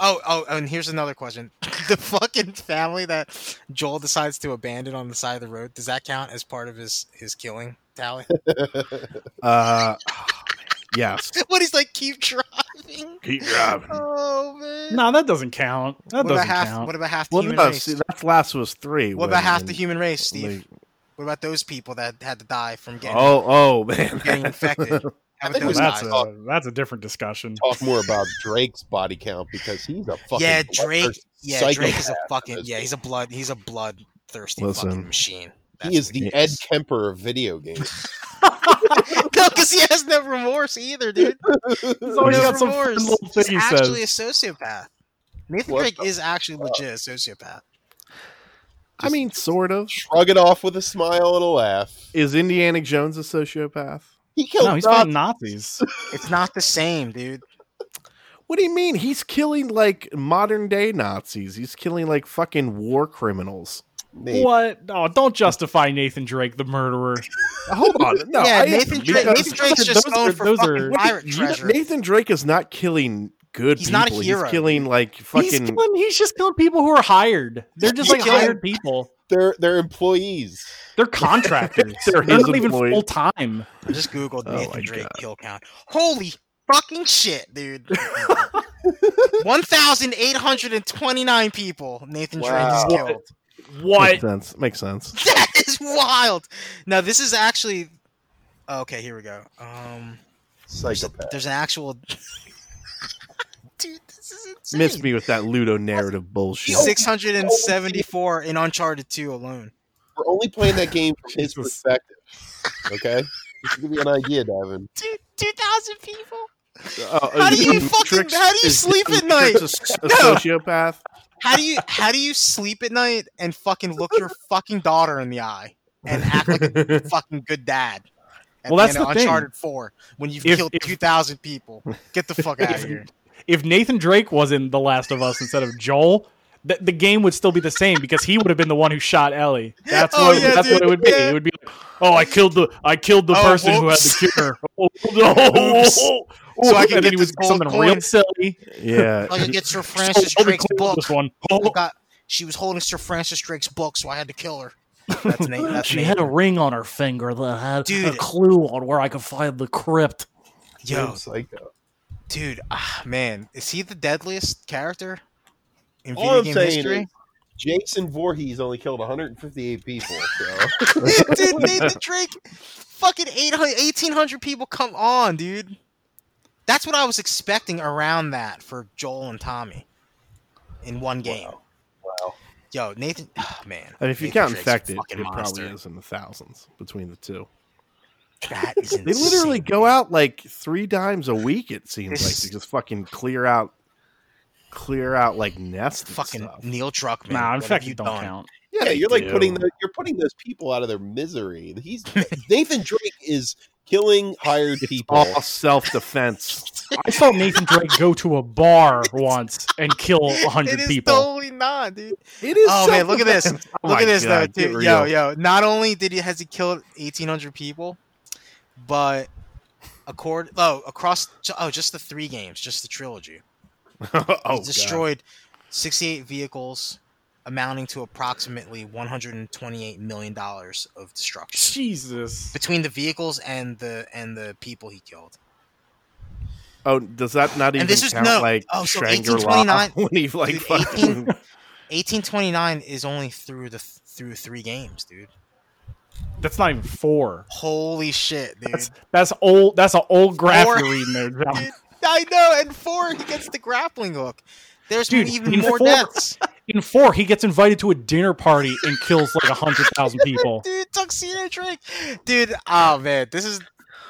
S2: Oh, oh, and here's another question: the fucking family that Joel decides to abandon on the side of the road does that count as part of his his killing tally?
S4: Uh, yes,
S2: what he's like, keep driving.
S4: keep driving.
S2: Oh man.
S1: No, that doesn't count. That
S2: what
S1: doesn't
S2: about half?
S1: count.
S2: What about half the
S4: Well,
S2: human
S4: no,
S2: race?
S4: see, that's Last of Us Three.
S2: what
S4: when-
S2: about half the human race, Steve?
S4: like,
S2: What about those people that had to die from getting,
S4: Oh, oh man.
S2: getting infected? How about
S3: think
S2: those
S3: it was
S1: that's
S2: guys?
S3: not-
S1: a that's a different discussion.
S3: Talk more about Drake's body count because he's a fucking
S2: yeah, Drake.
S3: bloodthirsty
S2: Yeah, Drake is a
S3: psychopath.
S2: fucking
S3: those
S2: yeah. He's a blood. He's a bloodthirsty
S4: Listen.
S2: fucking machine.
S3: He is
S2: what
S3: the Ed Kemper of video games.
S2: no, because he has no remorse either, dude.
S1: He's
S4: Oh,
S2: No
S1: always got some fun
S2: remorse.
S1: little thing
S2: He's
S1: he
S2: actually
S1: says.
S2: a sociopath. Nathan
S3: What
S2: Drake
S3: the
S2: is actually legit a sociopath.
S4: I mean, sort of.
S3: Shrug it off with a smile and a laugh.
S4: Is Indiana Jones a sociopath?
S3: He killed
S1: No, he's
S3: Nazis.
S1: fighting Nazis.
S2: It's not the same, dude.
S4: What do you mean? He's killing like modern day Nazis. He's killing like fucking war criminals.
S3: Nate,
S1: what? Oh, don't justify Nathan Drake, the murderer.
S4: Uh, Hold on. No,
S2: yeah,
S4: I-
S2: Nathan, Drake,
S4: because-
S2: Nathan Drake's just
S1: those
S2: going
S1: are-
S2: for
S1: those
S2: fucking
S1: are-
S2: pirate
S4: You know,
S2: treasure.
S4: Nathan Drake is not killing good
S2: He's
S4: people.
S2: not a hero.
S4: He's killing like
S1: He's,
S4: fucking
S1: killing, he's just killing people who are hired. They're just
S2: He's
S1: like
S2: killing-
S1: hired people.
S3: They're they're employees.
S1: They're contractors.
S4: They're
S1: They're not
S4: his
S1: even
S4: employee.
S1: full time.
S2: I just googled
S4: Oh my
S2: Nathan Drake
S4: God.
S2: kill count. Holy fucking shit, dude! One thousand eight hundred and twenty-nine people Nathan
S3: Wow.
S2: Drake is killed.
S1: What?
S4: makes
S2: uh,
S4: sense. Makes sense.
S2: That is wild. Now this is actually oh, okay. Here we go. Um, there's, a-
S3: Psychopath.
S2: there's an actual dude. This is insane.
S4: Miss me with that ludo narrative bullshit.
S2: Six hundred and seventy-four in Uncharted Two alone.
S3: We're only playing that game from his
S1: Jesus.
S3: perspective. Okay? Just to give you an idea, Davin.
S2: Dude, two thousand people.
S4: Oh,
S2: How do
S4: is
S2: you
S4: Nathan
S2: fucking-
S4: Drake's-
S2: how do you
S4: is
S2: sleep
S4: Nathan
S2: at
S4: Drake's A, s- a
S2: No.
S4: sociopath.
S2: How do you how do you sleep at night and fucking look your fucking daughter in the eye and act like a fucking good dad? At
S1: Well, that's
S2: end of
S1: the thing.
S2: Uncharted Four when you've
S1: If-
S2: killed
S1: if-
S2: two thousand people. Get the fuck out of here.
S1: If Nathan Drake was in The Last of Us instead of Joel, th- the game would still be the same because he would have been the one who shot Ellie. That's
S2: Oh,
S1: what
S2: yeah,
S1: that's what
S2: dude,
S1: it would be.
S2: yeah.
S1: It would be like, oh, I killed the I killed the
S2: Oh,
S1: person who had
S2: whoops.
S1: the cure. Oh, no. Oh,
S2: Oops. So I can
S1: and then
S2: get
S1: he would
S2: this
S1: do something
S2: gold
S1: real
S2: coin.
S1: silly.
S4: Yeah.
S2: I could Oh, get
S1: So
S2: Sir Francis
S1: I'll be
S2: Drake's
S1: cool with
S2: book.
S1: This one.
S2: I
S1: Oh,
S2: got she was holding Sir Francis Drake's book, so I had to kill her. That's Nate. That's
S1: Oh, she
S2: Nate.
S1: had a ring on her finger that had
S2: Dude.
S1: a clue on where I could find the crypt.
S2: Yo,
S3: psycho.
S2: dude, ah, man, is he the deadliest character in
S3: All
S2: video
S3: I'm
S2: game
S3: saying
S2: history?
S3: is Jason Voorhees only killed 158 people. So
S2: dude, Nathan Drake, fucking 800, 1,800 people. Come on, dude. That's what I was expecting around that for Joel and Tommy in one game.
S3: wow.
S2: Yo, Nathan, oh, man.
S4: And if you
S2: Nathan
S4: count
S2: Drake's a
S4: infected,
S2: fucking
S4: it
S2: monster.
S4: probably is in the thousands between the two.
S2: That is
S4: They literally
S2: insane.
S4: go out like three times a week. It seems
S2: This-
S4: like to just fucking clear out, clear out like nests. and
S2: fucking
S4: stuff.
S2: Neil Druckmann.
S1: Nah, in
S2: what
S1: fact,
S2: have
S1: you
S2: you
S1: don't
S2: done?
S1: count.
S3: Yeah, you're like
S4: dude.
S3: putting the, you're putting those people out of their misery. He's Nathan Drake is killing hired people.
S4: all self defense.
S1: I saw Nathan Drake go to a bar once and kill
S2: It
S1: 100
S2: is
S1: people.
S2: totally not, dude.
S4: it is.
S2: Oh, man, look at this.
S4: self-defense. Oh
S2: Look
S4: my
S2: at this
S4: God,
S2: though,
S4: get
S2: dude.
S4: real.
S2: Yo, yo. Not only did he has he killed eighteen hundred people, but accord oh across oh just the three games, just the trilogy,
S4: oh,
S2: he destroyed sixty eight vehicles, amounting to approximately one hundred and twenty eight million dollars of destruction
S1: Jesus.
S2: between the vehicles and the and the people he killed.
S4: God. Oh, does that not
S2: And
S4: even
S2: this is-
S4: count
S2: no.
S4: like
S2: Oh, so
S4: Shangri-La
S2: 1829
S4: when he like
S2: Dude,
S4: fucking?
S2: 18 Eighteen twenty nine is only through the through three games, dude.
S1: That's not even four.
S2: Holy shit, dude.
S1: That's that's old. That's an old graph
S2: Four.
S1: you're reading there, John.
S2: Dude, I know. And four, he gets the grappling hook. There's
S1: Dude,
S2: even
S1: in
S2: more
S1: four-
S2: deaths.
S1: In four, he gets invited to a dinner party and kills like hundred thousand people.
S2: Dude, tuxedo Drake. Dude, oh man, this is.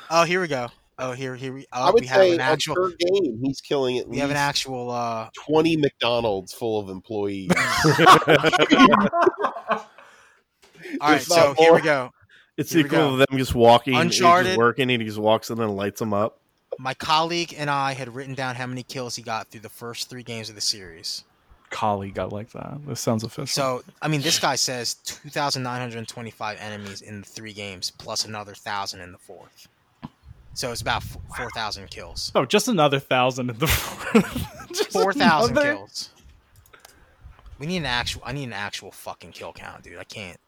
S2: Oh, here we go. Oh, here, here we.
S3: I
S2: Oh,
S3: would
S2: we have
S3: say
S2: an
S3: on
S2: actual.
S3: per game he's killing at
S2: We have an
S3: least
S2: actual. Uh,
S3: 20 McDonald's full of employees.
S2: all right,
S3: It's
S2: so
S3: not
S2: here
S3: more.
S2: we go.
S4: It's
S2: Here we
S4: equal
S2: go.
S4: to them just walking, and He's
S2: Uncharted.
S4: just working, and he just walks in and lights them up.
S2: My colleague and I had written down how many kills he got through the first three games of the series.
S1: Colleague, I like that. This sounds official.
S2: So, I mean, this guy says 2,925 enemies in the three games, plus another 1,000 in the fourth. So it's about f- 4,000 kills.
S1: oh, just another thousand in the Just
S2: four thousand
S1: another-
S2: kills. We need an actual. I need an actual fucking kill count, dude. I can't.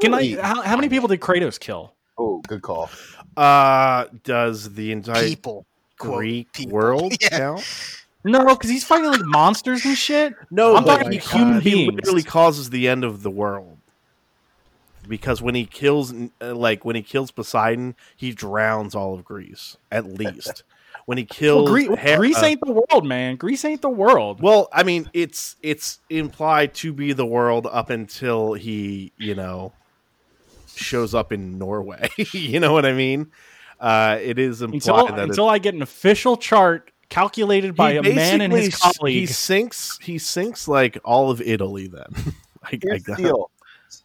S1: Can I?
S3: really-
S1: How, how many people did Kratos kill?
S3: Oh, good call.
S4: Uh, does the entire
S2: People, quote,
S4: Greek
S2: people.
S4: world
S2: Yeah.
S4: count?
S1: No, because he's fighting like monsters and shit.
S4: No,
S1: I'm
S4: but
S1: talking
S4: like, uh,
S1: human
S4: he
S1: beings.
S4: literally causes the end of the world. because when he kills uh, like when he kills Poseidon, he drowns all of Greece at least. when he kills uh,
S1: Well, Greece,
S4: Hera-
S1: Greece ain't the world, man. Greece ain't the world.
S4: well, I mean, it's it's implied to be the world up until he, you know, shows up in Norway. you know what I mean? Uh, it is implied
S1: until
S4: that it's-
S1: until I get an official chart calculated by
S4: He
S1: a man and his
S4: basically s- He
S1: colleague.
S4: sinks. He sinks like all of Italy. Then I, I
S3: Here's the
S4: got-
S3: deal.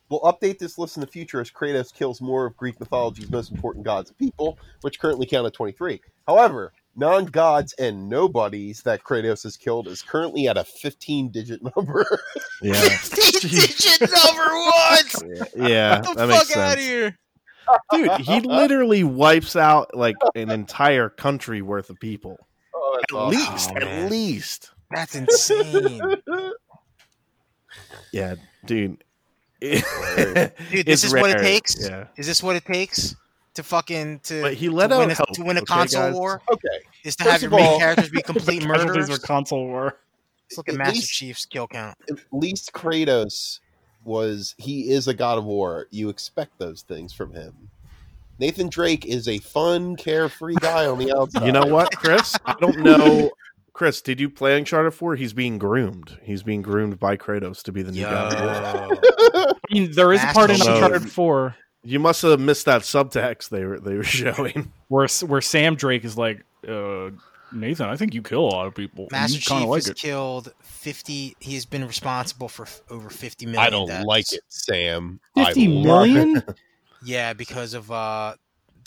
S3: We'll update this list in the future as Kratos kills more of Greek mythology's most important gods and people, which currently count at 23. However, non gods and nobodies that Kratos has killed is currently at a 15 digit number.
S4: Yeah,
S2: Digit number one.
S4: yeah,
S2: Get the
S4: that makes
S2: fuck out of
S4: sense.
S2: here.
S4: dude. He literally wipes out like an entire country worth of people.
S3: Oh, that's
S4: At
S3: awesome.
S4: least,
S2: Oh,
S4: at
S2: man.
S4: least.
S2: That's insane.
S4: Yeah, dude.
S2: Dude,
S4: It's
S2: this is what it
S4: rare.
S2: takes?
S4: Yeah,
S2: Is this what it takes to fucking to,
S4: but he
S2: to
S4: let out
S2: win, a,
S4: help,
S2: to win a
S4: okay,
S2: console
S4: guys?
S2: war?
S3: Okay.
S2: Is to
S3: First
S2: have your
S3: of
S2: main
S3: all-
S2: characters be complete
S1: Casualties
S2: murderers?
S1: were console war.
S2: Let's look at
S3: At
S2: Master
S3: least-
S2: Chief's kill count.
S3: At least Kratos was, he is a god of war. You expect those things from him. Nathan Drake is a fun, carefree guy on the outside.
S4: You know what, Chris? I don't know. Chris, did you play Uncharted 4? He's being groomed. He's being groomed by Kratos to be the new God of War.
S1: I mean, there is a part in
S4: Master Chief.
S1: Uncharted Four
S4: You must have missed that subtext they were they were showing.
S1: where where Sam Drake is like, uh, Nathan, I think you kill a lot of people. and
S2: Master
S1: you kind
S2: Chief
S1: of like
S2: has
S1: it.
S2: killed fifty. He has been responsible for f- over fifty million.
S3: I don't
S2: deaths.
S3: like it, Sam.
S1: Fifty
S3: I love
S1: million?
S2: Yeah, because of uh,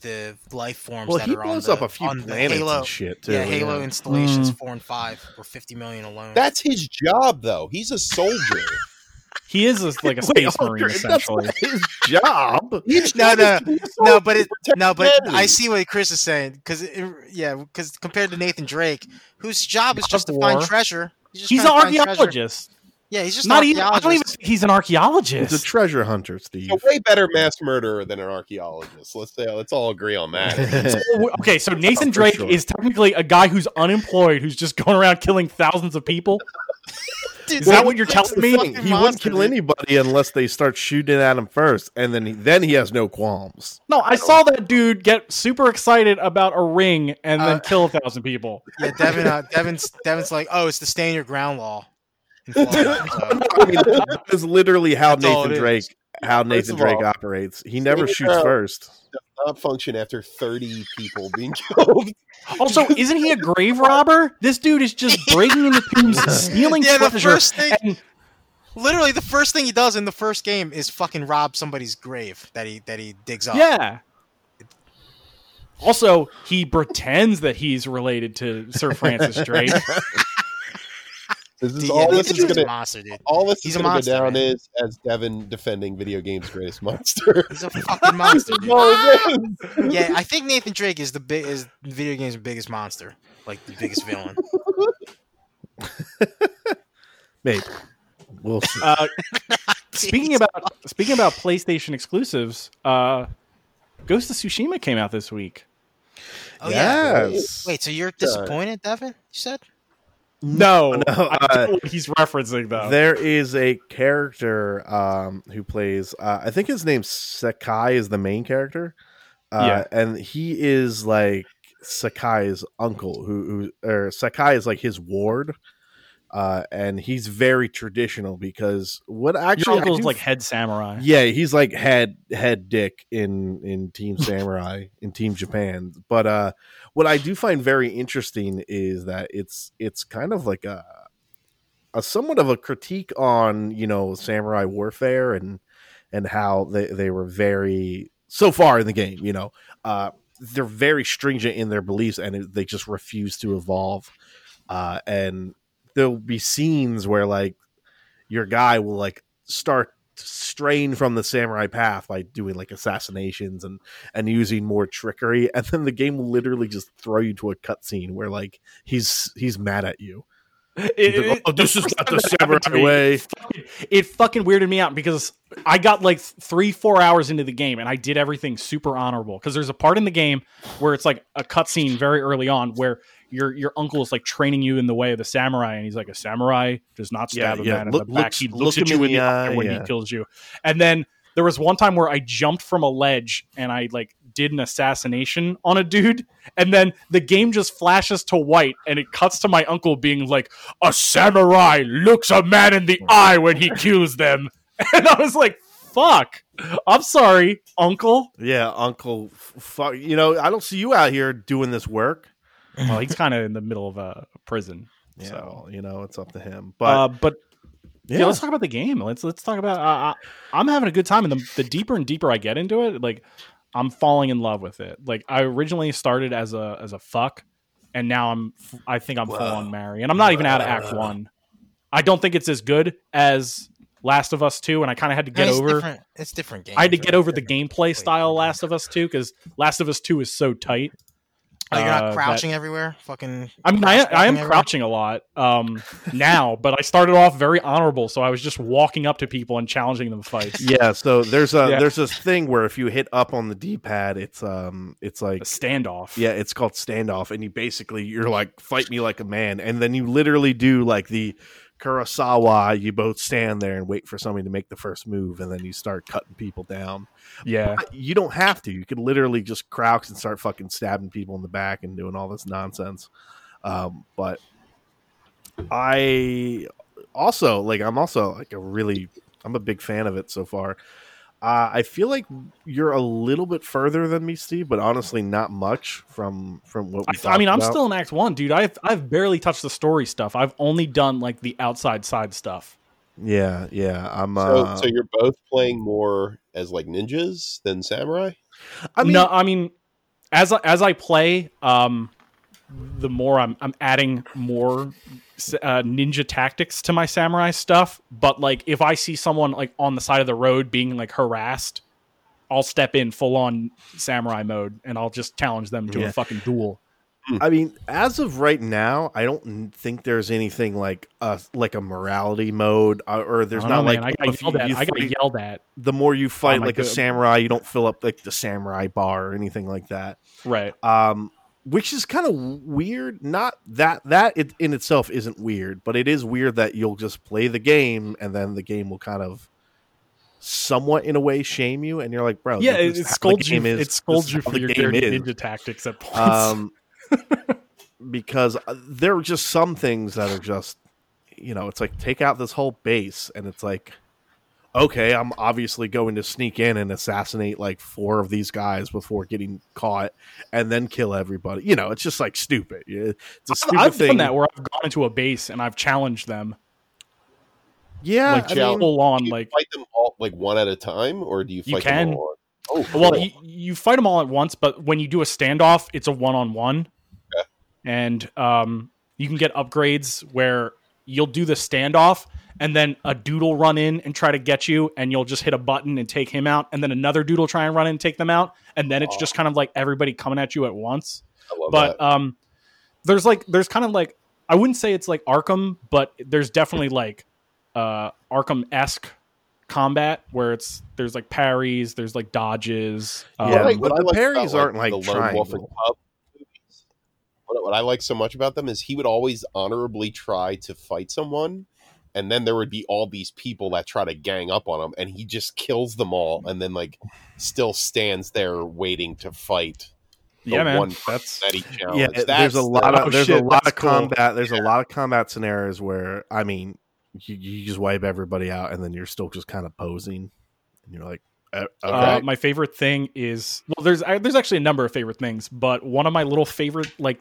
S2: the life forms.
S4: well,
S2: that
S4: he
S2: are on
S4: blows
S2: the-
S4: up a few
S2: on the
S4: planets
S2: Halo.
S4: and shit too.
S2: yeah, Halo installations
S1: Mm.
S2: four and five were fifty million alone.
S3: That's his job, though. He's a soldier.
S1: He is a, like a
S4: Wait,
S1: space
S4: oh,
S1: marine,
S4: Chris, that's
S1: essentially.
S4: not his job.
S3: His
S2: No,
S3: job is to be a soldier
S2: no, but
S3: to
S2: it-
S3: protect
S2: no, but I
S3: humanity.
S2: see what Chris is saying because yeah, because compared to Nathan Drake, whose job is
S1: God
S2: just
S1: of
S2: to find
S1: War.
S2: treasure. just
S1: He's an
S2: trying to find treasure.
S1: archaeologist.
S2: Yeah, he's just
S1: Not
S2: an
S1: even. I don't even
S2: archaeologist.
S1: think he's an
S4: He's a
S1: archaeologist.
S4: treasure hunter, Steve.
S3: a way better mass murderer than an archaeologist. Let's say let's all agree on that.
S1: Oh, okay, so Nathan
S4: for
S1: Drake
S4: sure.
S1: is technically a guy who's unemployed, who's just going around killing thousands of people.
S2: Dude,
S1: Is that
S2: that
S1: what you're telling me?
S2: fucking
S4: he wouldn't
S2: monster,
S4: kill
S2: dude.
S4: anybody unless they start shooting at him first, and then he, then he has no qualms.
S1: No, I saw that dude get super excited about a ring and then
S2: Uh,
S1: kill a thousand people.
S2: Yeah, Devin. Uh, Devin's Devin's like, oh, it's the stay in your ground law. in Florida." So,
S4: I mean, that is literally how
S2: That's all
S4: Nathan
S2: it is.
S4: Drake how Nathan
S3: of
S4: Drake
S3: all-
S4: operates. He never
S3: Think
S4: shoots
S3: about-
S4: first.
S3: Not function after thirty people being killed.
S1: Also, isn't he a grave robber? This dude is just breaking into tombs, and stealing
S2: yeah, the
S1: treasure.
S2: first thing,
S1: and
S2: literally, the first thing he does in the first game is fucking rob somebody's grave that he that he digs up.
S1: yeah. Also, he pretends that he's related to Sir Francis Drake.
S3: This is
S2: Dude, yeah,
S3: all this
S2: Nathan
S3: is
S2: Drake's a
S3: gonna
S2: monster, dude.
S3: all this
S2: He's
S3: is
S2: a
S3: gonna
S2: monster,
S3: go down
S2: man.
S3: is as Devin defending video games greatest monster.
S2: He's a fucking monster. dude.
S3: Oh, man.
S2: yeah, I think Nathan Drake is the big is video games biggest monster, like the biggest villain.
S4: Maybe we'll see.
S1: Uh, speaking about speaking about PlayStation exclusives, uh, Ghost of Tsushima came out this week.
S2: Oh yeah.
S4: Yes.
S2: Wait, so you're disappointed, Devin? You said
S1: No,
S4: No,
S1: I
S4: uh,
S1: know what he's referencing though.
S4: There is a character um, who plays. Uh, I think his name Sakai is the main character, uh, and he is like Sakai's uncle, who, who or Sakai is like his ward, uh, and he's very traditional because what actually
S1: Your
S4: I
S1: uncle's
S4: do
S1: like head samurai.
S4: yeah, he's like head head dick in in Team Samurai in Team Japan. But uh what I do find very interesting is that it's it's kind of like a a somewhat of a critique on, you know, samurai warfare and and how they they were very so far in the game, you know. Uh they're very stringent in their beliefs and it, they just refuse to evolve. Uh and there'll be scenes where like your guy will like start straying from the samurai path by doing like assassinations and and using more trickery and then the game will literally just throw you to a cutscene where like he's he's mad at you
S1: It-
S4: He's like,
S1: it-
S4: oh, this is
S1: first
S4: not
S1: time
S4: the
S1: that happened to
S4: samurai
S1: me,
S4: way
S1: It fucking weirded me out because I got like three, four hours into the game and I did everything super honorable. Because there's a part in the game where it's like a cutscene very early on where your your uncle is like training you in the way of the samurai, and he's like, a samurai does not
S4: Yeah,
S1: stab a
S4: yeah.
S1: man
S4: Look-
S1: in the back.
S4: looks-
S1: he
S4: look
S1: looks
S4: him
S1: at you
S4: in
S1: in
S4: the
S1: the eye
S4: eye,
S1: when
S4: yeah.
S1: he kills you, and then There was one time where I jumped from a ledge and I like did an assassination on a dude, and then the game just flashes to white and it cuts to my uncle being like, "A samurai looks a man in the eye when he kills them," and I was like, "Fuck, I'm sorry, uncle."
S4: Yeah, Uncle. f- Fuck, you know, I don't see you out here doing this work.
S1: Well, he's kind of in the middle of a prison,
S4: Yeah,
S1: so.
S4: well, you know, it's up to him.
S1: But,
S4: But
S1: uh, but yeah.
S4: yeah,
S1: let's talk about the game. Let's let's talk about. Uh, I, I'm having a good time, and the, the deeper and deeper I get into it, like I'm falling in love with it. Like I originally started as a as a fuck, and now I'm f- I think I'm full
S2: Whoa.
S1: on Mary, and I'm not even out of Act
S2: Whoa.
S1: One. I don't think it's as good as Last of Us Two, and I kind of had to get
S2: it's
S1: over.
S2: Different, it's different game.
S1: I had to get over the gameplay style Last of Us Two because Last of Us Two is so tight.
S2: Like, Oh, you're
S1: uh,
S2: not
S1: that-
S2: crouching everywhere. Fucking.
S1: I mean, I, I am
S2: everywhere?
S1: crouching a lot um, now, but I started off very honorable, so I was just walking up to people and challenging them to fights.
S4: yeah. So there's a
S1: Yeah.
S4: there's this thing where if you hit up on the D-pad, it's um, it's
S1: A
S4: like
S1: standoff.
S4: yeah, it's called standoff, and you basically you're like fight me like a man, and then you literally do like the Kurosawa. You both stand there and wait for somebody to make the first move, and then you start cutting people down.
S1: yeah.
S4: You don't have to. You could literally just crouch and start fucking stabbing people in the back and doing all this nonsense. Um, but I also like. I'm also like a really. I'm a big fan of it so far. Uh, I feel like you're a little bit further than me, Steve, but honestly, not much from from what we.
S1: I, I mean, I'm
S4: talked about.
S1: still in Act One, dude. I've I've barely touched the story stuff. I've only done like the outside side stuff.
S4: Yeah, yeah. I'm.
S3: So,
S4: Uh,
S3: so you're both playing more as like ninjas than samurai.
S4: I mean,
S1: no, I mean, as I, as I play, um, the more I'm I'm adding more s- uh, ninja tactics to my samurai stuff. But like, if I see someone like on the side of the road being like harassed, I'll step in full on samurai mode and I'll just challenge them to
S4: Yeah.
S1: a fucking duel.
S4: I mean, as of right now, I don't n- think there's anything like a like a morality mode, uh, or there's
S1: I
S4: not
S1: don't know,
S4: like
S1: man. I, got
S4: oh, if
S1: yelled
S4: you-
S1: at.
S4: you
S1: I got
S4: fight-
S1: yelled at.
S4: the more you fight
S1: my
S4: like a
S1: God.
S4: samurai, you don't fill up like the samurai bar or anything like that.
S1: Right.
S4: Um, which is kind of weird. Not that that it, in itself isn't weird, but it is weird that you'll just play the game and then the game will kind of somewhat in a way shame you, and you're like, bro,
S1: yeah,
S4: Oh, this
S1: it,
S4: is
S1: it
S4: how the
S1: scolds you.
S4: game is.
S1: It
S4: This
S1: scolds
S4: is
S1: you
S4: how
S1: for
S4: the
S1: your
S4: game
S1: dirty
S4: is."
S1: ninja tactics at points.
S4: um, because uh, there are just some things that are just you know it's like take out this whole base and it's like okay i'm obviously going to sneak in and assassinate like four of these guys before getting caught and then kill everybody you know it's just like stupid Yeah, it's a
S1: I've,
S4: stupid
S1: I've
S4: thing
S1: done that where I've gone into a base and I've challenged them
S4: yeah
S1: like
S4: I
S3: challenge.
S4: mean,
S1: full on
S3: Do you
S1: like
S3: fight them all like one at a time, or do you fight
S1: You
S3: them
S1: can.
S3: all? on- Oh,
S1: Well,
S3: cool.
S1: you, you fight them all at once, but when you do a standoff, it's a one on one,
S3: Okay.
S1: and um, you can get upgrades where you'll do the standoff, and then a dude will run in and try to get you, and you'll just hit a button and take him out, and then another dude will try and run in and take them out, and then it's
S3: Oh.
S1: just kind of like everybody coming at you at once
S3: I love
S1: but
S3: that.
S1: um there's like there's kind of like i wouldn't say it's like arkham but there's definitely like uh arkham-esque combat where it's there's like parries there's like dodges
S4: Yeah,
S1: um,
S4: like- but the
S3: about,
S4: parries aren't, like,
S3: the Lone Wolf and
S4: triangle.
S3: Cub movies, what, what I like so much about them is he would always honorably try to fight someone, and then there would be all these people that try to gang up on him, and he just kills them all, and then like still stands there waiting to fight. The
S1: yeah man
S3: one
S1: that's
S3: that he challenged.
S4: yeah it-
S3: That's
S4: there's a lot
S3: the-
S4: of
S1: Oh,
S4: there's
S1: shit,
S4: a lot
S1: that's
S4: of
S1: cool.
S4: combat there's a lot of combat scenarios where i mean you, you just wipe everybody out and then you're still just kind of posing and you're like uh, okay.
S1: Uh, my favorite thing is well, there's I, there's actually a number of favorite things, but one of my little favorite like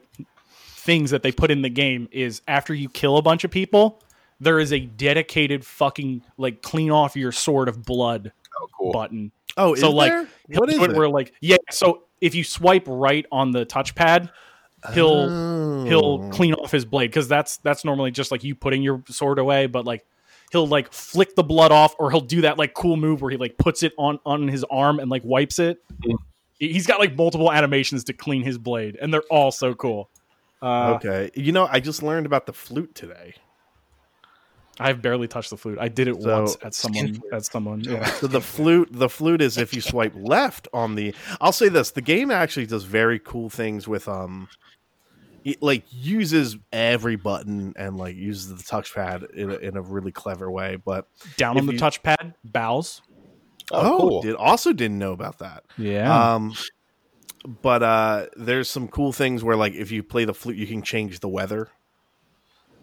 S1: things that they put in the game is after you kill a bunch of people, there is a dedicated fucking like clean off your sword of blood
S3: oh, cool.
S1: button.
S4: Oh,
S1: So,
S4: is
S1: like,
S4: there?
S1: He'll
S4: what is
S1: do it
S4: it?
S1: where like yeah, so if you swipe right on the touchpad, he'll- he'll
S4: Oh.
S1: clean off his blade because that's that's normally just like you putting your sword away but like he'll like flick the blood off or he'll do that like cool move where he like puts it on on his arm and like wipes it
S3: Mm.
S1: He- he's got like multiple animations to clean his blade and they're all so cool uh,
S4: Okay, you know, I just learned about the flute today.
S1: i've barely touched the flute i did it
S4: So-
S1: once at someone at someone yeah.
S4: So the flute, the flute is if you swipe left on the. I'll say this: the game actually does very cool things with um, it like uses every button and like uses the touchpad in a, in a really clever way. But
S1: down
S4: If
S1: on the
S4: you-
S1: touchpad bows
S3: Oh, cool.
S4: did also didn't know about that.
S1: Yeah.
S4: Um, but uh, there's some cool things where like if you play the flute, you can change the weather.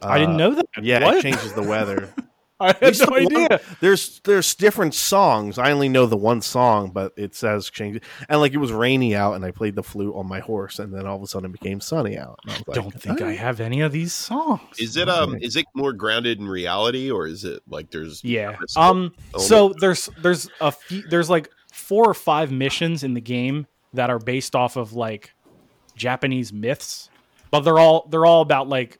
S1: I didn't
S4: Uh,
S1: know that.
S4: Yeah,
S1: What?
S4: it changes the weather.
S1: I had
S4: At least
S1: no
S4: the one-
S1: idea.
S4: there's there's different songs. I only know the one song, but it says change. And like it was rainy out, and I played the flute on my horse, and then all of a sudden it became sunny out. And I was like,
S1: Don't think I
S4: "Oh."
S1: have any of these songs.
S3: Is it um is it more grounded in reality or is it like there's
S1: Yeah.
S3: It's
S1: Um.
S3: still-
S1: So there's there's a few, there's like four or five missions in the game that are based off of like Japanese myths, but they're all they're all about like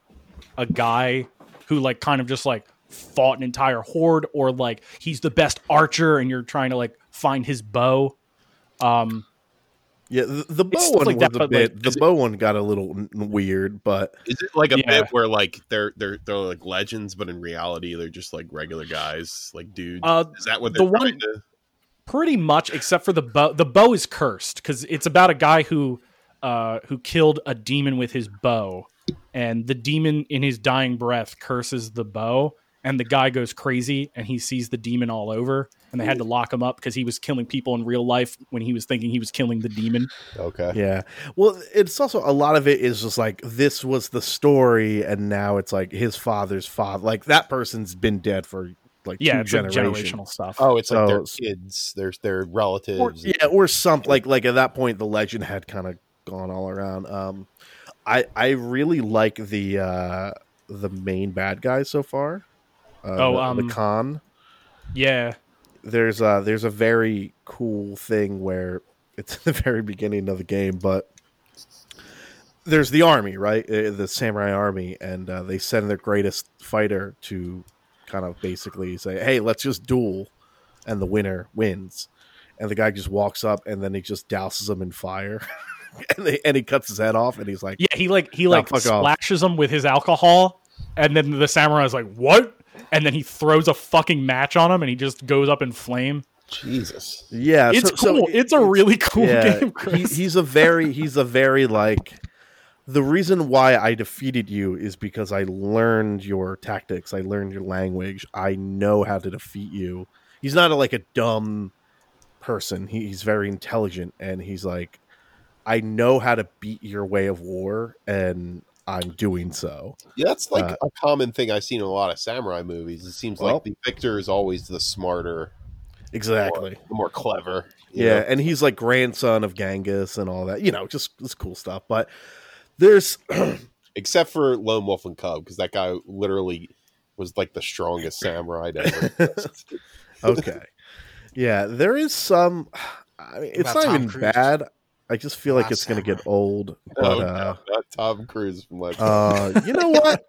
S1: a guy who like kind of just like fought an entire horde or like he's the best archer and you're trying to like find his bow. Um.
S4: Yeah, the, the bow
S1: stuff
S4: one
S1: like
S4: was
S1: that,
S4: a
S1: but,
S4: bit.
S1: like,
S4: the bow one got a little n- weird, but
S3: Is it like a
S1: Yeah.
S3: bit where like they're they're they're like legends, but in reality they're just like regular guys, like dudes?
S1: Uh,
S3: is that what
S1: the
S3: they're
S1: one-
S3: trying to?
S1: pretty much except for the bow the bow is cursed because it's about a guy who uh who killed a demon with his bow and the demon in his dying breath curses the bow and the guy goes crazy and he sees the demon all over and they had to lock him up because he was killing people in real life when he was thinking he was killing the demon
S3: Okay,
S4: yeah. Well, it's also a lot of it is just like this was the story, and now it's like his father's father. Like that person's been dead for like
S1: yeah
S4: two
S1: it's like
S4: generations.
S1: generational stuff
S3: Oh, it's like their
S4: So-
S3: kids, their their relatives.
S4: or, yeah, or something like like at that point the legend had kind of gone all around. Um, I I really like the uh the main bad guy so far. Uh,
S1: Oh,
S4: the,
S1: um,
S4: the con.
S1: yeah
S4: There's uh there's a very cool thing where it's the very beginning of the game, but there's the army, right? Uh, The samurai army, and uh, they send their greatest fighter to kind of basically say, "Hey, let's just duel," and the winner wins. And the guy just walks up, and then he just douses him in fire, and, they, and he cuts his head off, and he's like,
S1: yeah he like he
S4: Nah,
S1: like
S4: fuck off.
S1: splashes him with his alcohol and then the samurai's like what and then he throws a fucking match on him and he just goes up in flame
S3: Jesus.
S4: "Yeah,
S1: it's
S4: so- so
S1: cool.
S4: it-
S1: it's a really cool game,
S4: he-
S1: Chris.
S4: he's a very he's a very like the reason why I defeated you is because I learned your tactics. I learned your language. I know how to defeat you. He's not a, like a dumb person. He, he's very intelligent and he's like I know how to beat your way of war and I'm doing so.
S3: Yeah, that's like
S4: Uh,
S3: a common thing I've seen in a lot of samurai movies. It seems
S4: Well-
S3: like the victor is always the smarter,
S4: Exactly.
S3: the more clever. you
S4: Yeah,
S3: know?
S4: and he's like grandson of Genghis and all that. You know, just this cool stuff, but there's
S3: Except for Lone Wolf and Cub, because that guy literally was like the strongest samurai to ever exist.
S4: okay. Yeah, there is some. I mean, it's
S2: about
S4: not
S2: Tom
S4: even
S2: Cruise?
S4: bad. I just feel like
S2: Last
S4: it's going to get
S2: Samurai.
S4: old.
S3: Oh,
S4: But uh,
S3: no, not Tom Cruise from like
S4: uh, you know what?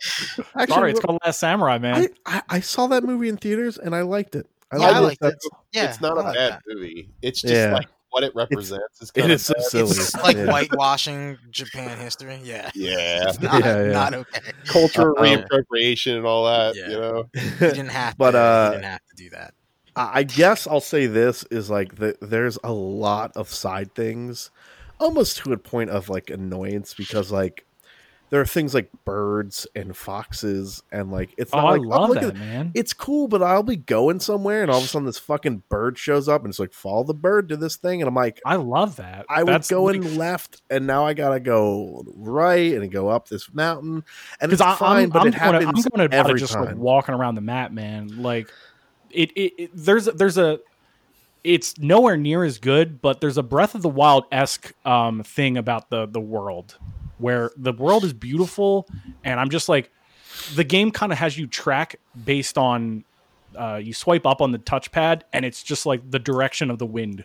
S4: Actually,
S1: Sorry, it's called Last Samurai, man.
S4: I, I, I saw that movie in theaters and I liked it. I
S2: Yeah, I
S4: liked
S2: liked it.
S4: That's-
S2: Yeah,
S3: it's not
S2: I
S3: a
S2: like
S3: bad
S2: that.
S3: movie. It's just
S4: Yeah.
S3: like what it represents. It's,
S4: It
S3: kinda
S4: is so
S3: bad.
S4: silly.
S2: It's like
S4: Yeah.
S2: whitewashing Japan history. Yeah,
S3: Yeah,
S2: It's not,
S4: Yeah, yeah.
S2: not okay.
S3: cultural
S4: Um,
S3: reappropriation and all that.
S2: Yeah.
S3: You know,
S2: You didn't have,
S4: But,
S2: to,
S4: uh,
S2: you didn't have to do that.
S4: I I guess I'll say this is like the, there's a lot of side things, almost to a point of like annoyance because like there are things like birds and foxes and like it's
S1: oh,
S4: not
S1: I
S4: like,
S1: love
S4: look at
S1: that, man.
S4: it's cool, but I'll be going somewhere and all of a sudden this fucking bird shows up and it's like, follow the bird to this thing. And I'm like,
S1: I love that.
S4: I was
S1: That's
S4: going
S1: like-
S4: left and now I gotta go right and go up this mountain. And it's
S1: 'cause I- I'm-
S4: fine, but
S1: I'm
S4: it
S1: going,
S4: happens
S1: I'm going about it
S4: every
S1: just like
S4: time.
S1: walking around the map, man. Like it, it, it- there's there's a it's nowhere near as good, but there's a Breath of the Wild esque um, thing about the the world where the world is beautiful, and I'm just like the game kind of has you track based on uh, you swipe up on the touchpad and it's just like the direction of the wind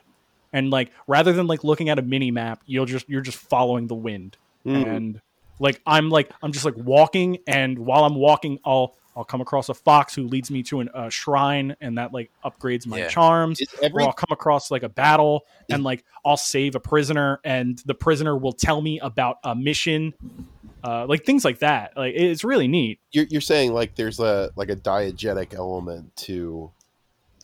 S1: and like rather than like looking at a mini map you'll just you're just following the wind
S2: Hmm.
S4: Mm.
S1: and like i'm like i'm just like walking and while i'm walking i'll i'll come across a fox who leads me to an- a shrine and that like upgrades my
S2: Yeah.
S1: charms
S3: Is every-
S1: or i'll come across like a battle and like i'll save a prisoner and the prisoner will tell me about a mission uh like things like that like it's really neat
S3: you're you're saying like there's a like a diegetic element to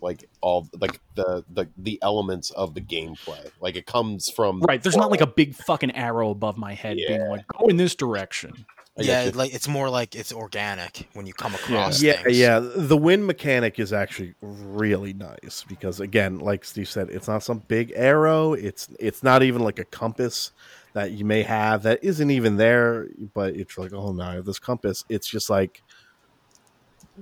S3: like all like the the the elements of the gameplay. Like it comes from
S1: Right. There's not like a big fucking arrow above my head being like, go in this direction.
S3: I
S2: yeah,
S3: gotcha.
S2: like it's more like it's organic when you come across.
S4: yeah,
S2: things.
S4: yeah. The wind mechanic is actually really nice because, again, like Steve said, it's not some big arrow. It's it's not even like a compass that you may have that isn't even there. But it's like, oh no, I have this compass. It's just like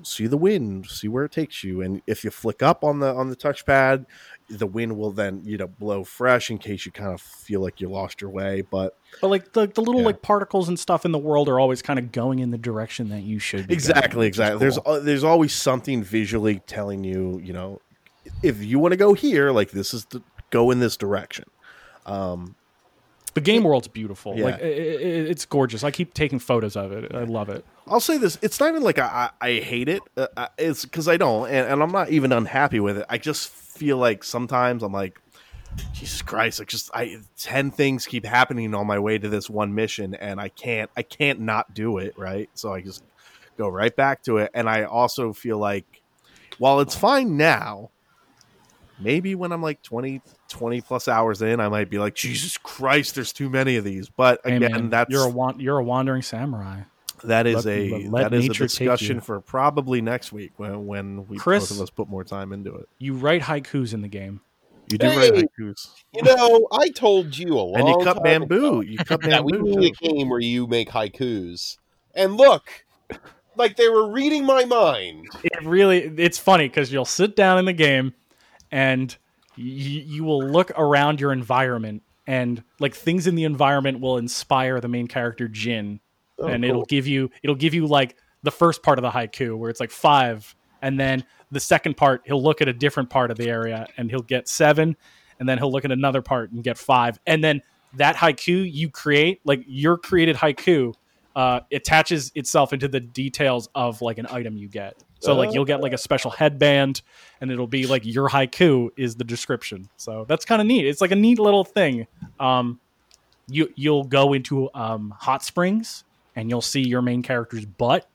S4: see the wind, see where it takes you, and if you flick up on the on the touchpad, the wind will then you know blow fresh in case you kind of feel like you lost your way. But
S1: But like the, the little
S4: Yeah.
S1: like particles and stuff in the world are always kind of going in the direction that you should be going,
S4: exactly
S1: which is
S4: exactly there's
S1: cool.
S4: al- there's always something visually telling you you know if you want to go here like this is the go in this direction um
S1: the game world's beautiful.
S4: Yeah.
S1: Like i i i- it's gorgeous. I keep taking photos of it. I love it.
S4: i'll say this it's not even like i i, I hate it uh, I- it's because i don't and, and i'm not even unhappy with it i just feel like sometimes i'm like jesus christ like just i 10 things keep happening on my way to this one mission and i can't i can't not do it right so i just go right back to it and i also feel like while it's fine now maybe when i'm like 20 20 plus hours in i might be like jesus christ there's too many of these but
S1: Hey,
S4: again
S1: man,
S4: that's
S1: you're a wan- you're a wandering samurai.
S4: that is
S1: Let-
S4: a
S1: let
S4: that is a
S1: nature take
S4: discussion
S1: you.
S4: for probably next week when when we
S1: Chris-
S4: both of us put more time into it.
S1: You write haikus in the game.
S4: You do write
S3: Hey!
S4: haikus,
S3: You know, I told you a long
S4: and you cut
S3: time
S4: bamboo.
S3: ago
S4: You cut
S3: that we
S4: bamboo.
S3: need
S4: too.
S3: a game where you make haikus. And look, like they were reading my mind.
S1: It really it's funny because you'll sit down in the game and y- you will look around your environment and like things in the environment will inspire the main character Jin
S3: Oh,
S1: and
S3: cool.
S1: it'll give you it'll give you like the first part of the haiku where it's like five and then the second part he'll look at a different part of the area and he'll get seven and then he'll look at another part and get five and then that haiku you create like your created haiku uh, attaches itself into the details of like an item you get so like you'll get like a special headband and it'll be like your haiku is the description so that's kind of neat it's like a neat little thing um, you you'll go into um, hot springs and you'll see your main character's butt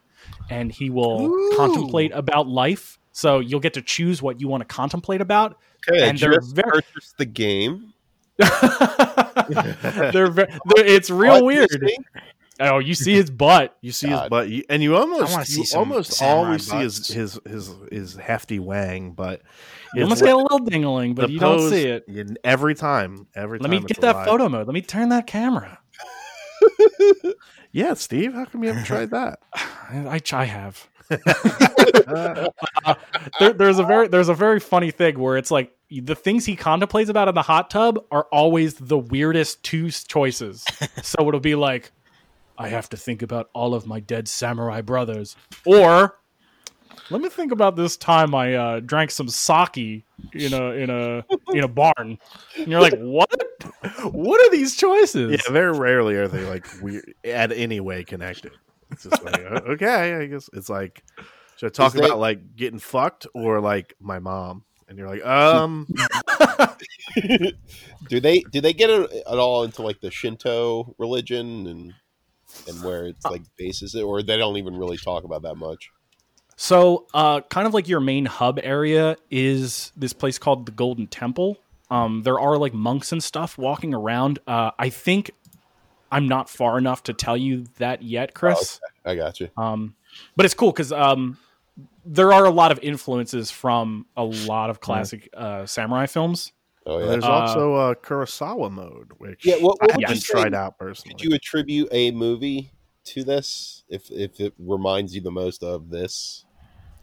S1: and he will
S4: Ooh.
S1: contemplate about life so you'll get to choose what you want to contemplate about
S3: Okay,
S1: And they're very-
S3: purchased the game.
S1: they're, ve- they're it's real
S3: What do you
S1: weird
S3: think?
S1: oh you see his butt
S4: You see his
S3: God.
S4: butt, you, and you almost
S2: wanna see
S4: you
S2: some
S4: almost
S2: samurai
S4: always see his,
S2: butts.
S4: his his his hefty wang, but
S1: you
S4: it's
S1: almost
S4: what-
S1: get a little dingling but
S4: the
S1: you
S4: pose-
S1: don't see it
S4: you- every time. Every
S1: let
S4: time
S1: me
S4: it's
S1: get that
S4: alive.
S1: photo mode let me turn that camera
S4: Yeah, Steve, how come you haven't tried that?
S1: i, I, I have
S4: Uh,
S1: there, there's a very there's a very funny thing where it's like the things he contemplates about in the hot tub are always the weirdest two s- choices. so it'll be like, I have to think about all of my dead samurai brothers, or let me think about this time I uh, drank some sake in a in a in a barn. And you're like, what? What are these choices?
S4: yeah, very rarely are they like weird at any way connected. It's just like o- okay, I guess it's like should I talk
S3: they-
S4: about like getting fucked or like my mom? And you're like, um,
S3: Do they do they get it at all into like the Shinto religion and and where
S1: Uh,
S3: it's like bases it, or they don't even really talk about that much?
S1: So, uh, kind of like your main hub area is this place called the Golden Temple. Um, there are like monks and stuff walking around. Uh, I think I'm not far enough to tell you that yet, Chris.
S3: I got you.
S1: Um, but it's cool because um, there are a lot of influences from a lot of classic uh, samurai films.
S3: Oh yeah.
S4: there's
S1: Uh,
S4: also uh, Kurosawa mode, which
S3: Yeah, what- what
S4: I
S3: would
S4: haven't
S3: you say-
S4: tried out personally.
S3: Could you attribute a movie to this if if it reminds you the most of this?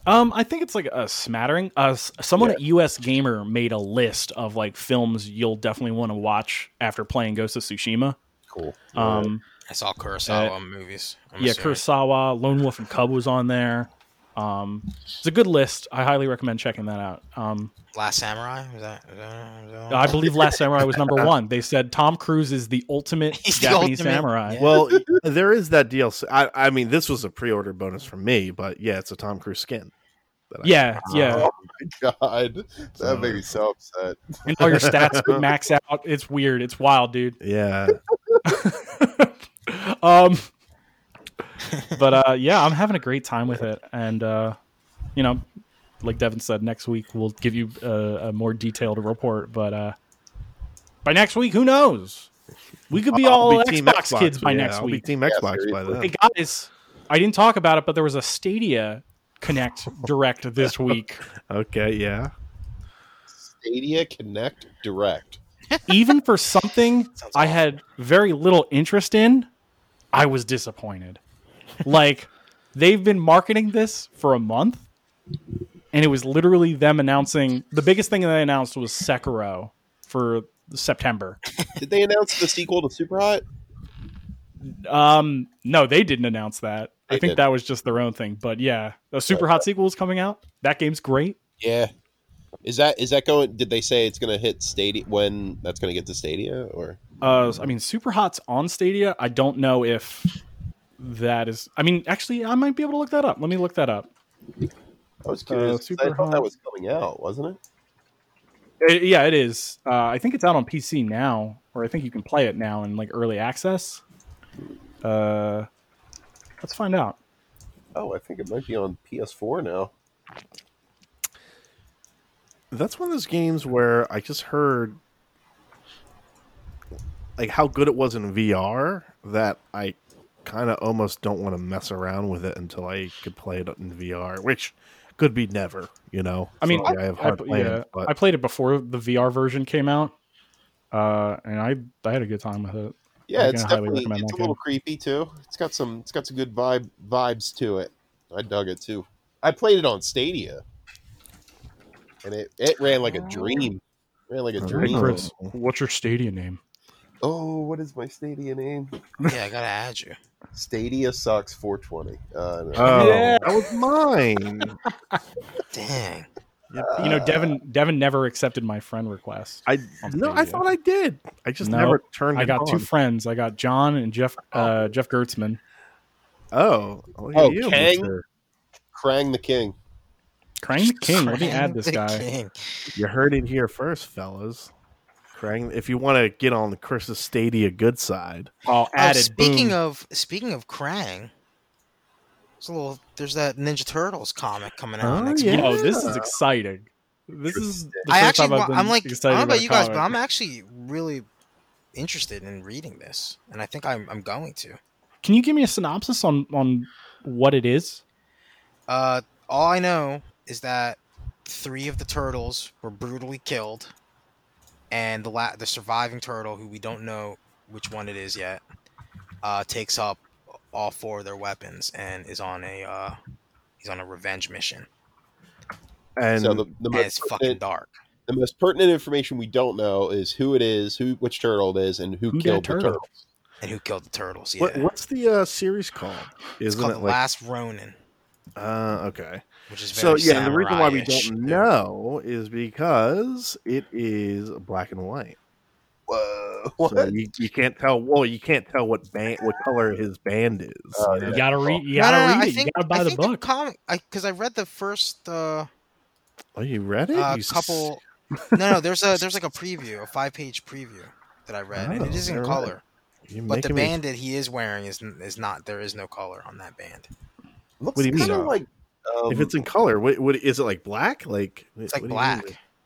S1: Um, I think it's like a smattering. Uh, s- someone
S3: Yeah.
S1: at US Gamer made a list of like films you'll definitely want to watch after playing Ghost of Tsushima.
S3: Cool.
S1: Um,
S2: I saw Kurosawa movies. I'm
S1: Uh, yeah,
S2: assuming.
S1: Kurosawa, Lone Wolf and Cub was on there. Um, it's a good list. I highly recommend checking that out. Um,
S2: Last Samurai. Was that? Was that, was that
S1: I believe Last Samurai was number one. They said Tom Cruise is the ultimate
S2: He's the
S1: Japanese
S2: ultimate,
S1: samurai.
S2: yeah.
S4: well, there is that DLC. I, I mean, this was a pre-order bonus from me, but yeah, it's a Tom Cruise skin. that I-
S1: Yeah, yeah.
S3: God,
S1: uh,
S3: that made me so upset.
S1: And all your stats would max out. It's weird. It's wild, dude.
S4: yeah.
S1: Um, but uh, yeah, I'm having a great time with it, and uh, you know, like Devin said, next week we'll give you a, a more detailed report. But uh, by next week, who knows? We could be
S4: I'll
S1: all
S4: be Team
S1: Xbox, kids by
S4: yeah,
S1: next
S4: I'll
S1: week.
S4: Be team
S3: Yeah,
S4: Xbox by
S3: seriously.
S4: then.
S1: hey guys, I didn't talk about it, but there was a Stadia Connect Direct this week.
S4: Okay, yeah.
S3: Stadia Connect Direct.
S1: Even for something
S2: Sounds
S1: I
S2: awful.
S1: had very little interest in, I was disappointed. Like they've been marketing this for a month, and it was literally them announcing the biggest thing they announced was Sekiro for September.
S3: Did they announce the sequel to Super Hot?
S1: Um, no, they didn't announce that. I
S3: They
S1: think
S3: didn't.
S1: that was just their own thing. But yeah, a super hot sequel is coming out. That game's great.
S3: Yeah. Is that is that going? Did they say it's going to hit Stadia when that's going to get to Stadia or?
S1: Uh, I mean, super hot's on Stadia. I don't know if that is. I mean, actually, I might be able to look that up. Let me look that up.
S3: I was curious. 'cause I
S1: Uh, Super
S3: thought
S1: Hot.
S3: that was coming out, wasn't it?
S1: Uh, yeah, it is. Uh, I think it's out on PC now, or I think you can play it now in like early access. Uh, let's find out.
S3: Oh, I think it might be on PS4 now.
S4: That's one of those games where I just heard like how good it was in VR that I kind of almost don't want to mess around with it until I could play it in VR, which could be never, you know.
S1: I mean,
S4: So, yeah, I have hard
S1: I,
S4: plans,
S1: yeah,
S4: but
S1: I played it before the VR version came out, uh, and I I had a good time with it.
S3: Yeah,
S1: I
S3: it's
S1: can highly
S3: definitely
S1: recommend
S3: it's a
S1: that
S3: little
S1: game.
S3: creepy too. It's got some it's got some good vibe vibes to it. I dug it too. I played it on Stadia, and it it ran like a dream. Ran like a
S4: Hey,
S1: Hey
S3: dream.
S1: Oh. Chris, what's your Stadia name?
S3: Oh, what is my Stadia name?
S2: Yeah, I gotta add you.
S3: Stadia sucks. 420. Uh, no.
S4: oh,
S1: Yeah.
S4: that was mine.
S2: Dang.
S1: You know, Devin Devin never accepted my friend request.
S4: I
S1: On
S4: no, I
S1: Stadia.
S4: thought I did. I just
S1: No,
S4: never turned.
S1: I
S4: it
S1: got two
S4: on.
S1: friends. I got John and Jeff uh, Jeff Gertzman.
S4: Oh, look at
S3: Oh,
S4: you,
S3: Kang?
S4: mister.
S3: Krang the King.
S1: Krang the King. Let me
S2: Krang
S1: add this
S2: the
S1: guy.
S2: King. Oh,
S4: You heard it here first, fellas. Krang, if you want to get on the Chris's Stadia good side,
S1: Oh,
S2: Oh,
S1: added.
S2: speaking
S1: boom.
S2: of speaking of Krang, there's a little there's that Ninja Turtles comic coming out
S4: Oh,
S2: next
S4: yeah.
S2: week.
S1: Yo, this is exciting. This is. The
S2: I
S1: first
S2: actually
S1: time I've
S2: wa-
S1: been
S2: I'm like I don't
S1: excited
S2: know
S1: about
S2: about
S1: a
S2: you guys, but
S1: comic.
S2: I'm actually really interested in reading this, and I think I'm I'm going to.
S1: Can you give me a synopsis on on what it is?
S2: Uh, all I know is that three of the turtles were brutally killed, and the la- the surviving turtle, who we don't know which one it is yet, uh, takes up all four of their weapons and is on a uh, he's on a revenge mission.
S4: and
S3: so the, the
S2: And it's
S3: most
S2: fucking
S3: pertinent,
S2: dark.
S3: the most pertinent information we don't know is who it is, who which turtle it is, and who,
S1: Who that
S3: killed the
S1: turtle?
S3: turtle.
S2: And who killed the turtles? Yeah,
S4: what, what's the uh, series called?
S2: it's
S4: Isn't
S2: called
S4: it
S2: the
S4: like
S2: Last Ronin,
S4: uh, okay?
S2: which is
S4: So
S2: very
S4: yeah, the reason why we
S2: samurai-ish.
S4: don't know is because it is black and white.
S3: Whoa!
S4: So you, you can't tell. Well, you can't tell what band, what color his band is.
S3: Oh,
S2: Uh,
S4: you know?
S1: You
S3: Yeah.
S1: gotta read. You
S2: No,
S1: gotta
S2: no, no,
S1: read
S2: I
S1: it.
S2: think,
S1: you gotta buy
S2: I
S1: the
S2: think
S1: book.
S2: comic because I, read the first uh,
S4: Oh, you read it?
S2: uh,
S4: You s-
S2: couple. no, no, there's a there's like a preview, a five page preview that I read, and it
S4: Oh,
S2: is in
S4: alright.
S2: color.
S4: you're
S2: But the
S4: making me-
S2: band that he is wearing is is not. There is no color on that band.
S3: Looks
S4: What do you mean?
S3: kinda Like, um,
S4: if it's in color, what, what is it like? Black? Like
S2: It's like black.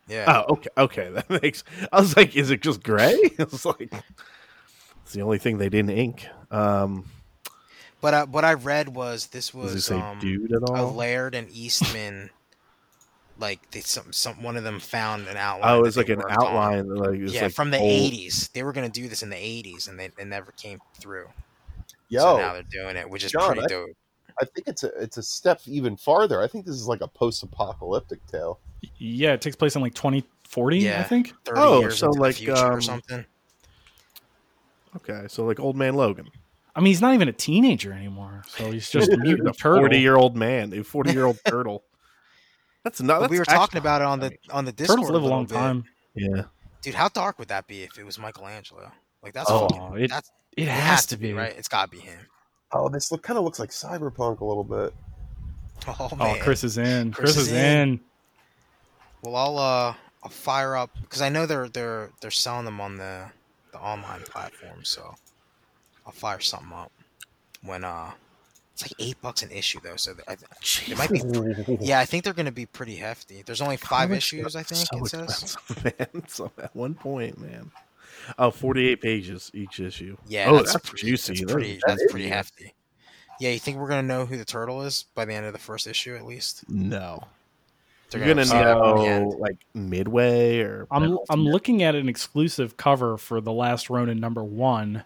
S2: Yeah.
S4: Oh, okay, okay, that makes. I was like, is it just gray? I was like, it's the only thing they didn't ink. Um,
S2: But uh, what I read was this
S4: does it
S2: was
S4: say
S2: um,
S4: dude at
S2: a
S4: all?
S2: Laird and Eastman. Like they, some some one of them found an outline.
S4: Oh,
S2: that
S4: it's
S2: they
S4: like an
S2: worked on.
S4: outline. Like it's
S2: Yeah,
S4: like
S2: from the
S4: old-
S2: '80s. They were gonna do this in the '80s, and they, they never came through.
S3: yo,
S2: so now they're doing it, which is
S3: John,
S2: pretty
S3: I-
S2: dope.
S3: I think it's a it's a step even farther. I think this is like a post-apocalyptic tale.
S1: Yeah, it takes place in like 2040, I
S2: Yeah.
S1: think.
S2: 30
S4: Oh,
S2: years
S4: so
S2: into
S4: like,
S2: the future
S4: um,
S2: or something.
S4: Okay, so like old man Logan,
S1: I mean, he's not even a teenager anymore, so he's just a
S4: He's a
S1: mutant turtle.
S4: forty-year-old man, a forty-year-old turtle. That's not.
S2: But
S4: oh, That's
S2: we were
S4: actually-
S2: talking about it on the on the Discord.
S1: Turtles live a
S2: little
S1: long
S2: bit.
S1: time.
S4: Yeah,
S2: dude. How dark would that be if it was Michelangelo? Like that's
S1: Oh,
S2: fucking,
S1: it-
S2: that's,
S1: It
S2: it
S1: has to be
S2: right. It's got to be him.
S3: Oh, this look kind of looks like cyberpunk a little bit.
S2: Oh
S1: Oh,
S2: man.
S1: Chris is in. Chris,
S2: Chris
S1: is
S2: is
S1: in.
S2: Well, I'll uh, I'll fire up because I know they're they're they're selling them on the the online platform. So I'll fire something up when uh, it's like eight bucks an issue though. So I, it might be. Yeah, I think they're gonna be pretty hefty. There's only five
S4: Comics are
S2: issues, I think
S4: so
S2: it says.
S4: expensive, man. So at one point, man. Oh, 48 pages each issue.
S2: Yeah,
S4: oh,
S2: that's,
S4: that's,
S2: pretty,
S4: juicy.
S2: That's
S4: That-
S2: pretty,
S3: that
S2: that's
S3: is
S2: pretty
S3: juicy.
S2: hefty. Yeah, you think we're gonna know who the turtle is by the end of the first issue, at least?
S4: no,
S2: They're
S4: you're gonna
S2: have something at the
S4: know
S2: end.
S4: like midway or
S1: I'm I'm looking at an exclusive cover for the Last Ronin number one,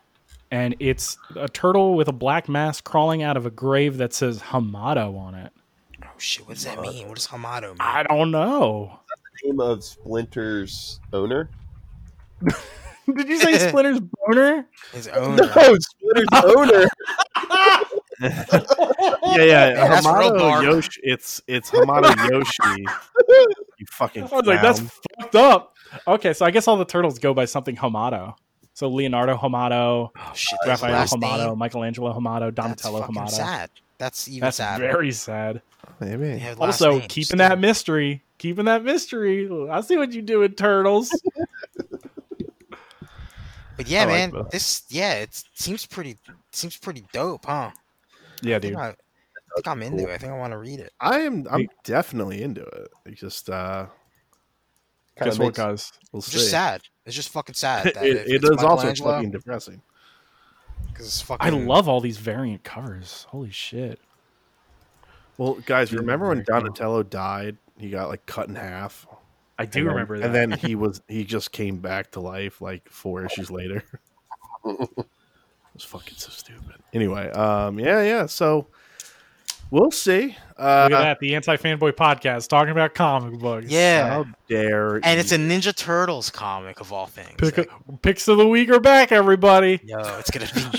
S1: and it's a turtle with a black mask crawling out of a grave that says Hamato on it.
S2: Oh shit! What's that mean? What does Hamato mean?
S1: I don't know.
S3: Name of Splinter's owner.
S1: Did you say Splinter's boner?
S2: His own.
S3: Oh, Splinter's owner.
S4: yeah, yeah.
S2: That's real
S4: Hamato
S2: dark.
S4: Yoshi. It's it's Hamato Yoshi. You fucking.
S1: I was like, that's
S4: clown.
S1: fucked up. Okay, so I guess all the turtles go by something Hamato. So Leonardo Hamato,
S2: Oh shit! that's his
S1: Raphael
S2: last
S1: Hamato,
S2: name.
S1: Michelangelo Hamato,
S2: That's
S1: Donatello
S2: fucking
S1: Hamato.
S2: sad. That's even
S1: That's
S2: sadder.
S1: very sad.
S4: Maybe.
S2: They have last
S1: Also,
S2: names,
S1: keeping
S2: too.
S1: that mystery, keeping that mystery. I see what you doing, turtles.
S2: But yeah,
S4: I like
S2: man,
S4: that.
S2: this yeah, it seems pretty seems pretty dope, huh?
S1: yeah,
S2: I think, I, I think I'm into it. I think I want to read it.
S4: I am. I'm definitely into it. It's just uh,
S1: Guess what, guys?
S4: we'll
S2: It's
S4: see.
S2: just sad. It's just fucking sad.
S4: It,
S2: That if
S4: it
S2: it's
S4: is also
S2: Michelangelo,
S4: fucking depressing.
S2: 'cause it's fucking.
S1: I love all these variant covers. Holy shit!
S4: Well, guys,
S1: Yeah,
S4: remember when
S1: very cool.
S4: Donatello died? He got like cut in half.
S1: I do
S4: And then-
S1: remember that.
S4: And then he was he just came back to life like four issues later. it was fucking so stupid. Anyway, um, yeah, yeah. So we'll see. Uh,
S1: Look at that, the anti fanboy podcast talking about comic books.
S2: Yeah,
S4: How dare
S2: and it's a Ninja Turtles comic of all things.
S1: Pick
S2: Like,
S1: Uh, picks of the week are back, everybody.
S2: yo, it's gonna be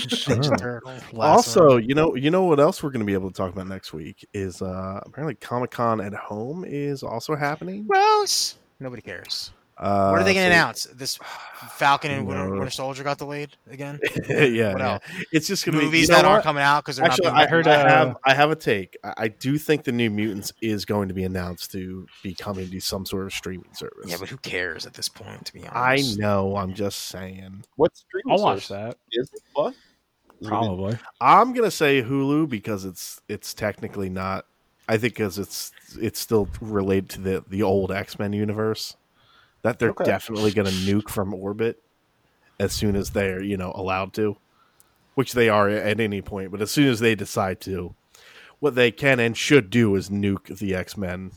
S2: Ninja
S4: up.
S2: Turtles. last
S4: also
S2: one.
S4: you know you know what else we're going to be able to talk about next week is uh apparently comic con at home is also happening
S2: gross. Nobody cares.
S4: uh
S2: what are they gonna
S4: so-
S2: announce? This Falcon and Winter,
S4: No.
S2: Winter Soldier got delayed again.
S4: yeah,
S2: What
S4: yeah.
S2: else?
S4: it's just gonna be you
S2: Movies
S4: know
S2: that aren't
S4: what?
S2: coming out because they're
S4: Actually,
S2: not. being
S4: I
S1: heard,
S4: heard. I
S1: uh,
S4: have. I have a take. I, I do think the New Mutants is going to be announced to be coming to some sort of streaming service.
S2: Yeah, but who cares at this point? To be honest,
S4: I know. I'm just saying.
S3: What stream?
S1: I'll watch that
S3: Disney Plus. Is it
S1: probably.
S4: I'm gonna say Hulu because it's it's technically not. I think because it's it's still related to the the old X Men universe that they're
S3: Okay.
S4: definitely gonna nuke from orbit as soon as they're you know allowed to, which they are at any point. But as soon as they decide to, what they can and should do is nuke the X Men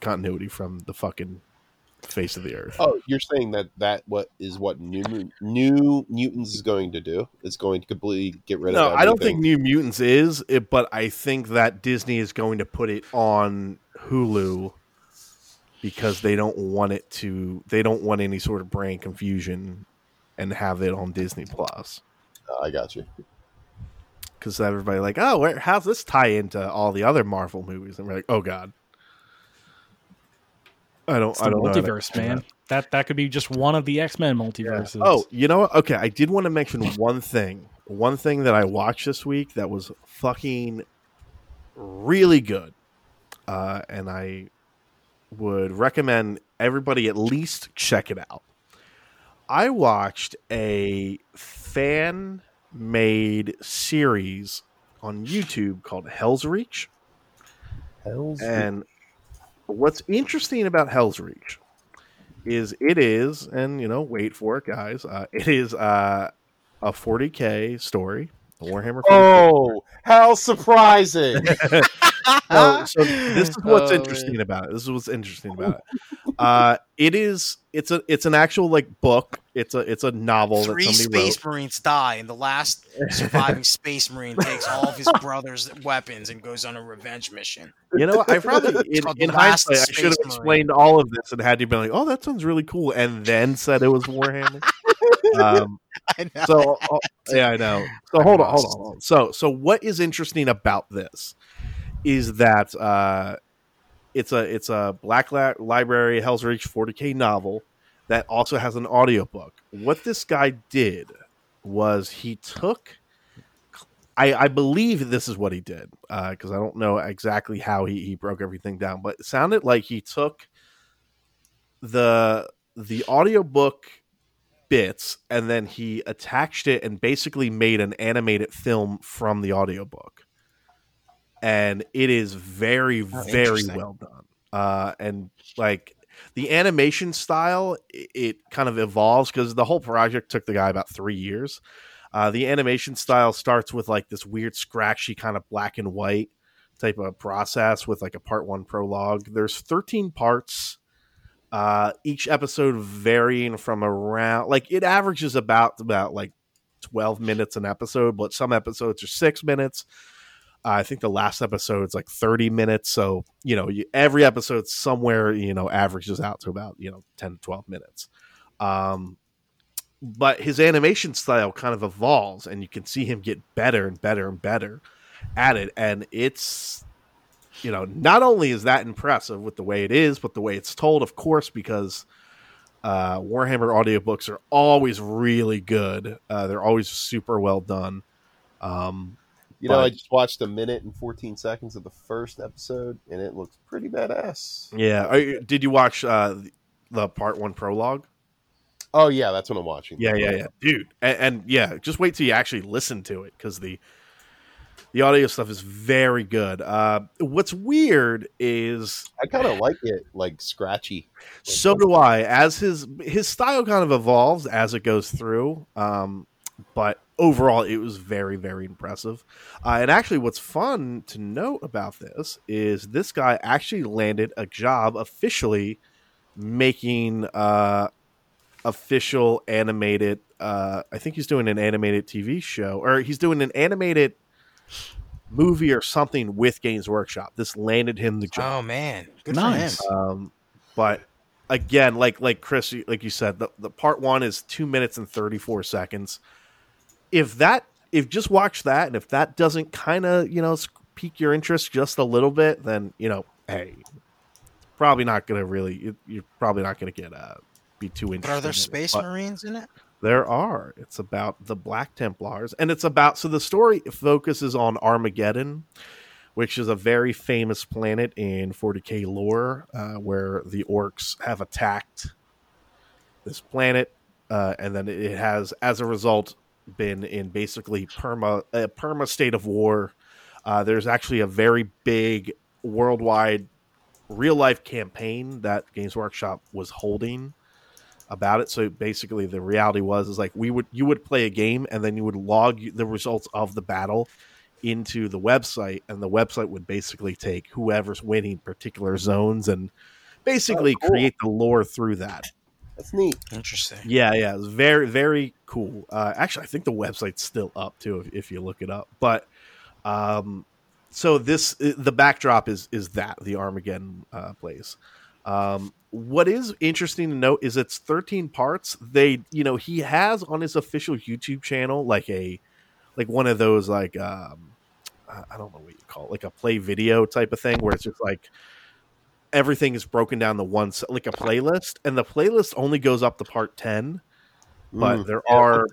S4: continuity from the fucking face of the earth.
S3: Oh, you're saying that that what is what New Mu- New Mutants is going to do? It's going to completely get rid
S4: No,
S3: of.
S4: I don't think
S3: everything.
S4: New Mutants is, it, but I think that Disney is going to put it on Hulu because they don't want it to. They don't want any sort of brand confusion and have it on Disney Plus
S3: Uh, I got you.
S4: because everybody like, oh, where, how's this tie into all the other Marvel movies? And we're like, oh god, I don't,
S1: It's the
S4: I don't know how to
S1: multiverse,
S4: explain
S1: man.
S4: that.
S1: That that could be just one of the X Men multiverses.
S4: Oh, you know what? Okay, I did want to mention one thing. One thing that I watched this week that was fucking really good. Uh, and I would recommend everybody at least check it out. I watched a fan made series on YouTube called Hell's Reach.
S3: Hell's
S4: And what's interesting about Hell's Reach is it is, and you know, wait for it, guys. Uh, it is uh, a 40k story, the Warhammer. 40K.
S3: Oh, how surprising!
S4: So- so this is what's
S2: Oh,
S4: interesting about it. This is what's interesting about it. Uh, it is it's a it's an actual like book. It's a it's a novel
S2: Three
S4: that somebody
S2: space marines die, and the last surviving space marine takes all of his brother's weapons and goes on a revenge mission.
S4: wrote. You know, I probably in,
S2: called
S4: in
S2: The Last
S4: hindsight I
S2: Space
S4: should have
S2: Marine.
S4: explained all of this and had you been like, oh, that sounds really cool, and then said it was Warhammer. um,
S2: I know.
S4: so uh, yeah, I know. So hold on, hold
S2: lost.
S4: on, hold on. So so what is interesting about this is that uh, it's a it's a Black Li- Library Hell's Reach 40k novel that also has an audiobook. What this guy did was he took. I, I believe this is what he did because I don't know exactly how he, he broke everything down, but it sounded like he took the the audiobook bits and then he attached it and basically made an animated film from the audiobook and it is very very
S2: interesting.
S4: well done uh and like the animation style it, it kind of evolves because the whole project took the guy about three years. Uh, the animation style starts with like this weird scratchy kind of black and white type of process with like a part one prologue. There's 13 parts. Uh, each episode varying from around like it averages about about like 12 minutes an episode, but some episodes are six minutes. I think the last episode's like 30 minutes. So, you know, you, every episode somewhere, you know, averages out to about, you know, 10 to 12 minutes. Um, but his animation style kind of evolves and you can see him get better and better and better at it. And it's, you know, not only is that impressive with the way it is, but the way it's told, of course, because uh, Warhammer audiobooks are always really good. Uh, they're always super well done. Um,
S3: You know, I
S4: But-
S3: just watched a minute and 14 seconds of the first episode, and it looks pretty badass.
S4: yeah. Are you- did you watch uh, the part one prologue?
S3: Oh, yeah, that's what I'm watching.
S4: Yeah, yeah, yeah, dude. And, and yeah, just wait till you actually listen to it because the the audio stuff is very good. Uh, what's weird is
S3: I kind of like it, like scratchy.
S4: so do I. As his his style kind of evolves as it goes through, um, but overall, it was very very impressive. Uh, and actually, what's fun to note about this is this guy actually landed a job officially making uh, official animated. Uh, I think he's doing an animated TV show, or he's doing an animated movie or something with Games Workshop. This landed him the job.
S2: Oh man, good
S1: Nice.
S2: for him.
S4: Um, but again, like like Chris, you- like you said, the, the part one is two minutes and thirty four seconds. If that, if just watch that, and if that doesn't kind of you know s- pique your interest just a little bit, then you know, hey, probably not gonna really. you- You're probably not gonna get uh be too
S2: But
S4: interested.
S2: are there
S4: in it,
S2: space
S4: but-
S2: marines in it?
S4: there are. It's about the Black Templars, and it's about so the story focuses on Armageddon, which is a very famous planet in 40k lore, uh, where the orcs have attacked this planet, uh, and then it has, as a result, been in basically perma a perma state of war. Uh, there's actually a very big worldwide real life campaign that Games Workshop was holding about it. So basically, the reality was is like we would you would play a game and then you would log y- the results of the battle into the website, and the website would basically take whoever's winning particular zones and basically
S3: Oh, cool.
S4: create the lore through that.
S3: That's neat.
S2: Interesting.
S4: Yeah, yeah, it was very, very cool. Uh, actually, I think the website's still up too if, if you look it up. But um, so this the backdrop is is that the Armageddon uh, place. Um, what is interesting to note is it's 13 parts. They, you know, he has on his official YouTube channel like a like one of those like um, I I don't know what you call it, like a play video type of thing where it's just like everything is broken down to one s- like a playlist and the playlist only goes up to part 10 but
S3: Mm.
S4: there
S3: Yeah,
S4: are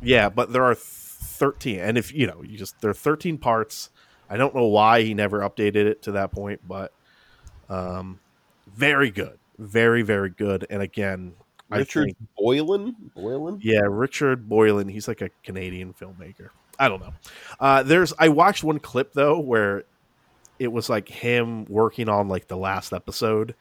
S4: yeah but there are 13 and if you know you just there are 13 parts i don't know why he never updated it to that point but um very good very very good and again i
S3: Richard
S4: think
S3: Boylan? Boylan?
S4: yeah, Richard Boylan. He's like a Canadian filmmaker. I don't know. Uh, there's I watched one clip though where it was like him working on like the last episode,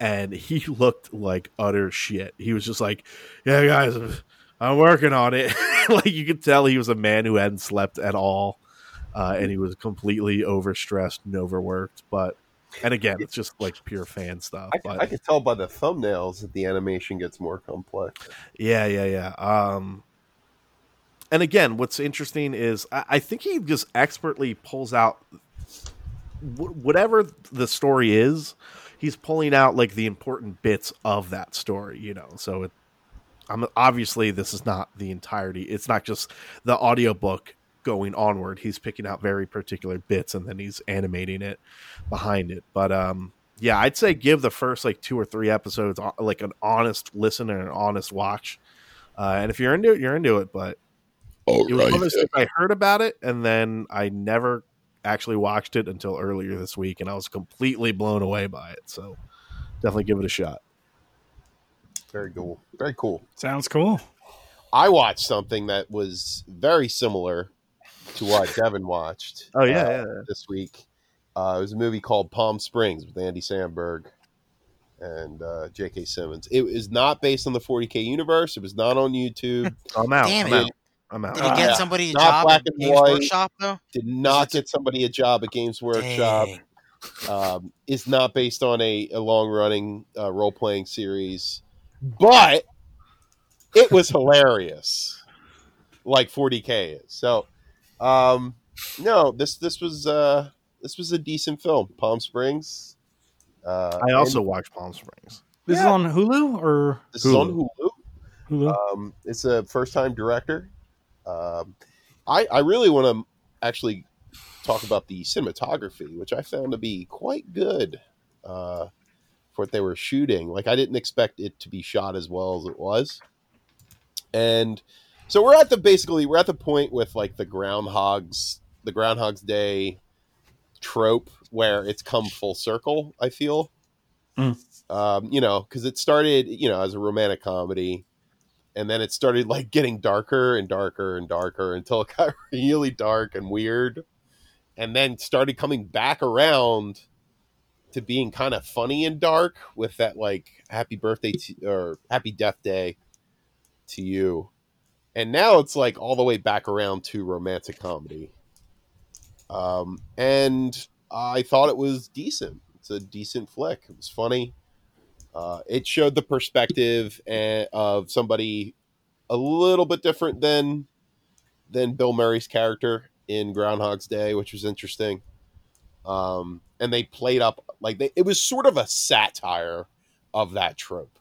S4: and he looked like utter shit. He was just like, "Yeah, guys, I'm, I'm working on it." like you could tell he was a man who hadn't slept at all, uh, and he was completely overstressed and overworked. But and again, it's just like pure fan stuff.
S3: I,
S4: but
S3: I could tell by the thumbnails that the animation gets more complex.
S4: Yeah, yeah, yeah. Um, and again, what's interesting is I, I think he just expertly pulls out wh- whatever the story is. He's pulling out like the important bits of that story, you know. So it, I'm obviously this is not the entirety. It's not just the audiobook going onward. He's picking out very particular bits and then he's animating it behind it. But um, yeah, I'd say give the first like two or three episodes uh, like an honest listen and an honest watch. Uh, and if you're into it, you're into it. But it was one of those things I heard about it and then I never actually watched it until earlier this week, and I was completely blown away by it. So definitely give it a shot.
S3: Very cool. Very cool.
S1: Sounds cool.
S3: I watched something that was very similar to what Devin watched.
S4: Oh, yeah,
S3: uh,
S4: yeah,
S3: this week. Uh, it was a movie called Palm Springs with Andy Samberg, and uh, J.K. Simmons. It is not based on the 40k universe. It was not on YouTube.
S4: I'm out.
S2: Damn
S4: I'm
S2: it.
S4: out. I'm out.
S2: Did he
S1: Ah,
S2: get
S3: yeah.
S2: somebody a
S3: Not
S2: job
S3: black
S2: at
S3: and
S2: Games
S3: white.
S2: Workshop though?
S3: Did not
S2: Is it-
S3: get somebody a job at Games Workshop.
S2: Dang.
S3: Um, is not based on a, a long running uh, role playing series, but it was hilarious, like 40k is. So, um, no this this was uh, this was a decent film. Palm Springs. Uh,
S4: I also
S3: and
S4: watch Palm Springs.
S1: This is
S3: Yeah.
S1: on Hulu or
S3: this is on Hulu.
S1: Hulu?
S4: Uh,
S3: Um, it's a first time director. Um, I, I really want to actually talk about the cinematography, which I found to be quite good uh, for what they were shooting. Like, I didn't expect it to be shot as well as it was. And so we're at the basically, we're at the point with like the Groundhog's, the Groundhog's Day trope where it's come full circle, I feel.
S1: Mm.
S3: Um, you know, because it started, you know, as a romantic comedy and then it started like getting darker and darker and darker until it got really dark and weird and then started coming back around to being kind of funny and dark with that like happy birthday to, or happy death day to you and now it's like all the way back around to romantic comedy um and i thought it was decent it's a decent flick it was funny uh, it showed the perspective eh, of somebody a little bit different than than Bill Murray's character in Groundhog's Day, which was interesting. Um, and they played up like they, it was sort of a satire of that trope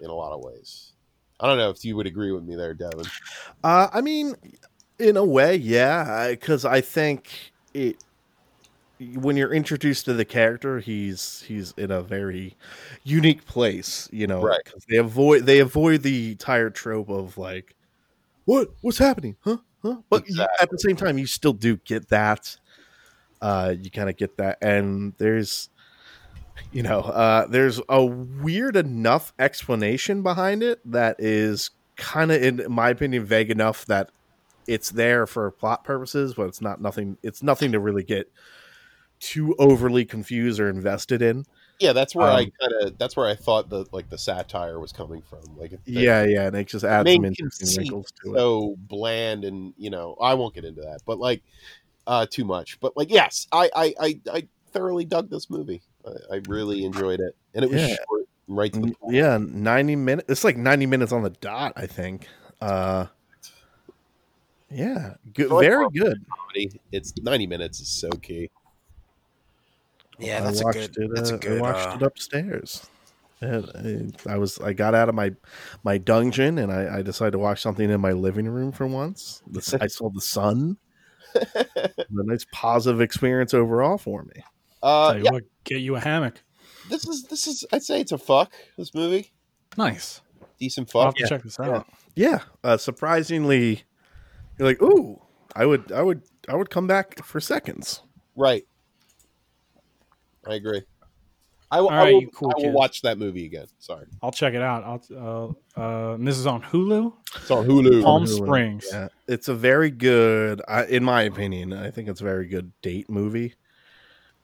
S3: in a lot of ways. I don't know if you would agree with me there, Devin.
S4: Uh, I mean, in a way, yeah, because I think it when you're introduced to the character, he's he's in a very unique place, you know.
S3: Right.
S4: 'cause They avoid they avoid the entire trope of like, what what's happening, huh? Huh? But you- at the same time, you still do get that. Uh, you kind of get that, and there's, you know, uh, there's a weird enough explanation behind it that is kind of, in my opinion, vague enough that it's there for plot purposes, but it's not nothing. It's nothing to really get too overly confused or invested in.
S3: Yeah, that's where I
S4: Um,
S3: kind of that's where I thought the like the satire was coming from. Like, if they-
S4: Yeah, yeah, and it just adds
S3: main
S4: some interesting
S3: conceit,
S4: wrinkles to it.
S3: so bland and you know i won't get into that but like uh too much but like yes i i i, I thoroughly dug this movie I, I really enjoyed it and it was
S4: Yeah.
S3: short and right to the
S1: Mm,
S4: N-
S3: point
S4: Yeah, ninety minutes. It's like ninety minutes on the dot. I think. Uh, yeah, good,
S3: I like
S4: very
S3: Marvel.
S4: good.
S3: comedy it's 90 minutes is so key
S2: Yeah,
S4: I
S2: that's a
S4: watched
S2: good.
S4: It,
S2: that's
S4: uh,
S2: a
S4: I
S2: good.
S4: watched
S2: uh,
S4: it upstairs. And I I was I got out of my my dungeon and I, I decided to watch something in my living room for once. The s- I saw the sun. It was a nice positive experience overall for me.
S3: uh
S1: Tell you
S3: yeah,
S1: what, get you a hammock.
S3: this is this is i'd say it's a fuck this movie
S1: Nice.
S3: decent
S1: I'll have
S3: fuck
S1: to check this out.
S4: Yeah, uh, surprisingly, you're like, ooh, I would I would I would come back for seconds.
S3: right i agree i will,
S1: All
S3: I
S1: right,
S3: will,
S1: you cool
S3: I will
S1: kids.
S3: watch that movie again sorry
S1: I'll check it out. I'll, uh, uh, and this is on Hulu.
S3: it's on hulu
S1: Palm
S4: Hulu.
S1: Springs.
S4: Yeah, it's a very good, I, in my opinion, I think it's a very good date movie,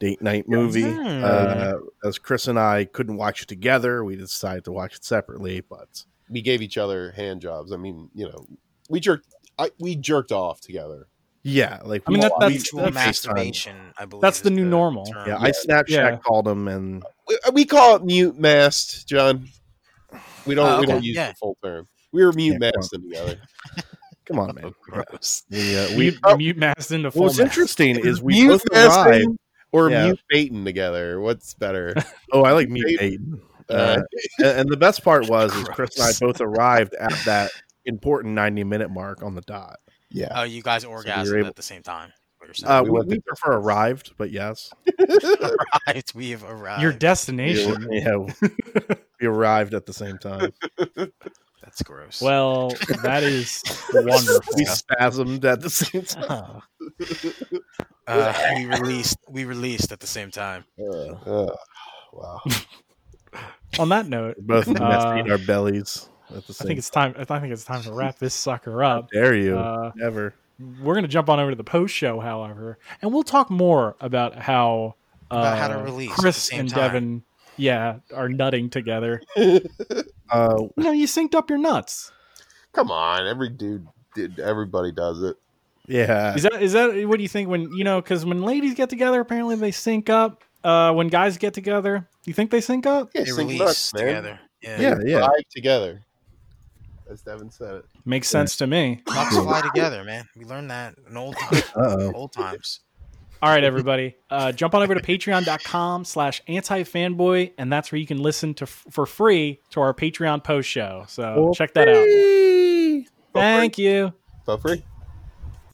S4: date night movie.
S2: Hmm.
S4: Uh, as Chris and I couldn't watch it together, we decided to watch it separately. But
S3: we gave each other hand jobs. I mean, you know, we jerked I, we jerked off together.
S4: yeah, like
S1: I mean, that- that's-
S2: mutual
S1: that's-
S2: masturbation. I believe
S1: That's the
S2: is
S1: new normal.
S2: term.
S4: yeah, I Snapchat
S1: Yeah.
S4: called him and
S3: We, Uh, we call it mute mast, John. We don't
S2: Oh,
S3: we don't
S2: okay,
S3: use
S2: yeah.
S3: the full term. We were mute
S4: Yeah, come
S3: masting together.
S4: come on, man.
S2: Gross.
S4: We, uh, we
S1: We
S3: oh.
S1: mute masked into full.
S4: what was
S1: mask.
S4: interesting is we
S3: mute
S4: both arrived.
S3: or
S4: Yeah.
S3: mute baiting together. What's better?
S4: Oh, I like me.
S3: Right.
S4: Aiden.
S3: Uh,
S4: Uh, and, and the best part was is
S2: Gross.
S4: Chris and I both arrived at that important ninety minute mark on the dot.
S3: yeah.
S2: Oh, you guys orgasmed
S4: able-
S2: at the same time. What you're saying.
S4: Uh,
S3: We
S4: we,
S3: went
S4: we
S3: to-
S4: prefer arrived, but yes,
S2: Right, we have arrived.
S1: Your
S4: we,
S1: destination.
S4: yeah, we arrived at the same time.
S2: That's gross.
S1: Well, that is wonderful.
S4: We spasmed at the same time.
S2: uh, we released. We released at the same time.
S3: Uh, uh, wow.
S1: On that note,
S4: Both nesting
S1: Uh,
S4: our bellies at the
S1: I
S4: same.
S1: think it's time. I think it's time to wrap this sucker up.
S4: dare you
S1: Uh,
S4: never.
S1: we're going to jump on over to the post show, however, and we'll talk more about how uh,
S2: About how to release at the
S1: Chris
S2: same
S1: and
S2: time.
S1: Devin yeah, are nutting together.
S4: Uh,
S1: No, you synced up your nuts.
S3: Come on, every dude, did, everybody does it.
S4: yeah.
S1: Is that is that what do you think when you know? Because when ladies get together, apparently they sync up. Uh, when guys get together, you think they sync up?
S3: Yeah,
S2: They
S3: sync
S2: release
S3: nuts, man.
S2: together. Yeah.
S4: Yeah, yeah.
S3: Fly together. As Devin said it.
S1: Makes sense to me.
S2: Ducks fly together, man. We learned that in old times.
S1: uh,
S4: Uh-oh.
S2: Old times.
S1: All right, everybody, uh, jump on over to patreon.com slash anti-fanboy, and that's where you can listen to for free to our Patreon post show. So check that out.
S4: Whoopee.
S1: Thank you.
S3: For free.